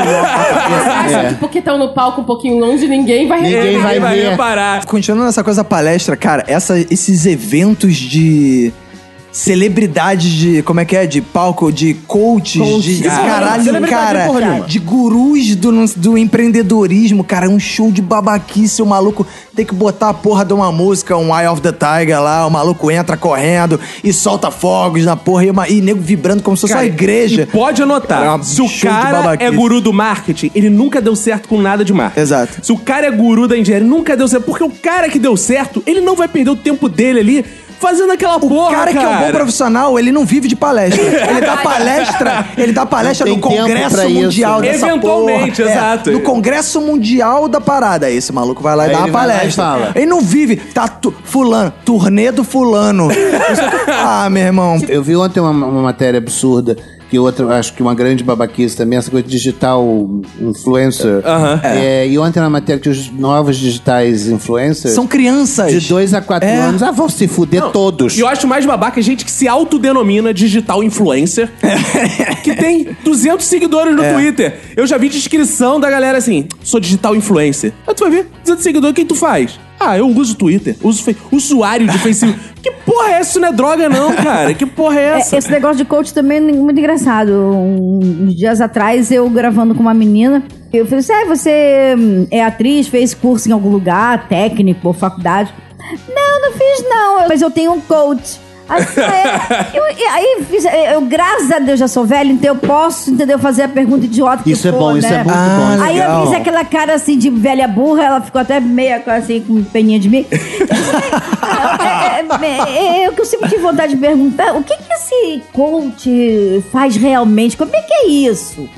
S6: ó.
S7: É.
S3: Você acha que porque estão no palco um pouquinho longe, ninguém vai
S5: Ninguém
S3: reparar.
S5: vai ver.
S1: É, reparar.
S7: Continuando essa coisa da palestra, cara, essa- esses eventos de celebridades de. Como é que é? De palco, de coaches, de.
S4: Cara,
S7: Caralho,
S4: é celebridade é
S7: cara.
S4: porra nenhuma.
S7: De gurus do, do empreendedorismo, cara. Um show de babaquice. O maluco tem que botar a porra de uma música, um Eye of the Tiger lá. O maluco entra correndo e solta fogos na porra. E, uma- e nego vibrando como se fosse uma igreja.
S1: E pode
S7: É
S1: anotar,
S7: um
S1: se o
S7: show de
S1: cara é
S7: babaquice.
S1: guru do marketing, ele nunca deu certo com nada de marketing.
S7: Exato.
S1: Se o cara é guru da engenharia, nunca deu certo. Porque o cara que deu certo, ele não vai perder o tempo dele ali fazendo aquela
S7: O
S1: porra,
S7: cara,
S1: cara.
S7: que é um bom profissional, ele não vive de palestra. Ele dá palestra, ele dá palestra
S5: Não
S7: no
S5: tem tempo
S7: Congresso
S5: pra isso.
S7: Mundial dessa
S1: Eventualmente,
S7: porra. É,
S1: exato.
S7: no Congresso Mundial da parada. Aí esse maluco vai lá e
S5: Aí
S7: dá uma
S5: ele vai lá e
S7: palestra.
S5: fala.
S7: Ele não vive. Tá tu- fulano, turnê do fulano. ah, meu irmão.
S5: Eu vi ontem uma, uma matéria absurda que outra, acho que uma grande babaquice também, essa coisa de digital influencer.
S1: Aham.
S5: É, e ontem na matéria que os novos digitais influencers
S7: São crianças.
S5: de 2 a 4
S7: É.
S5: anos, ah, vão se fuder todos.
S1: E eu acho mais babaca gente que se autodenomina digital influencer, que tem 200 seguidores no Twitter. Eu já vi descrição da galera assim, sou digital influencer. Aí tu vai ver, 200 seguidores, o que tu faz? Ah, eu uso Twitter, uso fe- usuário de Facebook. que porra é essa? Isso não é droga não, cara. Que porra é
S4: É,
S1: essa?
S4: esse negócio de coach também é muito engraçado. Um- Uns dias atrás, eu gravando com uma menina, eu falei assim: "Ah, você hum, é atriz, fez curso em algum lugar, técnico ou faculdade? Não, não fiz não, eu- mas eu tenho um coach. Assim, é, eu- e aí, fiz- eu, graças a Deus, já sou velha, então eu posso, entendeu, fazer a pergunta idiota que
S5: Isso é
S4: for,
S5: bom,
S4: né?
S5: isso é
S7: Ah,
S5: muito bom. é
S4: Aí eu fiz aquela cara assim de velha burra, ela ficou até meia assim com peninha de mim. é, é, é, eu que eu sempre tive vontade de perguntar, o que que esse coach faz realmente? Como é que é isso?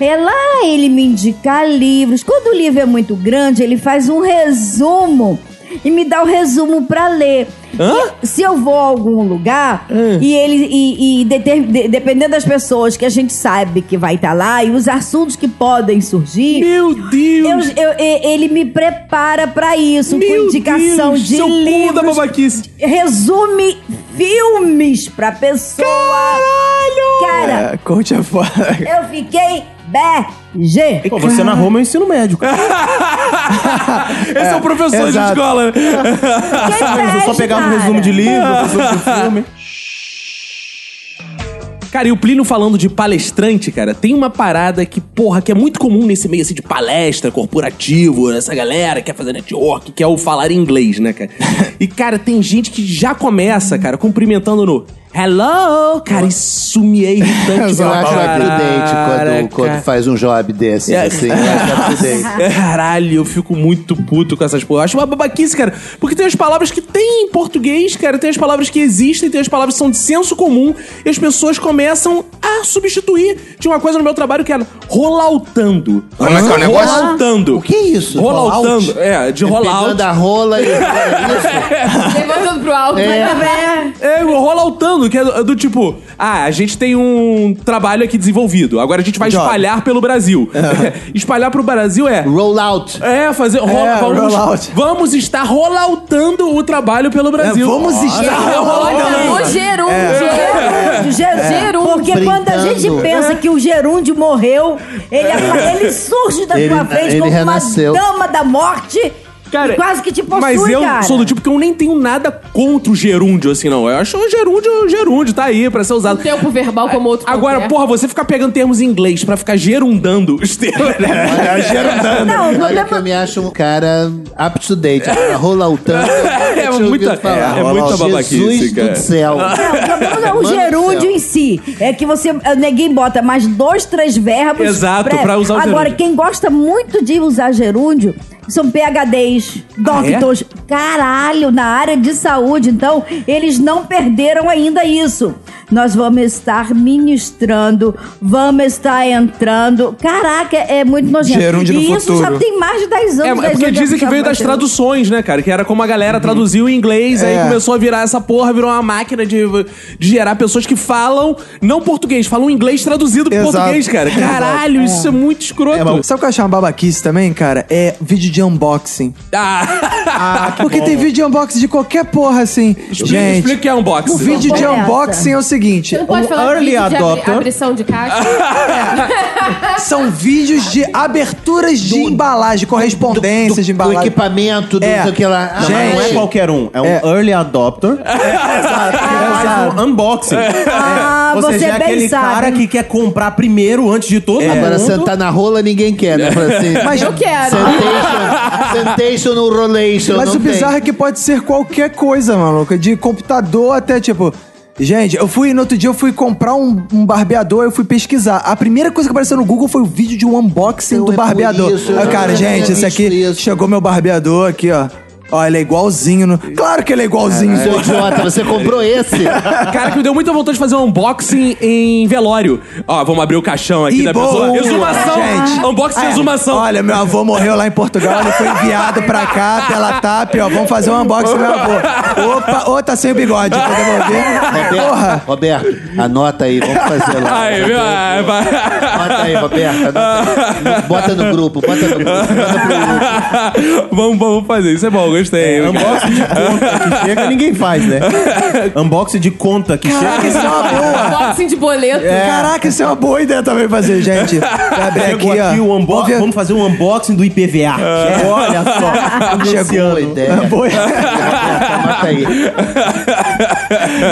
S4: É lá ele me indicar livros. Quando o livro é muito grande, ele faz um resumo e me dá o resumo pra ler. E Se eu vou a algum lugar
S1: Hum.
S4: e ele e, e deter- de- dependendo das pessoas que a gente sabe que vai estar lá e os assuntos que podem surgir,
S1: Meu Deus!
S4: eu- eu- e- ele me prepara pra isso,
S1: Meu
S4: com indicação
S1: Deus,
S4: de
S1: seu cu da
S4: livros,
S1: babaquice.
S4: resume filmes pra pessoa. Caralho!
S7: É, coach é foda.
S4: Cara, eu fiquei BG.
S6: Pô, você narrou meu
S5: um
S6: ensino médio,
S7: É,
S6: cara.
S1: Esse é, o professor de
S6: exato.
S1: escola.
S6: Tá, Eu só pegava um resumo de livro, resumo de filme.
S1: Cara, e o Plínio falando de palestrante, cara, tem uma parada que, porra, que é muito comum nesse meio assim de palestra, corporativo, essa galera que quer fazer network, que é o falar inglês, né, cara? E, cara, tem gente que já começa, cara, cumprimentando no Hello! Cara, isso me é irritante.
S5: Eu
S1: pra
S5: acho
S1: caralho,
S5: update quando, quando
S1: cara.
S5: faz um job desses, assim. Eu acho update.
S1: Caralho, eu fico muito puto com essas porra. Eu Acho uma babaquice, cara. Porque tem as palavras que tem em português, cara. Tem as palavras que existem, tem as palavras que são de senso comum. E as pessoas começam a substituir. Tinha uma coisa no meu trabalho que era rolautando.
S8: Como é que é o negócio?
S1: Rolautando.
S5: O que é isso?
S1: Rolautando. É, de
S5: Pegando
S1: rollout.
S5: a rola e. Isso.
S3: Levantando pro alto.
S1: É, rolautando, que é do, do tipo, ah, a gente tem um trabalho aqui desenvolvido. Agora a gente vai espalhar pelo Brasil. espalhar pro Brasil é
S5: Roll out.
S1: É, fazer. ro-
S7: É,
S1: vamos,
S7: rollout.
S1: vamos estar rolautando o trabalho pelo Brasil. um
S7: É, vamos estar
S3: Olha, o gerúndio.
S5: É.
S4: Gerúndio, gerúndio. Porque quando a
S5: Brincando.
S4: gente pensa que o gerúndio morreu, ele, apa- ele surge da
S5: É. Ele-
S4: tua frente
S5: ele
S4: como
S5: renasceu.
S4: uma dama da morte e quase que te possui,
S1: Mas eu
S4: cara.
S1: sou do tipo que eu nem tenho nada contra o gerúndio, assim, não. Eu acho o gerúndio, o gerúndio, tá aí pra ser usado.
S3: Tempo verbal como outro
S1: Agora,
S3: qualquer.
S1: porra, você ficar pegando termos em inglês pra ficar gerundando os termos. né?
S7: é
S4: Não, não
S5: Olha que eu me acho um cara up to date. Ah, Rolautando.
S1: É,
S5: eu tinha
S1: muita-
S5: ouvido falar.
S1: é, é muita
S5: Jesus
S1: babaquice, cara.
S5: do céu.
S4: Não, o problema não é o
S5: Mano do
S4: gerúndio
S5: céu.
S4: em si. É que você. eh, Ninguém bota mais dois, três verbos.
S1: Exato, pra usar o
S4: Agora,
S1: gerúndio.
S4: quem gosta muito de usar gerúndio são PHDs,
S1: Ah, é?
S4: doctors. Caralho, na área de saúde. Então, eles não perderam ainda isso. Nós vamos estar ministrando, vamos estar entrando. Caraca, é muito nojento.
S7: Gerúndio
S4: e
S7: no
S4: isso já
S7: futuro.
S4: tem mais de 10
S1: É,
S4: anos.
S1: é
S4: 10
S1: porque
S4: anos
S1: dizem que
S4: já
S1: veio das
S4: vai ter.
S1: traduções, né, cara? Que era como a
S2: Uhum.
S1: galera traduziu em inglês, aí
S7: É.
S1: começou a virar essa porra, virou uma máquina de, de gerar pessoas que falam não português, falam inglês traduzido pro
S7: Exato.
S1: português, cara.
S7: Exato.
S1: Caralho, isso é muito escroto.
S7: Sabe o que eu achei uma babaquice também, cara? É vídeo de unboxing.
S1: Ah.
S2: Porque tem vídeo de unboxing de qualquer porra assim.
S1: Me
S2: Gente,
S1: Explica o que é unboxing.
S2: o vídeo de
S4: Porra é essa?
S2: unboxing é o seguinte:
S3: Você não
S7: um
S3: pode
S2: o
S3: falar
S2: early
S3: de vídeo de abri-
S2: adopter
S3: abrição de caixa.
S2: são vídeos de aberturas de embalagem, correspondências de
S5: do, do
S2: embalagem.
S5: equipamento, do
S2: É.
S5: é. que lá.
S2: Gente.
S6: Mas não é
S2: Gente.
S6: qualquer um, é um
S2: É.
S6: early adopter.
S2: Ah, um
S6: faz um unboxing.
S4: Ah,
S6: Ou
S4: você
S6: seja, é
S4: bem
S6: aquele
S4: sabe.
S6: cara que quer comprar primeiro antes de todo mundo.
S2: É.
S5: Agora, sentar na rola, ninguém quer, né? Fala Assim,
S2: Mas-
S3: Eu quero.
S5: Sentation ou rolation.
S2: Mas
S5: não
S2: o bizarro
S5: tem.
S2: é que pode ser qualquer coisa, maluco. De computador até, tipo... Gente, eu fui, no outro dia eu fui comprar um, um barbeador, eu fui pesquisar. A primeira coisa que apareceu no Google foi o vídeo de um unboxing
S5: Então
S2: do
S5: é por
S2: barbeador.
S5: isso, eu
S2: Aí,
S5: não
S2: cara,
S5: tinha
S2: gente, esse
S5: visto
S2: aqui...
S5: isso.
S2: Chegou meu barbeador aqui, ó. Ó, ele é igualzinho. No... Claro que ele é igualzinho.
S5: Seu idiota, você comprou esse?
S1: Cara, que me deu muita vontade de fazer um unboxing em velório. Ó, vamos abrir o caixão aqui
S2: E
S1: da
S2: boa!
S1: pessoa. Exumação!
S2: Gente.
S1: Unboxing e
S2: É.
S1: exumação.
S2: Olha, meu avô morreu lá em Portugal, ele foi enviado pra cá pela TAP, ó. Vamos fazer um unboxing do meu avô. Opa, ô, tá sem o bigode, vou devolver. Porra!
S5: Roberto, Roberto, anota aí, vamos fazer lá.
S1: Aí, viu? Ah, vai.
S5: Anota aí, Roberto, anota aí. Bota no grupo, bota no grupo. Bota pro grupo.
S1: vamos, vamos fazer. Isso é bom, gostei. Eu-
S6: Unboxing de conta que chega, ninguém faz, né? Unboxing de conta que
S2: Caraca,
S6: chega.
S2: isso é
S7: Ah,
S2: uma boa!
S3: Unboxing de boleto.
S2: Caraca, isso é uma boa ideia também fazer, gente. Vai abrir
S6: Chegou
S2: aqui,
S6: aqui
S2: ó. É.
S6: o unboxing.
S2: ver-
S6: Vamos fazer um unboxing do IPVA. Chegou, Olha só.
S5: Boa
S6: Chegou.
S5: ideia.
S2: Boa.
S5: Anota aí.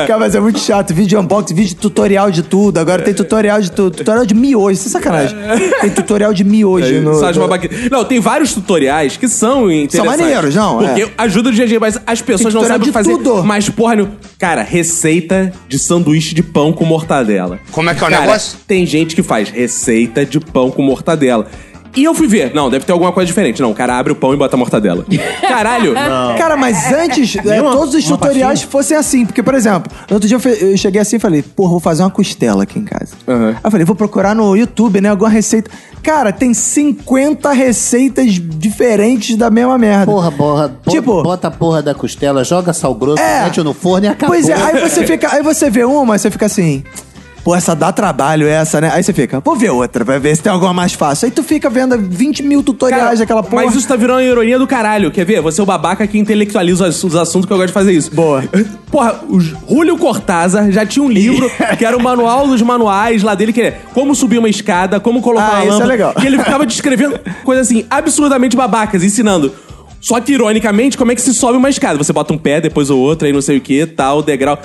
S2: Cara, mas é muito chato. Vídeo de unboxing, vídeo de tutorial de tudo. Agora tem tutorial de tudo. Tutorial de miojo, isso é sacanagem. Tem tutorial de
S6: É
S2: miojo no...
S1: É Só de babaquice. Não, tem vários tutoriais que são interessantes.
S2: maneiros, não, é.
S1: Porque ajuda o dia a dia, mas as pessoas
S2: Tem
S1: não
S2: tutorial
S1: sabem o que
S2: de
S1: fazer.
S2: tudo.
S1: Mas, porra, no... cara, receita de sanduíche de pão com mortadela.
S8: Como é que é o
S1: Cara,
S8: negócio?
S1: Tem gente que faz receita de pão com mortadela. E eu fui ver. Não, deve ter alguma coisa diferente. Não, o cara abre o pão e bota mortadela. Caralho!
S2: Cara, mas antes, é,
S6: uma-
S2: todos os
S6: uma
S2: tutoriais fossem assim. Porque, por exemplo, no outro dia eu, fe- eu cheguei assim e falei, porra, vou fazer uma costela aqui em casa. Aí eu falei, vou procurar no YouTube, né, alguma receita. Cara, tem 50 receitas diferentes da mesma merda.
S5: Porra, porra. bo-
S2: Tipo-
S5: Bota a porra da costela, joga sal grosso,
S2: É.
S5: mete no forno e acabou.
S2: Pois é, aí você fica, aí você vê uma, aí você fica assim. Pô, essa dá trabalho, essa, né? Aí você fica, vou ver outra, vai ver se tem alguma mais fácil. Aí tu fica vendo 20 mil tutoriais
S1: Cara,
S2: daquela porra.
S1: Mas isso tá virando uma ironia do caralho. Quer ver? Você é o babaca que intelectualiza os os assuntos que eu gosto de fazer isso.
S2: Boa.
S1: Porra, o J- Júlio Cortázar já tinha um livro que era o manual dos manuais lá dele, que é como subir uma escada, como colocar
S2: Ah,
S1: uma
S2: isso é
S1: lâmpada.
S2: legal.
S1: E ele ficava descrevendo coisas assim, absurdamente babacas, ensinando. Só que, ironicamente, como é que se sobe uma escada? Você bota um pé, depois o outro, aí não sei o que, tal, degrau.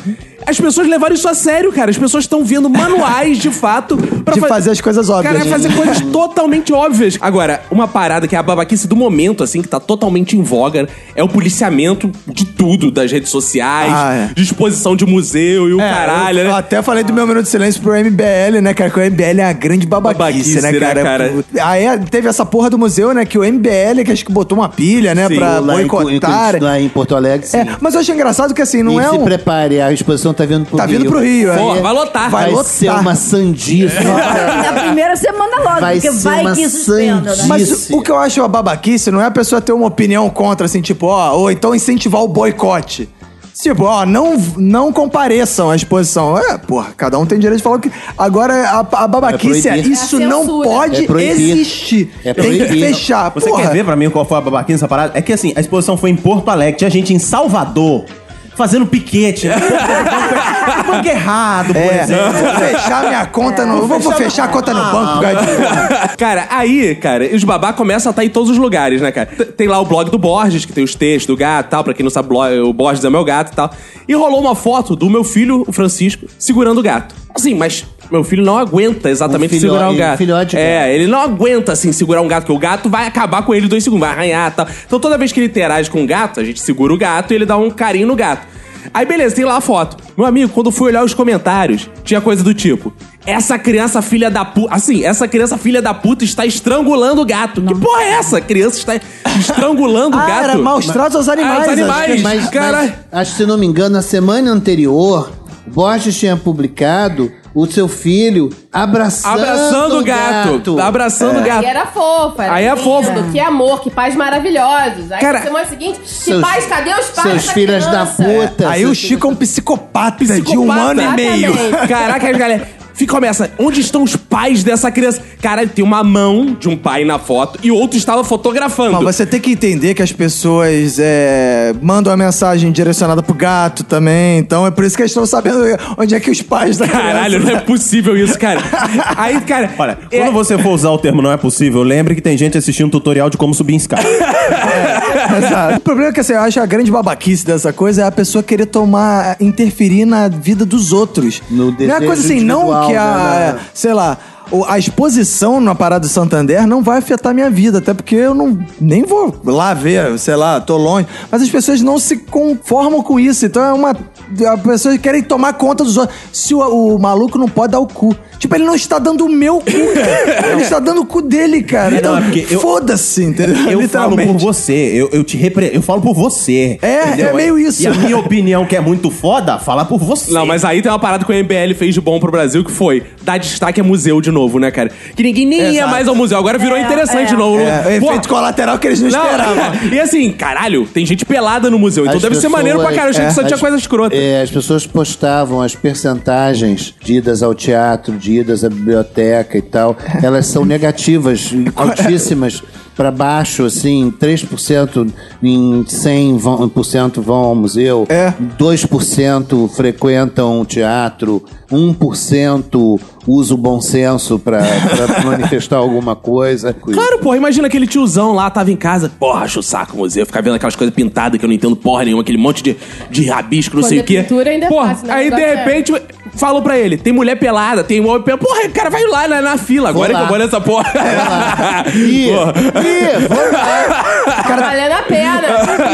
S1: As pessoas levaram isso a sério, cara. As pessoas estão vendo manuais, de fato, pra
S2: De
S1: fa-
S2: fazer as coisas óbvias,
S1: Cara, é
S2: né?
S1: fazer coisas totalmente óbvias. Agora, uma parada que é a babaquice do momento, assim, que tá totalmente em voga, é o policiamento de tudo, das redes sociais,
S2: Ah, é.
S1: de exposição de museu e o
S2: É,
S1: caralho,
S2: eu, eu
S1: né?
S2: até falei do meu minuto de silêncio pro MBL, né, cara? Que o MBL é a grande babaquice,
S1: Babaquice,
S2: né,
S1: né,
S2: cara?
S1: cara?
S2: Puta, Aí é, teve essa porra do museu, né? Que o MBL, que acho que botou uma pilha, né? pra
S5: lá em, Cu- em,
S2: boicotar. né?
S5: Curitiba- lá em Porto Alegre, sim.
S2: É, mas eu achei engraçado que assim, não
S5: e
S2: é
S5: se
S2: um.
S5: prepare, a exposição tá vindo pro
S2: Tá
S5: Rio.
S2: vindo pro Rio, é.
S1: Pô, vai lotar.
S2: Vai
S5: Vai,
S2: lotar. É.
S5: ser uma sandia.
S4: Na primeira semana logo,
S5: Vai
S4: porque
S5: ser
S4: vai
S5: uma
S4: que suspenda, né?
S5: sandice.
S2: Mas
S5: Disse.
S2: o que eu acho a babaquice não é a pessoa ter uma opinião contra, assim, tipo, ó, ou então incentivar o boicote. Tipo, ó, não, não compareçam à exposição. É, porra, cada um tem direito de falar o que. Agora, a, a babaquice
S5: É
S2: é,
S5: proibir.
S2: isso
S3: É a
S2: não
S3: censura.
S2: pode
S5: É proibir.
S2: existir.
S5: É
S2: tem que
S5: proibir.
S2: fechar.
S6: Você
S2: porra.
S6: quer ver pra mim qual foi a babaquinha dessa parada? É que assim, a exposição foi em Porto Alegre, tinha gente em Salvador fazendo piquete. Banco errado, por
S2: É,
S6: exemplo.
S2: vou fechar minha conta no. Vou, vou fechar a conta no Ah, banco. por causa disso.
S1: Cara, aí, cara, os babá começam a estar em todos os lugares, né, cara? T- Tem lá o blog do Borges, que tem os textos do gato e tal, pra quem não sabe, blo- o Borges é meu gato e tal. E rolou uma foto do meu filho, o Francisco, segurando o gato. Assim, mas meu filho não aguenta exatamente
S5: Um filho-
S1: segurar o
S5: um
S1: gato.
S5: filhote, cara.
S1: é, ele não aguenta, assim, segurar um gato, porque o gato vai acabar com ele em dois segundos, vai arranhar e tal. Então toda vez que ele interage com o gato, a gente segura o gato e ele dá um carinho no gato. Aí beleza, tem lá a foto. Meu amigo, quando eu fui olhar os comentários, tinha coisa do tipo: essa criança filha da puta. Assim, essa criança filha da puta está estrangulando o gato. Que porra é essa? A criança está estrangulando o
S2: Ah,
S1: gato.
S2: era maus tratos aos animais. né?
S1: Ah, os animais.
S2: acho que- é
S5: Mas,
S1: cara-
S5: mas, acho que, se não me engano, na semana anterior, o Borges tinha publicado o seu filho abraçando,
S1: Abraçando o gato. Abraçando o
S2: É.
S3: Aí
S1: gato.
S3: era fofa. Era
S1: Aí é
S3: lindo,
S1: fofo.
S3: Que amor, que pais maravilhosos. Aí
S1: Cara,
S3: na semana seguinte, que
S5: seus-
S3: pais, cadê os pais
S5: Seus
S3: dessa
S5: filhos da
S3: criança?
S5: puta.
S2: Aí o
S5: seus
S2: Chico é um psicopata, de um
S1: Psicopata.
S2: ano e meio.
S3: Exatamente.
S1: Caraca, galera. Fica, começa. Onde estão os pais dessa criança? Caralho, tem uma mão de um pai na foto e outro estava fotografando.
S2: Mas você tem que entender que as pessoas é, mandam a mensagem direcionada pro gato também. Então é por isso que eles estão sabendo onde é que os pais da
S1: Caralho, não
S2: criança-
S1: é possível isso, cara. Aí, cara.
S6: Olha,
S1: é-
S6: quando você for usar o termo não é possível, lembre que tem gente assistindo um tutorial de como subir em escada.
S2: Exato. O problema é que assim, eu acho a grande babaquice dessa coisa é a pessoa querer tomar, interferir na vida dos outros.
S5: No
S2: não é uma
S5: desejo
S2: coisa assim, não
S5: individual,
S2: que
S5: né,
S2: a,
S5: na-
S2: sei lá, o- a exposição na parada do Santander não vai afetar minha vida, até porque eu não nem vou lá ver, sei lá, tô longe. Mas as pessoas não se conformam com isso, então é uma as pessoas querem tomar conta dos outros. Se o, o maluco não pode dar o cu. Tipo, ele não está dando o meu cu, cara. Ele está dando o cu dele, cara.
S6: Não,
S2: Então,
S6: é porque eu-
S2: foda-se, entendeu?
S6: Eu falo
S2: Literalmente.
S6: por você, eu, eu te repre... eu falo por você.
S2: É,
S6: entendeu?
S2: é meio isso.
S6: E a minha opinião, que é muito foda, fala por você.
S1: Não, mas aí tem uma parada que o MBL fez de bom pro Brasil, que foi dar destaque a museu de novo, né, cara? Que ninguém nem ia
S2: Exato.
S1: mais ao museu, agora virou
S4: É,
S1: interessante
S4: é.
S1: de novo. né?
S2: É,
S1: Pô,
S2: efeito colateral que eles não, esperavam.
S1: não, e assim, caralho, tem gente pelada no museu, então
S5: As
S1: deve ser maneiro pra
S5: pessoas-
S1: caralho. Eu achei que só
S5: é,
S1: tinha
S5: as-
S1: coisa escrota.
S5: É, as pessoas postavam as percentagens de idas ao teatro, de idas à biblioteca e tal. Elas são negativas, altíssimas, pra baixo, assim, 3% em 100% vão, um por cento vão ao museu,
S2: É.
S5: 2% frequentam o teatro, 1% usa o bom senso pra, pra manifestar alguma coisa.
S1: Claro, porra, imagina aquele tiozão lá, tava em casa, porra, acho o saco o museu, ficar vendo aquelas coisas pintadas que eu não entendo porra nenhuma, aquele monte de, de rabisco, não
S3: Quando
S1: sei
S3: é
S1: o quê.
S3: pintura, ainda é
S1: porra,
S3: fácil, né?
S1: aí de
S3: Agora é.
S1: repente falou pra ele, tem mulher pelada, tem homem pelado. Porra, cara, vai lá na, na fila, agora
S5: lá.
S1: que eu vou nessa porra.
S5: Ih, ih, vou
S3: Tá valendo a pena.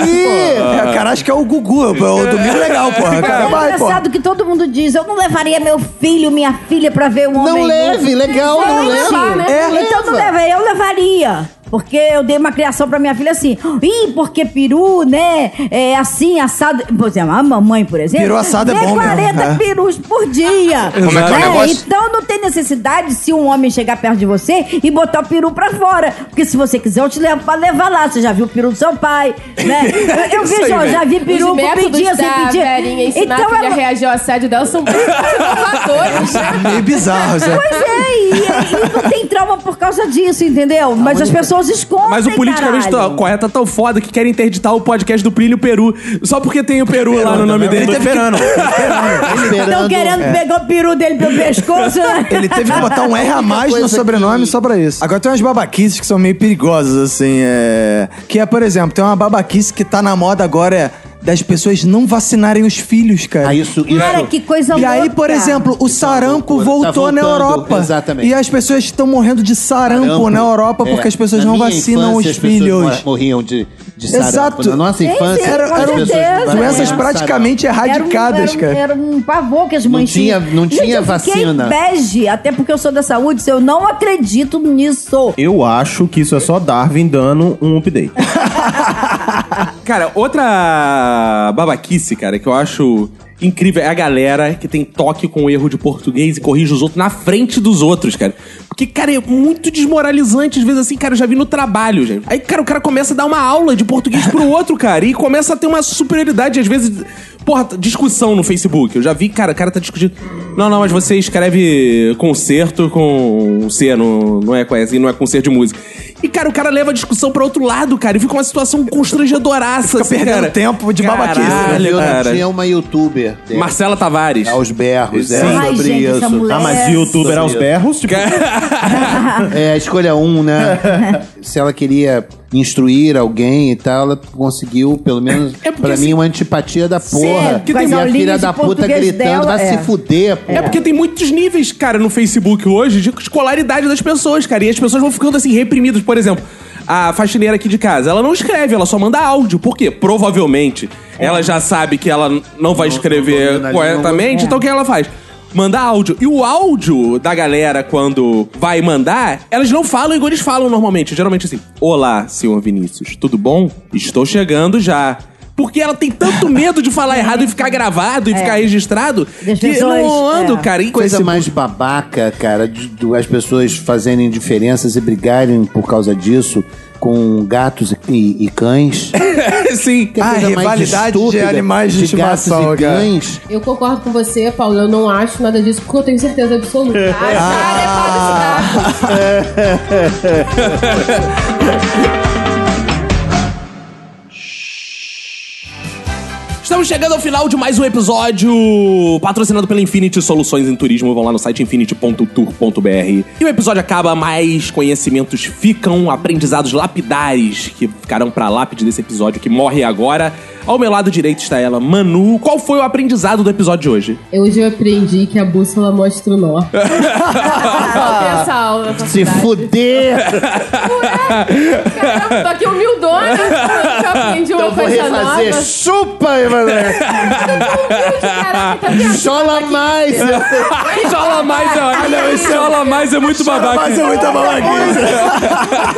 S2: Ih, cara, acho que é o Gugu, é o domingo legal, porra.
S4: Mas é
S2: Cara, vai, porra.
S4: engraçado que todo mundo diz, eu não levaria meu filho, minha filha pra ver um homem
S5: Não
S4: nu."
S5: É leve, legal,
S3: Vai
S5: não leve.
S3: levar, né?
S4: É, então
S5: leva.
S4: não levaria, eu levaria. Porque eu dei uma criação pra minha filha assim, ih, porque peru, né, é assim, assado. Por exemplo, a mamãe, por exemplo,
S2: Peru assado é
S4: vê
S2: bom mesmo,
S4: 40
S2: é.
S4: perus por dia.
S9: né? Como é que é o
S4: Né?
S9: negócio?
S4: Então não tem necessidade se um homem chegar perto de você e botar o peru pra fora. Porque se você quiser, eu te levo pra levar lá. Você já viu o peru do seu pai, né?
S9: É
S4: Eu, eu vejo, ó, já vi peru
S3: Os
S4: com
S3: métodos
S4: pedir, sem
S3: da
S4: pedir.
S3: velhinha ensinar
S4: Então
S3: a filha a
S4: ela-
S3: reagir ao assédio dela são muito inovadores, né?
S2: Meio bizarro, Zé.
S4: Pois é, e, e não tem trauma por causa disso, entendeu? Mas as pessoas escondem.
S1: Mas o politicamente
S4: caralho.
S1: tá- correto é tão foda que querem interditar o podcast do Plínio Peru. Só porque tem o Peru lá no nome dele.
S2: Ele teve, que,
S4: Estão
S5: Esperando-
S4: querendo pegar o peru dele pelo pescoço, né?
S2: ele teve que botar um R a mais no
S5: Coisa
S2: sobrenome
S5: que-
S2: só pra isso. Agora tem umas babaquices que são meio perigosas, assim, é... Que é, por exemplo, tem uma babaquice que tá na moda agora, é... Das pessoas não vacinarem os filhos, cara.
S5: Ah, isso, isso.
S4: Cara, que coisa
S2: E
S4: louca.
S2: aí, por exemplo, o sarampo
S5: loucura. Tá
S2: voltou na
S5: voltando,
S2: Europa.
S5: exatamente.
S2: E as pessoas estão morrendo de sarampo,
S5: sarampo.
S2: na Europa
S5: É,
S2: porque as pessoas
S5: na
S2: não
S5: minha
S2: vacinam
S5: infância,
S2: os
S5: as pessoas
S2: filhos.
S5: mor- morriam de, de sarampo.
S2: Exato.
S5: Na nossa infância,
S4: sim,
S2: Era,
S4: com
S5: as
S2: eram
S5: pessoas não
S4: certeza.
S5: vacinam
S2: doenças
S5: de
S2: praticamente
S4: Era um-
S2: erradicadas,
S4: era um,
S2: cara.
S4: Era um pavor que as mães
S5: tinha-
S4: tinham.
S5: não tinha
S4: eu fiquei
S5: vacina.
S4: bege, até porque eu sou da saúde, se eu não acredito nisso.
S6: Eu acho que isso é só Darwin dando um update.
S1: Cara, outra babaquice, cara, que eu acho incrível é a galera que tem toque com o erro de português e corrige os outros na frente dos outros, cara. Porque, cara, é muito desmoralizante. Às vezes, assim, cara, eu já vi no trabalho, gente. Aí, cara, o cara começa a dar uma aula de português pro outro, cara, e começa a ter uma superioridade. Às vezes, porra, discussão no Facebook. Eu já vi, cara, o cara tá discutindo. Não, não, mas você escreve concerto com um C, não, não é com S, não é concerto de música. E, cara, o cara leva a discussão pra outro lado, cara, e fica uma situação constrangedoraça assim, É.
S2: Fica perdendo tempo de
S1: Caralho,
S2: babaquice, né?
S5: Eu
S1: cara.
S5: tinha um uma youtuber dela,
S1: Marcela Tavares.
S5: aos berros, é,
S4: Ai,
S5: sobre
S4: gente, essa
S5: isso.
S4: mulher. é
S6: Ah, mas youtuber aos berros, tipo,
S5: É, escolha um, né? Se ela queria instruir alguém e tal, ela conseguiu, pelo menos,
S1: É porque,
S5: pra
S1: assim,
S5: mim, uma antipatia da porra.
S4: porque tem
S5: e a
S4: aulinhas
S5: filha
S4: de
S5: da puta
S4: português
S5: gritando,
S4: dela,
S5: vai
S4: é.
S5: se fuder, pô.
S1: É porque tem muitos níveis, cara, no Facebook hoje de escolaridade das pessoas, cara. E as pessoas vão ficando assim reprimidas. Por exemplo, a faxineira aqui de casa, ela não escreve, ela só manda áudio. Por quê? Provavelmente ela já sabe que ela não vai escrever
S5: dominando,
S1: corretamente,
S4: não-
S1: então o que ela faz? Manda áudio. E o áudio da galera, quando vai mandar, elas não falam igual eles falam normalmente. Geralmente assim: Olá, senhor Vinícius, tudo bom? Estou chegando já. Porque ela tem tanto medo de falar errado e ficar gravado e ficar registrado
S4: Das
S1: que eu não
S4: pessoas,
S1: ando,
S4: é.
S1: cara. E
S5: coisa
S1: Facebook-
S5: mais babaca, cara, de, do- as pessoas fazerem diferenças e brigarem por causa disso. com gatos e, e cães.
S1: Sim.
S5: Que é
S7: Ah,
S5: coisa mais
S7: rivalidade de
S5: estúpida
S7: animais de
S5: gatos
S7: estimação,
S5: e
S7: cara.
S5: cães.
S3: Eu concordo com você, Paulo. Eu não acho nada disso, porque eu tenho certeza absoluta.
S1: Estamos chegando ao final de mais um episódio patrocinado pela Infinity Soluções em Turismo. Vão lá no site infinity.tour.br. E o episódio acaba, mais conhecimentos ficam, aprendizados lapidares que ficarão pra lápide desse episódio que morre agora. Ao meu lado direito está ela, Manu. Qual foi o aprendizado do episódio de hoje?
S3: Hoje eu aprendi que a bússola mostra o norte. Essa aula na
S5: Se
S3: faculdade.
S5: fuder!
S3: Caramba, que humildona! Eu aprendi uma
S5: Então Eu vou
S3: coisa
S5: refazer.
S3: nova.
S5: Chupa, Emanuele!
S3: Humilde, caraca, tá vendo?
S5: Chola mais!
S1: Chola mais, olha, esse Chola mais é muito babaca.
S7: Mas é muita babaquice.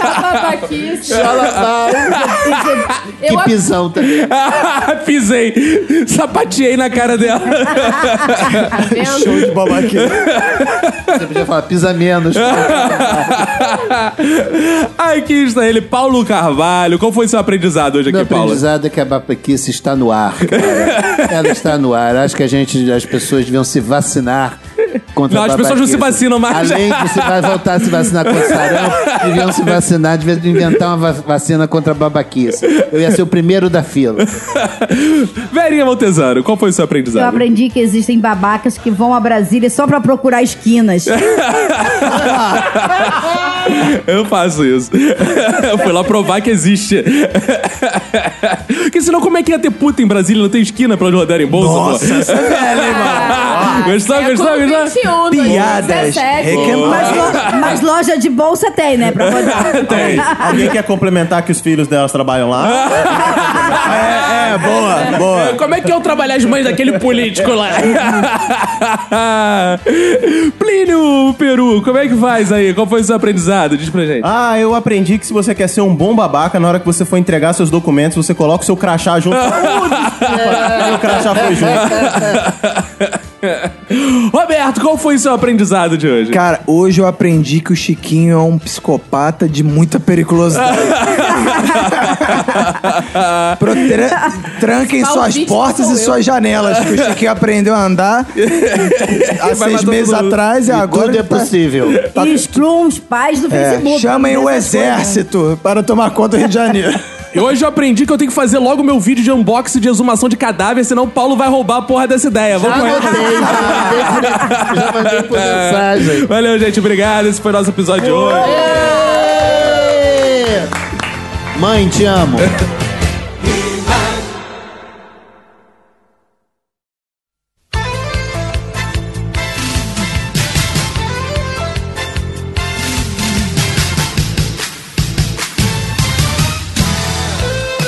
S3: Tá babaquice.
S5: Chola mais!
S3: Eu
S5: Que
S3: ap-
S5: pisão também.
S1: Pisei, sapateei na cara dela.
S3: Tá vendo?
S7: Show de babaquice.
S5: Você podia falar, pisa menos.
S1: Aqui está né? ele, Paulo Carvalho. Qual foi seu aprendizado hoje
S5: Meu
S1: aqui, Paulo?
S5: aprendizado é que a babaquice está no ar, cara. Ela está no ar. Acho que a gente, as pessoas deviam se vacinar contra
S1: Não,
S5: a
S1: as pessoas não se
S5: babaquice.
S1: vacinam mais.
S5: Além de se vai voltar a se vacinar contra sarampo, deviam se vacinar, deviam inventar uma va- vacina contra a babaquice. Eu ia ser o primeiro da fila.
S1: Verinha Montesano, qual foi o seu aprendizado?
S4: Eu aprendi que existem babacas que vão a Brasília só pra procurar esquinas.
S1: Eu faço isso. Eu fui lá provar que existe. Porque senão como é que ia ter puta em Brasília? Não tem esquina pra onde rodarem bolsa, pô.
S7: Nossa, você é velho, hein, mano.
S1: Gostou,
S3: É
S1: gostou,
S3: como
S1: gostou?
S3: 21,
S7: Piadas.
S3: 2017.
S7: requebradas.
S4: é Mas, lo- mas loja de bolsa tem, né? Pra rodar.
S6: Tem. Alguém quer complementar que os filhos delas trabalham lá?
S7: É, é, boa, boa.
S1: Como é que eu trabalhar as mães daquele político lá? Plínio Peru, como é que faz aí? Qual foi o seu aprendizado? Diz pra gente.
S6: Ah, eu aprendi que se você quer ser um bom babaca, na hora que você for entregar seus documentos, você coloca o seu crachá junto. Uh, desculpa, meu crachá foi junto.
S7: Ah.
S1: Roberto, qual foi o seu aprendizado de hoje?
S7: Cara, hoje eu aprendi que o Chiquinho é um psicopata de muita periculosidade. Protre- tranquem
S8: um
S7: suas
S3: Maldito
S7: portas
S3: sou
S7: e
S3: eu.
S7: suas janelas, que o Chiquinho aprendeu a andar há
S1: Vai
S7: seis
S1: matar
S7: meses
S1: todo mundo.
S7: atrás e, agora
S5: Tudo é
S7: ele tá-
S5: possível.
S4: E excluam os pais do
S7: É,
S4: Facebook.
S7: chamem o
S4: Essas coisas.
S7: exército para tomar conta do Rio de Janeiro.
S1: E hoje eu aprendi que eu tenho que fazer logo meu vídeo de unboxing de exumação de cadáver, senão o Paulo vai roubar a porra dessa ideia. Vamos correr.
S5: Anotei, já mandei, já mandei por mensagem.
S1: Valeu, gente. Obrigado. Esse foi o nosso episódio de hoje. É.
S5: Mãe, te amo.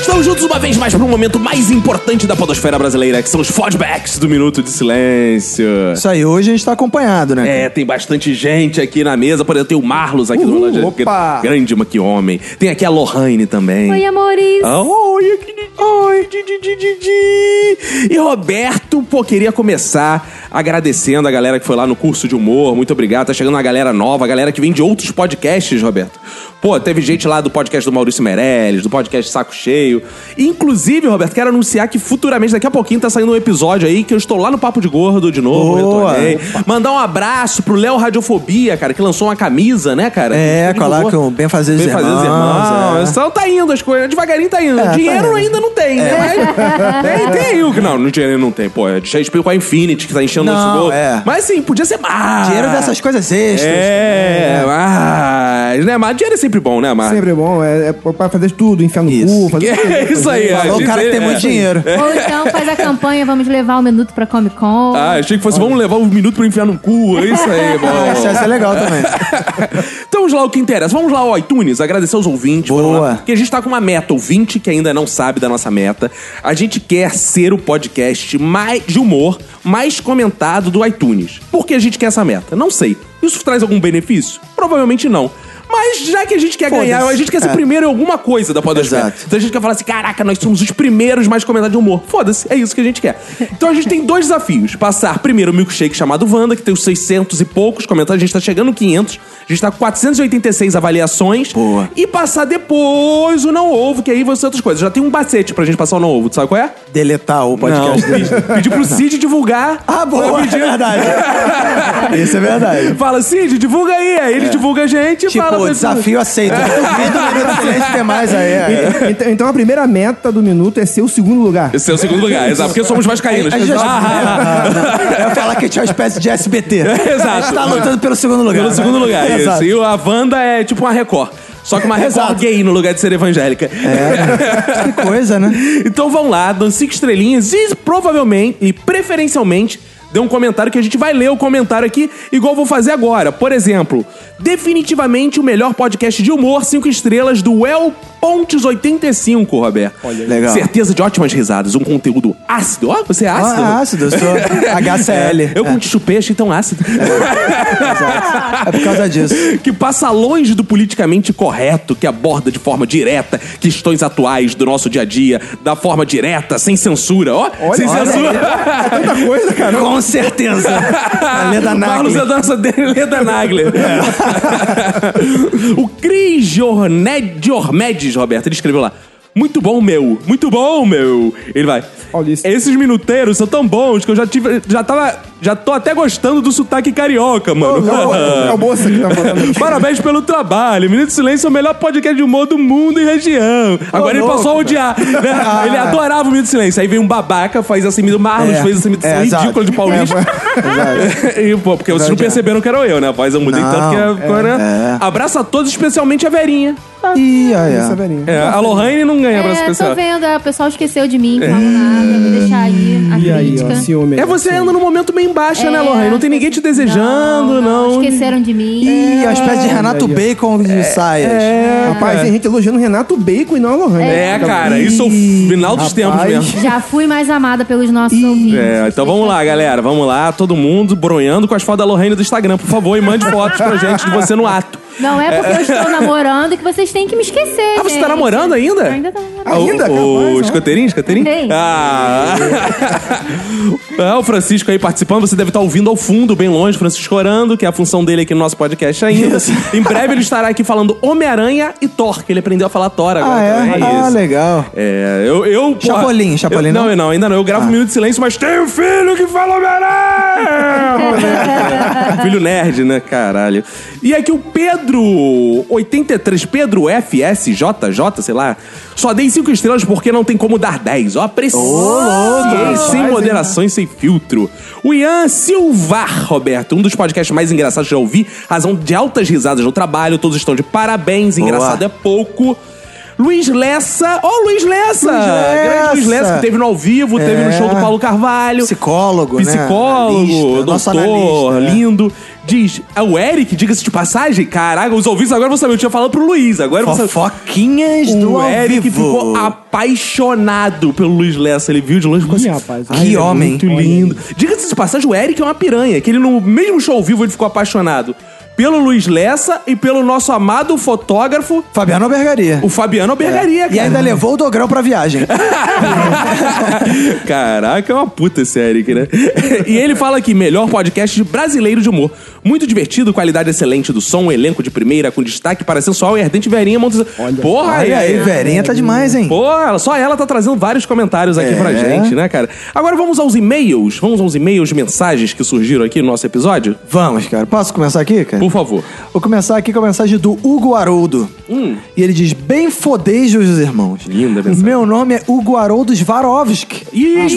S1: Estamos juntos uma vez mais para um momento mais importante da podosfera brasileira, que são os fodbacks do Minuto de Silêncio.
S7: Isso aí, hoje a gente tá acompanhado, né?
S1: É, tem bastante gente aqui na mesa. Por exemplo, tem o Marlos aqui do
S7: Uhul,
S1: Rolândia.
S7: opa!
S1: é Grande mas que homem. Tem aqui a Lohane também.
S8: Oi, amores!
S1: Ah, Oi, queridinho. Oi, di, di, di, di, di. E Roberto, pô, queria começar agradecendo a galera que foi lá no curso de humor. Muito obrigado. Tá chegando uma galera nova, a galera que vem de outros podcasts, Roberto. Pô, teve gente lá do podcast do Maurício Meirelles, do podcast Saco Cheio. Inclusive, Roberto, quero anunciar que futuramente, daqui a pouquinho, tá saindo um episódio aí que eu estou lá no Papo de Gordo de novo.
S7: Boa.
S1: retornei. Mandar um abraço pro Léo Radiofobia, cara, que lançou uma camisa, né, cara?
S7: É,
S1: De
S7: coloca
S1: humor.
S7: um Bem Fazer os
S1: Bem fazer os
S7: Irmãos,
S1: irmãos.
S7: é.
S1: Então tá indo as coisas, devagarinho tá indo.
S7: tá
S1: dinheiro
S7: indo. É.
S1: ainda não tem, né? Mas tem, tem o que. Não, no dinheiro não tem, pô. É de Shakespeare com a Infinity que tá enchendo o nosso
S7: Não,
S1: bolso.
S7: é.
S1: Mas sim, podia ser mais.
S7: Dinheiro dessas coisas extras.
S1: É, mas. Né, mas dinheiro é sempre bom, né, Mar?
S10: Sempre é bom, é, é pra fazer tudo, enfiar no
S7: Isso.
S10: cu, fazer tudo.
S1: É isso aí,
S7: Falou o cara que tem muito dinheiro.
S8: Ou então faz a campanha, vamos levar o minuto pra Comic Con.
S1: Ah, achei que fosse, vamos levar um minuto pra eu enfiar no cu. É isso aí,
S7: Ah, Isso
S1: bom.
S7: é legal também.
S1: então vamos lá o que interessa. Vamos lá ao iTunes, agradecer aos ouvintes.
S7: Boa.
S1: vamos lá. Porque a gente tá com uma meta, ouvinte que ainda não sabe da nossa meta. A gente quer ser o podcast mais de humor mais comentado do iTunes. Por que a gente quer essa meta? Não sei. Isso traz algum benefício? Provavelmente não. Mas Mas já que a gente quer
S7: Foda-se.
S1: ganhar, a gente quer ser
S7: É.
S1: primeiro em alguma coisa da podosfera.
S7: Exato.
S1: Então a gente quer falar assim, caraca, nós somos os primeiros mais comentados de humor. Foda-se, é isso que a gente quer. Então a gente tem dois desafios. Passar primeiro o milkshake chamado Wanda, que tem os 600 e poucos comentários. A gente tá chegando no 500. A gente tá com 486 avaliações. Boa. E passar depois o Não Ovo, que aí vão ser outras coisas. Já tem um bacete pra gente passar o Não Ovo, tu sabe qual é?
S7: Deletar o podcast
S1: Não,
S7: dele.
S1: pedi- pedi pro Cid divulgar. Ah,
S7: boa,
S1: pedi...
S7: é verdade. Isso é verdade.
S1: Fala, Cid, divulga aí. Aí ele divulga a gente e
S7: É. Tipo,
S1: fala... pra-
S7: desafio aceito. Excelente demais aí. é.
S10: E- Então, então a primeira meta do minuto é ser o segundo lugar.
S1: Esse é o segundo lugar, exato, porque somos vascaínos.
S7: É, A gente
S1: Ah, ah, ah, ah.
S7: Eu ia falar que tinha uma espécie de SBT.
S1: Exato.
S7: A gente tá lutando pelo segundo lugar.
S1: Pelo segundo lugar, isso.
S7: né? Exato.
S1: E a Wanda é tipo uma Record. Só que uma Record
S7: Exato.
S1: gay no lugar de ser evangélica.
S7: Que coisa, né?
S1: Então vão lá, dão cinco estrelinhas e provavelmente e preferencialmente dê um comentário que a gente vai ler o comentário aqui, igual eu vou fazer agora. Por exemplo, definitivamente o melhor podcast de humor, cinco estrelas, do El Pontes 85, Roberto. Olha,
S7: Legal.
S1: Certeza de ótimas risadas, um conteúdo ácido. Ó, você é ácido?
S7: Ah, ácido, eu sou HCL.
S1: É, eu com chupei, achei tão ácido.
S7: É por causa disso.
S1: que passa longe do politicamente correto, que aborda de forma direta questões atuais do nosso dia a dia, da forma direta, sem censura. Ó, sem
S7: olha
S1: censura.
S10: Tanta coisa, cara.
S7: Com certeza. A Leda
S1: Carlos
S7: Nagli. É.
S1: é dança dele, Leda Nagler. o Cris Jorned- Jormedes, Roberto, ele escreveu lá. Muito bom, meu. Muito bom, meu. Ele vai.
S10: Olha isso.
S1: Esses minuteiros são tão bons que eu já tive. Já tava. Já tô até gostando do sotaque carioca, mano.
S10: É o moça que tá falando.
S1: Parabéns pelo trabalho. Minuto de Silêncio é o melhor podcast de humor do mundo e região. Agora ele passou a odiar. né? Ele adorava o Minuto de Silêncio. Aí vem um babaca, faz essa mina. O Marlos
S7: Ah. É.
S1: fez assim, essa mina
S7: É, exato.
S1: ridícula de Paulista. e, pô, porque vocês não perceberam que era eu, né? A voz eu mudei
S7: Não,
S1: tanto que agora.
S7: é.
S1: Abraço a todos, especialmente a Verinha.
S7: Ih, ai,
S10: Essa
S7: ai.
S10: velhinha.
S1: É, a Lohane não ganha abraço
S8: É, tô
S1: especial.
S8: vendo, é, o pessoal esqueceu de mim, não falo nada, vou deixar aí a
S10: Hum, E aí,
S8: crítica.
S10: ó, ciúme. aí,
S1: É, você
S10: ciúme.
S1: anda num momento meio embaixo, né,
S8: É,
S1: Lohane? Não tem ninguém te desejando, não.
S8: Esqueceram de mim.
S7: Ih, a espécie de Renato Bacon de saias.
S10: É. Rapaz, tem gente elogiando o Renato Bacon e não a Lohane.
S1: É, cara, isso é o
S7: Ih,
S1: final dos tempos
S10: rapaz.
S1: mesmo.
S8: Já fui mais amada pelos nossos ouvintes.
S1: É, então vamos lá, galera. Vamos lá, todo mundo bronhando com as fotos da Lorraine do Instagram, por favor, e mande fotos pra gente de você no ato.
S8: Não é porque eu estou namorando que vocês têm que me esquecer.
S1: Ah, você tá
S8: gente.
S1: namorando ainda?
S8: Ainda tô namorando.
S2: é
S10: Ainda?
S1: O, o
S10: Capaz, ó.
S1: escoteirinho, escoteirinho?
S8: Tem.
S1: Ah. ah, o Francisco aí participando, você deve estar ouvindo ao fundo, bem longe, Francisco orando, que é a função dele aqui no nosso podcast ainda. Em breve ele estará aqui falando Homem-Aranha e Thor, que ele aprendeu a falar Thor agora.
S7: Ah,
S1: também,
S7: é? Ah,
S1: isso.
S7: legal.
S1: É, eu. eu porra,
S7: Chapolin,
S1: eu-
S7: Chapolin
S1: não?
S7: não? Ah.
S1: eu não, ainda não. Eu gravo um minuto de silêncio, mas tem um filho que fala Homem-Aranha! filho nerd, né? Caralho. E aqui o Pedro 83, Pedro FSJJ, sei lá. Só dei 5 estrelas porque não tem como dar 10. Ó, apreciei sem moderações, sem filtro. O Ian Silvar, Roberto, um dos podcasts mais engraçados que eu já ouvi. Razão de altas risadas no trabalho, todos estão de parabéns. Engraçado é pouco. Luiz Lessa. Ó, o Luiz Lessa! Grande Luiz Lessa, que teve no ao vivo, teve no show do Paulo Carvalho.
S7: É. Psicólogo, né?
S1: Psicólogo,
S7: Analista, nosso
S1: doutor,
S7: analista, é.
S1: lindo. Diz, é o Eric, diga-se de passagem? Caraca, os ouvintes agora vão saber. Eu tinha falado pro Luiz, agora vão saber.
S7: Fofoquinhas do
S10: Um
S1: O
S7: ao
S1: Eric
S7: vivo.
S1: ficou apaixonado pelo Luiz Lessa. Ele viu de longe e ficou assim:
S10: Ih, rapaz,
S7: que
S1: ele é
S7: homem.
S1: Muito lindo. Diga-se de passagem, o Eric é uma piranha. Que ele, no mesmo show ao vivo, ele ficou apaixonado pelo Luiz Lessa e pelo nosso amado fotógrafo,
S7: Fabiano Albergaria.
S1: o Fabiano Albergaria, cara.
S7: E ainda levou o dogrão pra viagem.
S1: Caraca, é uma puta esse Eric, né? E ele fala aqui, melhor podcast brasileiro de humor. Muito divertido, qualidade excelente do som, elenco de primeira, com destaque para sensual e ardente Verinha Montes... Porra,
S7: Olha aí,
S1: é-
S7: Verinha tá demais, hein?
S1: Pô, ela- só ela tá trazendo vários comentários aqui
S7: É.
S1: pra gente, né, cara? Agora vamos aos e-mails. Vamos aos e-mails, mensagens que surgiram aqui no nosso episódio?
S7: Vamos, cara. Posso começar aqui, cara?
S1: Por favor.
S7: Vou começar aqui com a mensagem do Hugo Haroldo. E ele diz: Bem fodejo os irmãos.
S1: Hum. Linda mensagem.
S7: Meu nome é Hugo Haroldo Svarovski.
S1: Ih,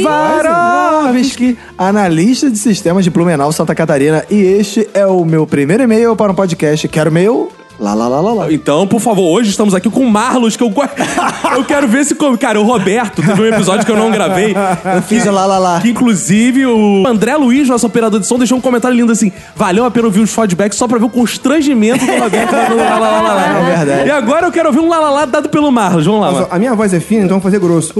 S7: Svarovski, analista de sistemas de Plumenau, Santa Catarina. E este é o meu primeiro e-mail para um podcast. Quero meu. Lá, lá, lá, lá, lá.
S1: Então, por favor, hoje estamos aqui com o Marlos, que eu, go- eu quero ver se. como- Cara, o Roberto teve um episódio que eu não gravei.
S7: Eu fiz o lá, lá, lá.
S1: Que inclusive o André Luiz, nosso operador de som, deixou um comentário lindo assim: valeu a pena ouvir os feedbacks só pra ver o constrangimento do Roberto. lá, lá, lá, lá, lá.
S7: É verdade.
S1: E agora eu quero ouvir um lalalá dado pelo Marlos. Vamos lá,
S10: Mas, ó,
S1: mano.
S10: A minha voz é fina, então eu vou fazer grosso.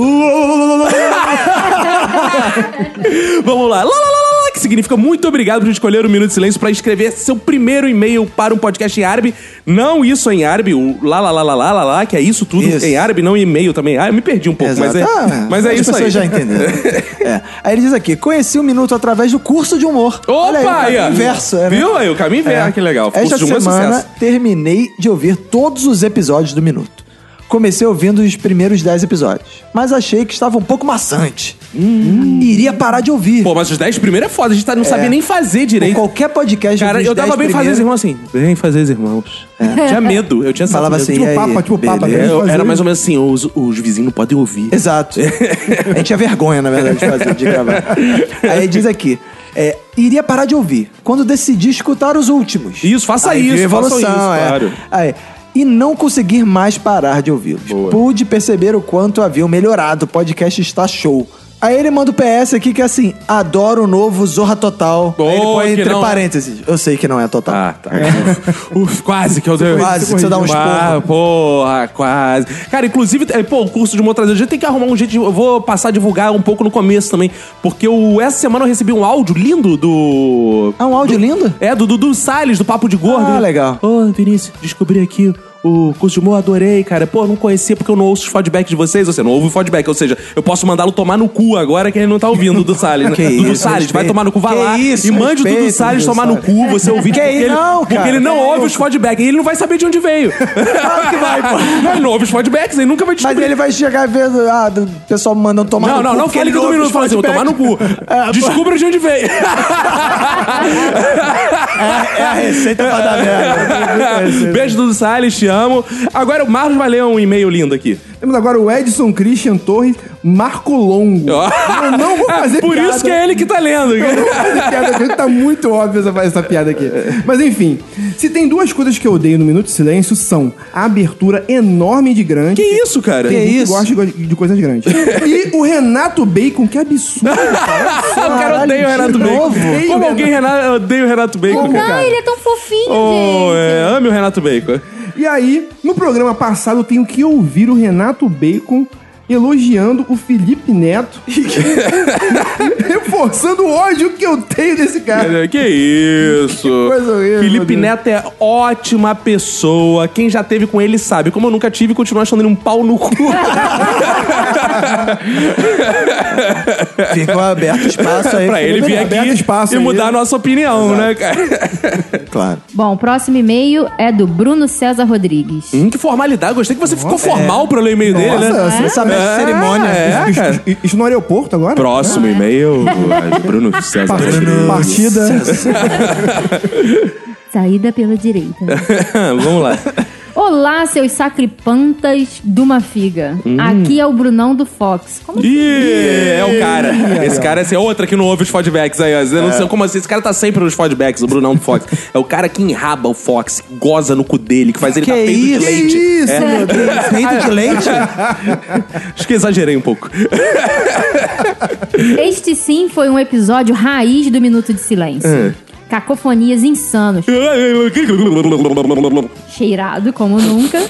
S1: Vamos lá. Lá, lá, lá, lá, lá, que que significa muito obrigado por escolher o Minuto de Silêncio para escrever seu primeiro e-mail para um podcast em árabe. Não isso em árabe, o lá, lá, lá, lá, lá, lá, lá, que é isso tudo
S2: Isso.
S1: em árabe, não e-mail também. Ah, eu me perdi um pouco, mas é,
S2: Exato. Ah,
S1: mas é
S2: as
S1: isso aí.
S2: pessoas já entenderam. É. Aí ele diz aqui: conheci o Minuto através do curso de humor. Olha aí, o
S1: Opa, aí,
S2: caminho
S1: ó.
S2: inverso. é, né?
S1: Viu aí, o caminho inverso, Ah, que legal. Curso
S2: Esta
S1: de humor é
S2: semana
S1: sucesso.
S2: terminei de ouvir todos os episódios do Minuto. Comecei ouvindo os primeiros 10 episódios, mas achei que estava um pouco maçante. Iria parar de ouvir.
S1: Hum. Pô, mas os 10 primeiros é foda, a gente tá- não sabia nem fazer
S2: Por
S1: direito.
S2: qualquer podcast eu
S1: Cara,
S2: vi os
S1: eu tava
S2: 10
S1: bem
S2: primeiros. É.
S1: fazendo os irmãos assim, bem fazer os irmãos. Eu Tinha medo, eu tinha essa
S2: Falava assim,
S10: Tipo
S2: e aí,
S10: papa, tipo papa,
S2: beleza?
S10: né?
S1: Eu-
S10: fazer
S1: era mais ou menos assim, os, os vizinhos não podem ouvir.
S2: Exato. A gente tinha vergonha, na verdade, de fazer, de gravar. Aí diz aqui. é, iria parar de ouvir quando decidi escutar os últimos.
S1: Isso, faça
S2: Aí,
S1: isso,
S2: viu,
S1: faça isso,
S2: é.
S1: claro.
S2: Aí, e não conseguir mais parar de ouvi-los. Pude perceber o quanto haviam melhorado. O podcast está show. Aí ele manda o PS aqui que é assim: adoro o novo Zorra Total. Aí ele
S1: Oh,
S2: põe
S1: que
S2: entre
S1: não.
S2: parênteses. Eu sei que não é total. É.
S1: Ah, tá. Uf, quase que eu dei.
S2: Quase que você dá um esporro.
S1: Ah, porra, quase. Cara, inclusive, é, pô, o curso de motorizador, a gente tem que arrumar um jeito. de- eu vou passar a divulgar um pouco no começo também. Porque eu, essa semana eu recebi um áudio lindo do.
S2: É um áudio lindo?
S1: É, do Dudu Salles, do Papo de Gordo. né?
S2: Ah, legal.
S1: Ô, Vinícius, descobri aqui o curso de humor, adorei, cara. Pô, não conhecia porque eu não ouço os feedbacks de vocês. Ou seja, não ouve o feedback. Ou seja, eu posso mandá-lo tomar no cu agora que ele não tá ouvindo o Dudu Salles. né?
S2: Que
S1: Dudu
S2: isso,
S1: Salles, vai
S2: respeito.
S1: tomar no cu, vai
S2: Que
S1: lá
S2: isso,
S1: e mande o Dudu
S2: respeito,
S1: Salles
S2: Dudu
S1: tomar no
S2: Salles.
S1: cu, você ouvir.
S2: Que
S1: porque,
S2: não,
S1: ele, porque
S2: cara,
S1: ele não
S2: que
S1: ouve
S2: não,
S1: os feedbacks. E ele não vai saber de onde veio.
S2: Claro que vai, pô.
S1: Não, ele não ouve os feedbacks, ele nunca vai
S2: Mas
S1: descobrir.
S2: ele vai chegar vendo. Ah, do- o pessoal mandando tomar
S1: Não,
S2: no
S1: não,
S2: cu
S1: não
S2: porque
S1: fale
S2: ele
S1: que todo
S2: ouve
S1: minuto
S2: os
S1: fala assim, vou tomar no
S2: feedbacks.
S1: cu. Descubra de onde veio.
S2: É a receita pra dar merda.
S1: Beijo, Dudu Salles, te amo. Agora o Marlos vai ler um e-mail lindo aqui.
S10: Temos agora o Edson Christian Torres Marco Longo.
S1: Ó.
S10: Eu não vou fazer
S1: Por
S10: piada.
S1: isso que é ele que é tá lendo.
S10: Essa piada aqui tá muito óbvio essa, essa piada aqui. Mas enfim, se tem duas coisas que eu odeio no Minuto de Silêncio são a abertura enorme de grande.
S1: que isso, cara?
S10: Tem gente que gosta de de coisas grandes. e o Renato Bacon, que absurdo, cara.
S1: Ah, o cara odeia o Renato
S10: de
S1: Bacon.
S10: novo?
S1: Como alguém Renato, odeia o Renato Bacon,
S8: Não,
S3: Ah,
S1: cara?
S8: ele é tão fofinho,
S1: Oh,
S8: gente.
S1: é, ame o Renato Bacon.
S10: E aí, no programa passado, eu tenho que ouvir o Renato Bacon elogiando o Felipe Neto. reforçando o ódio que eu tenho desse cara.
S1: Que isso.
S10: coisa horrível, meu
S1: Felipe
S10: Deus.
S1: Neto é ótima pessoa. Quem já teve com ele sabe. Como eu nunca tive, continuo achando ele um pau no cu.
S2: Ficou aberto espaço aí. é
S1: pra ele vir
S2: Aberto
S1: aqui
S2: espaço
S1: e
S2: aí.
S1: mudar a nossa opinião, né, cara?
S2: Claro.
S8: Bom, o próximo e-mail é do Bruno César Rodrigues.
S1: Hum, que formalidade. Gostei que você ficou formal pra ler o e-mail dele, né?
S6: É.
S10: Nossa,
S2: é. Essa mestre cerimônia.
S1: É,
S10: isso,
S1: cara.
S10: isso- isso no aeroporto agora?
S1: Próximo e-mail,
S2: É.
S1: Bruno César.
S10: Partida. Partida.
S8: Saída pela direita.
S1: Vamos lá.
S8: Olá, seus sacripantas de uma figa. Aqui é o Brunão do Fox. Como assim?
S1: Ih, é o cara. Esse cara é outra que não ouve os feedbacks aí. ó. Eu
S2: É.
S1: não sei como assim. Esse cara tá sempre nos feedbacks, o Brunão do Fox. É o cara que enraba o Fox, que goza no cu dele, que faz ele
S2: Que
S1: dar peito de
S2: isso?
S1: leite. É.
S2: isso, meu Deus? Peito de leite?
S1: Acho que exagerei um pouco.
S8: Este sim foi um episódio raiz do Minuto de Silêncio. Cacofonias insanos, cheirado como nunca.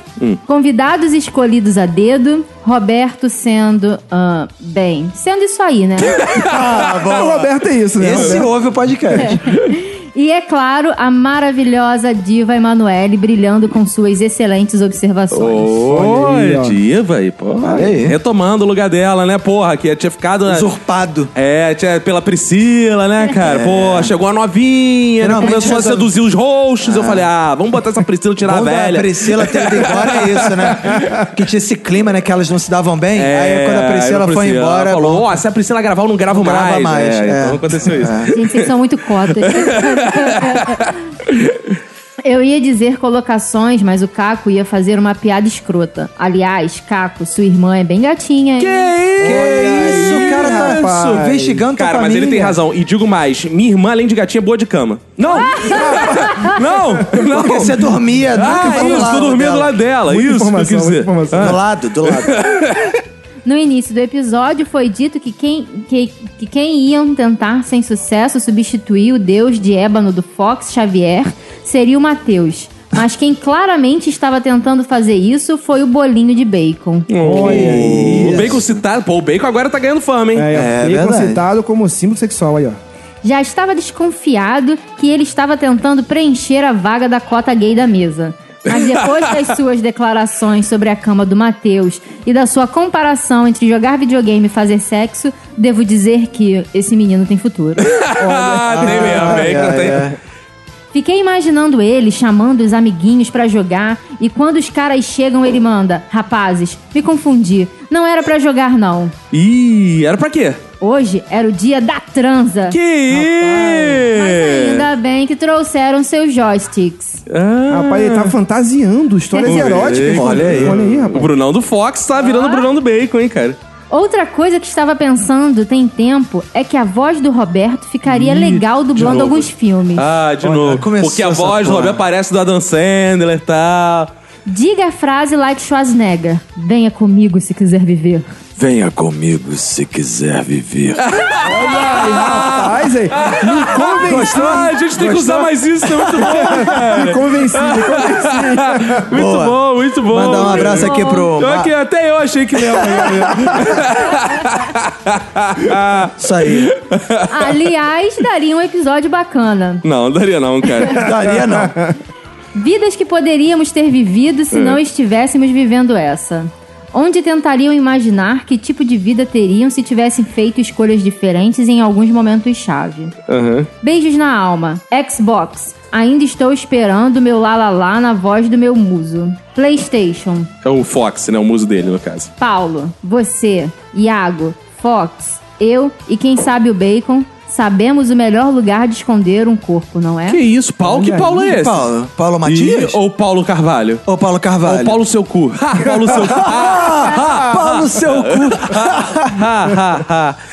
S8: Convidados escolhidos a dedo. Roberto sendo. ah, bem, sendo isso aí, né?
S2: Ah,
S10: O
S2: bom.
S10: Roberto é isso, né?
S2: Esse
S10: Roberto?
S2: ouve o podcast.
S8: E é claro, a maravilhosa diva Emanuele brilhando com suas excelentes observações.
S1: Oi,
S10: Olha aí, ó.
S1: diva aí, porra.
S2: Olha aí.
S1: Retomando o lugar dela, né, porra? Que tinha ficado. né?
S2: Usurpado.
S1: É, tinha- pela Priscila, né, cara? Pô, chegou a novinha, né?
S2: Finalmente
S1: começou a
S2: resolve-
S1: seduzir os roxos. Eu falei, ah, vamos botar essa Priscila e tirar
S2: Bom
S1: a
S2: da
S1: velha.
S2: Priscila ter ido embora é isso, né? Que tinha esse clima, né? Que elas não se davam bem. aí quando a Priscila
S1: É, aí
S2: foi
S1: Priscila
S2: embora...
S1: falou, ó, se a Priscila gravar, eu não gravo
S2: Não
S1: mais.
S2: grava mais,
S1: É,
S2: é.
S1: Então aconteceu isso.
S8: Gente, vocês são muito cotas. Eu ia dizer colocações, mas o Caco ia fazer uma piada escrota. Aliás, Caco, sua irmã é bem gatinha. hein?
S2: Que isso, o cara tá
S10: rapaz.
S2: investigando tua
S1: Cara, mas ele
S2: família.
S1: tem razão. E digo mais, minha irmã, além de gatinha, é boa de cama. Não! não! Não!
S2: Porque você é dormia.
S1: Ah,
S2: nunca do
S1: isso,
S2: lado
S1: tô dormindo
S2: dela.
S1: lá dela.
S10: Muita
S1: Isso que eu
S10: informação,
S1: quis dizer.
S10: muita informação.
S2: Do lado, do lado.
S8: No início do episódio, foi dito que quem, que, que quem iam tentar sem sucesso substituir o deus de ébano do Fox Xavier seria o Matheus. Mas quem claramente estava tentando fazer isso foi o bolinho de bacon.
S1: O Bacon citado, pô, o Bacon agora tá ganhando fama, hein?
S10: É, é, é
S2: É verdade.
S10: citado como símbolo sexual aí, ó.
S2: já estava desconfiado que ele estava tentando preencher a vaga da cota gay da mesa. Mas depois das suas declarações sobre a cama do Matheus e da sua comparação entre jogar videogame e fazer sexo, devo dizer que esse menino tem futuro.
S1: Ah, tem mesmo, hein? não tem-
S2: Fiquei imaginando ele chamando os amiguinhos pra jogar e quando os caras chegam ele manda: "Rapazes, me confundi. Não era pra jogar não.
S1: Ih, era pra quê?
S2: Hoje era o dia da transa."
S1: Que
S2: Ainda bem que trouxeram seus joysticks.
S11: Rapaz, ele tá fantasiando histórias
S1: Olha aí,
S11: eróticas.
S1: Ah, olha aí.
S11: Olha aí, rapaz.
S1: O Brunão do Fox tá virando o Brunão do Bacon, hein, cara?
S2: Outra coisa que estava pensando tem tempo é que a voz do Roberto ficaria legal dublando alguns filmes.
S1: Ah, de
S6: Olha,
S1: novo.
S6: começou
S1: Porque a
S6: essa
S1: voz do
S6: porra.
S1: Roberto parece do Adam Sandler e tal.
S2: Diga a frase like Schwarzenegger: "Venha comigo se quiser viver."
S6: Venha comigo se quiser viver.
S11: Rapaz, aí. Me convenceu.
S1: Ah, a gente tem que usar mais isso, é muito bom,
S11: Me
S1: cara.
S11: convenci, me convenci.
S1: Muito
S6: Boa.
S1: bom, muito bom.
S6: Mandar um
S1: cara.
S6: abraço aqui pro.
S1: Pior
S6: Ma-
S1: que até eu achei que mesmo.
S6: Isso aí.
S2: Aliás, daria um episódio bacana.
S1: não, não daria não, cara.
S6: Daria não.
S2: Vidas que poderíamos ter vivido se não estivéssemos vivendo essa. Onde tentariam imaginar que tipo de vida teriam se tivessem feito escolhas diferentes em alguns momentos-chave? Beijos na alma. Xbox. Ainda estou esperando meu lalalá na voz do meu muso. PlayStation.
S1: É o Fox, né? O muso dele, no caso.
S2: Paulo. Você. Iago. Fox. Eu e quem sabe o Bacon. Sabemos o melhor lugar de esconder um corpo, não é?
S1: Que isso, Paulo? Que Paulo é esse?
S6: Paulo, Paulo Matias?
S1: Ih, ou Paulo Carvalho?
S6: Ou Paulo Carvalho?
S1: Ou Paulo seu cu? Ha, Paulo seu cu.
S6: Ah,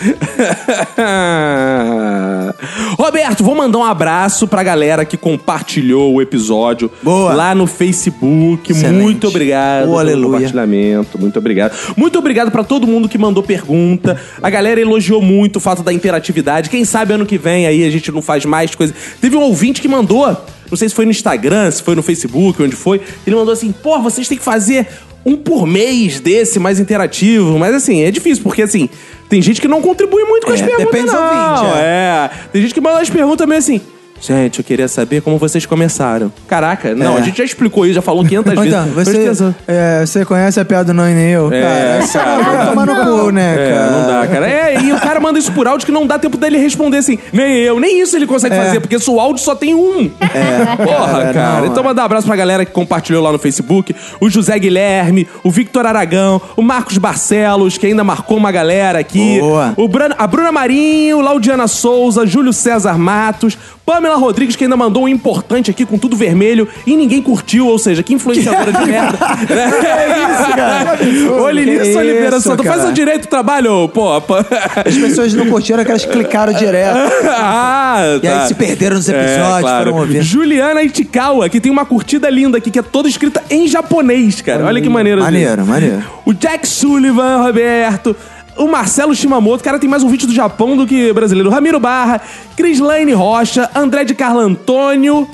S6: Paulo seu cu.
S1: Roberto, vou mandar um abraço pra galera que compartilhou o episódio
S6: Boa.
S1: lá no Facebook.
S6: Excelente.
S1: Muito obrigado
S6: Oh,
S1: pelo
S6: aleluia.
S1: compartilhamento. Muito obrigado. Muito obrigado pra todo mundo que mandou pergunta. A galera elogiou muito o fato da interatividade. Quem sabe ano que vem aí a gente não faz mais coisa. Teve um ouvinte que mandou, não sei se foi no Instagram, se foi no Facebook, onde foi. Ele mandou assim: pô, vocês têm que fazer um por mês desse mais interativo. Mas assim, é difícil, porque assim, tem gente que não contribui muito com as
S6: É,
S1: perguntas.
S6: depende do
S1: não.
S6: ouvinte,
S1: é. Tem gente que manda as perguntas meio assim. Gente, eu queria saber como vocês começaram. Caraca, não,
S6: É.
S1: a gente já explicou isso, já falou 500
S6: Ou
S1: vezes.
S6: Então, você,
S1: Presta
S6: é, você conhece a piada do não e nem eu?
S1: É, cara.
S6: Vai tomar no cu, né,
S1: É,
S6: cara?
S1: não dá, cara. É, e o cara manda isso por áudio que não dá tempo dele responder assim. Nem eu, nem isso ele consegue fazer, porque se o áudio só tem um. Porra, cara.
S6: Cara, não,
S1: então mandar um abraço pra galera que compartilhou lá no Facebook. O José Guilherme, o Victor Aragão, o Marcos Barcelos, que ainda marcou uma galera aqui.
S6: Boa.
S1: O Bran- a Bruna Marinho, Laudiana Souza, Júlio César Matos, Pamela Rodrigues, que ainda mandou um importante aqui com tudo vermelho e ninguém curtiu, ou seja, que influenciadora de merda. É isso, cara. Ô, Linix
S6: Que
S1: Oliveira
S6: isso,
S1: Santo, faz
S6: cara.
S1: o direito do trabalho, ô, pô. pô.
S6: As pessoas não curtiram que elas clicaram direto.
S1: ah,
S6: E aí se perderam nos episódios, foram ouvir.
S1: Juliana Itikawa, que tem uma curtida linda aqui, que é toda escrita em japonês, cara. Olha que maneiro.
S6: Hum, Maneiro,
S1: disso.
S6: maneiro.
S1: O Jack Sullivan, Roberto. O Marcelo Shimamoto, cara, tem mais um vídeo do Japão do que brasileiro. Ramiro Barra, Crislaine Rocha, André de Carlo Antônio,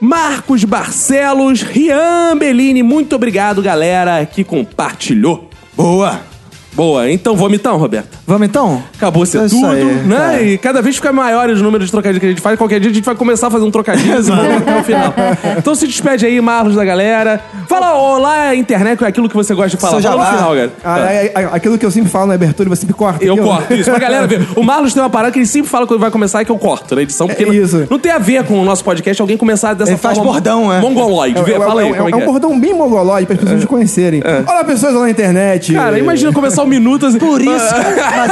S1: Marcos Barcelos, Rian Bellini. Muito obrigado, galera, que compartilhou.
S6: Boa.
S1: Boa, então vomitão, Roberto.
S6: Vamos então?
S1: Acabou ser
S6: É isso
S1: tudo,
S6: aí,
S1: né?
S6: cara.
S1: E cada vez fica maior os números de trocadilho que a gente faz. Qualquer dia a gente vai começar a fazer um trocadilho e vamos até o final. Então se despede aí, Marlos, da galera. Fala olá, internet, que é aquilo que você gosta de falar.
S6: Seu
S1: Fala no
S6: jabá.
S1: final, cara. Tá.
S11: Ah, é, é, é, aquilo que eu sempre falo na abertura, você sempre corta.
S1: Eu
S11: entendeu?
S1: corto isso, pra galera ver. O Marlos tem uma parada que ele sempre fala quando vai começar, é que eu corto na edição, porque
S11: É
S1: não-
S11: isso.
S1: não tem a ver com o nosso podcast alguém começar dessa
S6: Ele
S1: forma.
S6: faz bordão, é.
S2: né?
S1: Mongoloide.
S11: É,
S1: Vê,
S11: é,
S1: fala aí,
S11: é, é,
S1: como é,
S11: é um
S1: que é?
S11: cordão bem mongolóide para as pessoas te conhecerem. Olá, pessoas lá na internet.
S1: Cara, imagina começar um minuto assim.
S6: Por isso, cara, mas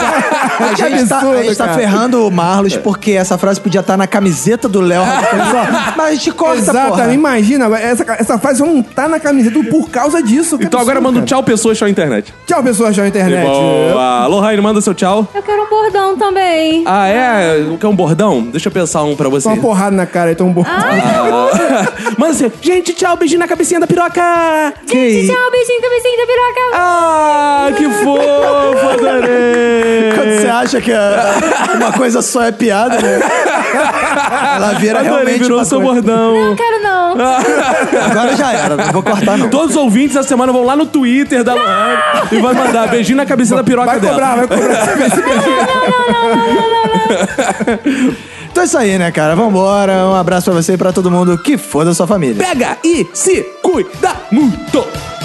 S6: a, a gente, tá, a
S11: absurdo,
S6: gente tá
S11: cara.
S6: ferrando o Marlos porque essa frase podia estar na camiseta do Léo. Mas a gente corta,
S11: Exatamente,
S6: porra.
S11: imagina. agora, Essa, essa frase não tá na camiseta por causa disso. que
S1: Então
S11: absurdo,
S1: agora manda um
S11: cara.
S1: tchau, pessoas, tchau, internet.
S11: Tchau, pessoas lá na
S6: É,
S11: internet.
S1: Boa. Lohane, manda seu tchau.
S2: Eu quero um bordão também.
S1: Ah, é? O que é um bordão? Deixa eu pensar um pra você.
S11: Toma uma porrada na cara, então um bom.
S1: Manda assim, gente, tchau, beijinho na cabecinha da piroca!
S6: Que
S2: Tchau, beijinho, cabecinha da piroca.
S1: Ah, que fofo, adorei!
S6: Quando você acha que a- uma
S2: é
S6: coisa só é piada, né? Ela vira
S1: Adorei,
S6: realmente
S1: virou
S6: uma
S1: seu
S6: coisa.
S1: bordão.
S2: Não quero não.
S12: conta.
S6: Agora já era, não vou cortar não.
S1: Todos os ouvintes da semana vão lá no Twitter da Luan e vão mandar beijinho na cabeça da piroca
S2: Vai
S1: dela.
S2: cobrar, vai cobrar.
S6: Então é isso aí, né, cara? Vambora. Um abraço pra você e pra todo mundo. Que foda a sua família.
S1: Pega e se cuida muito!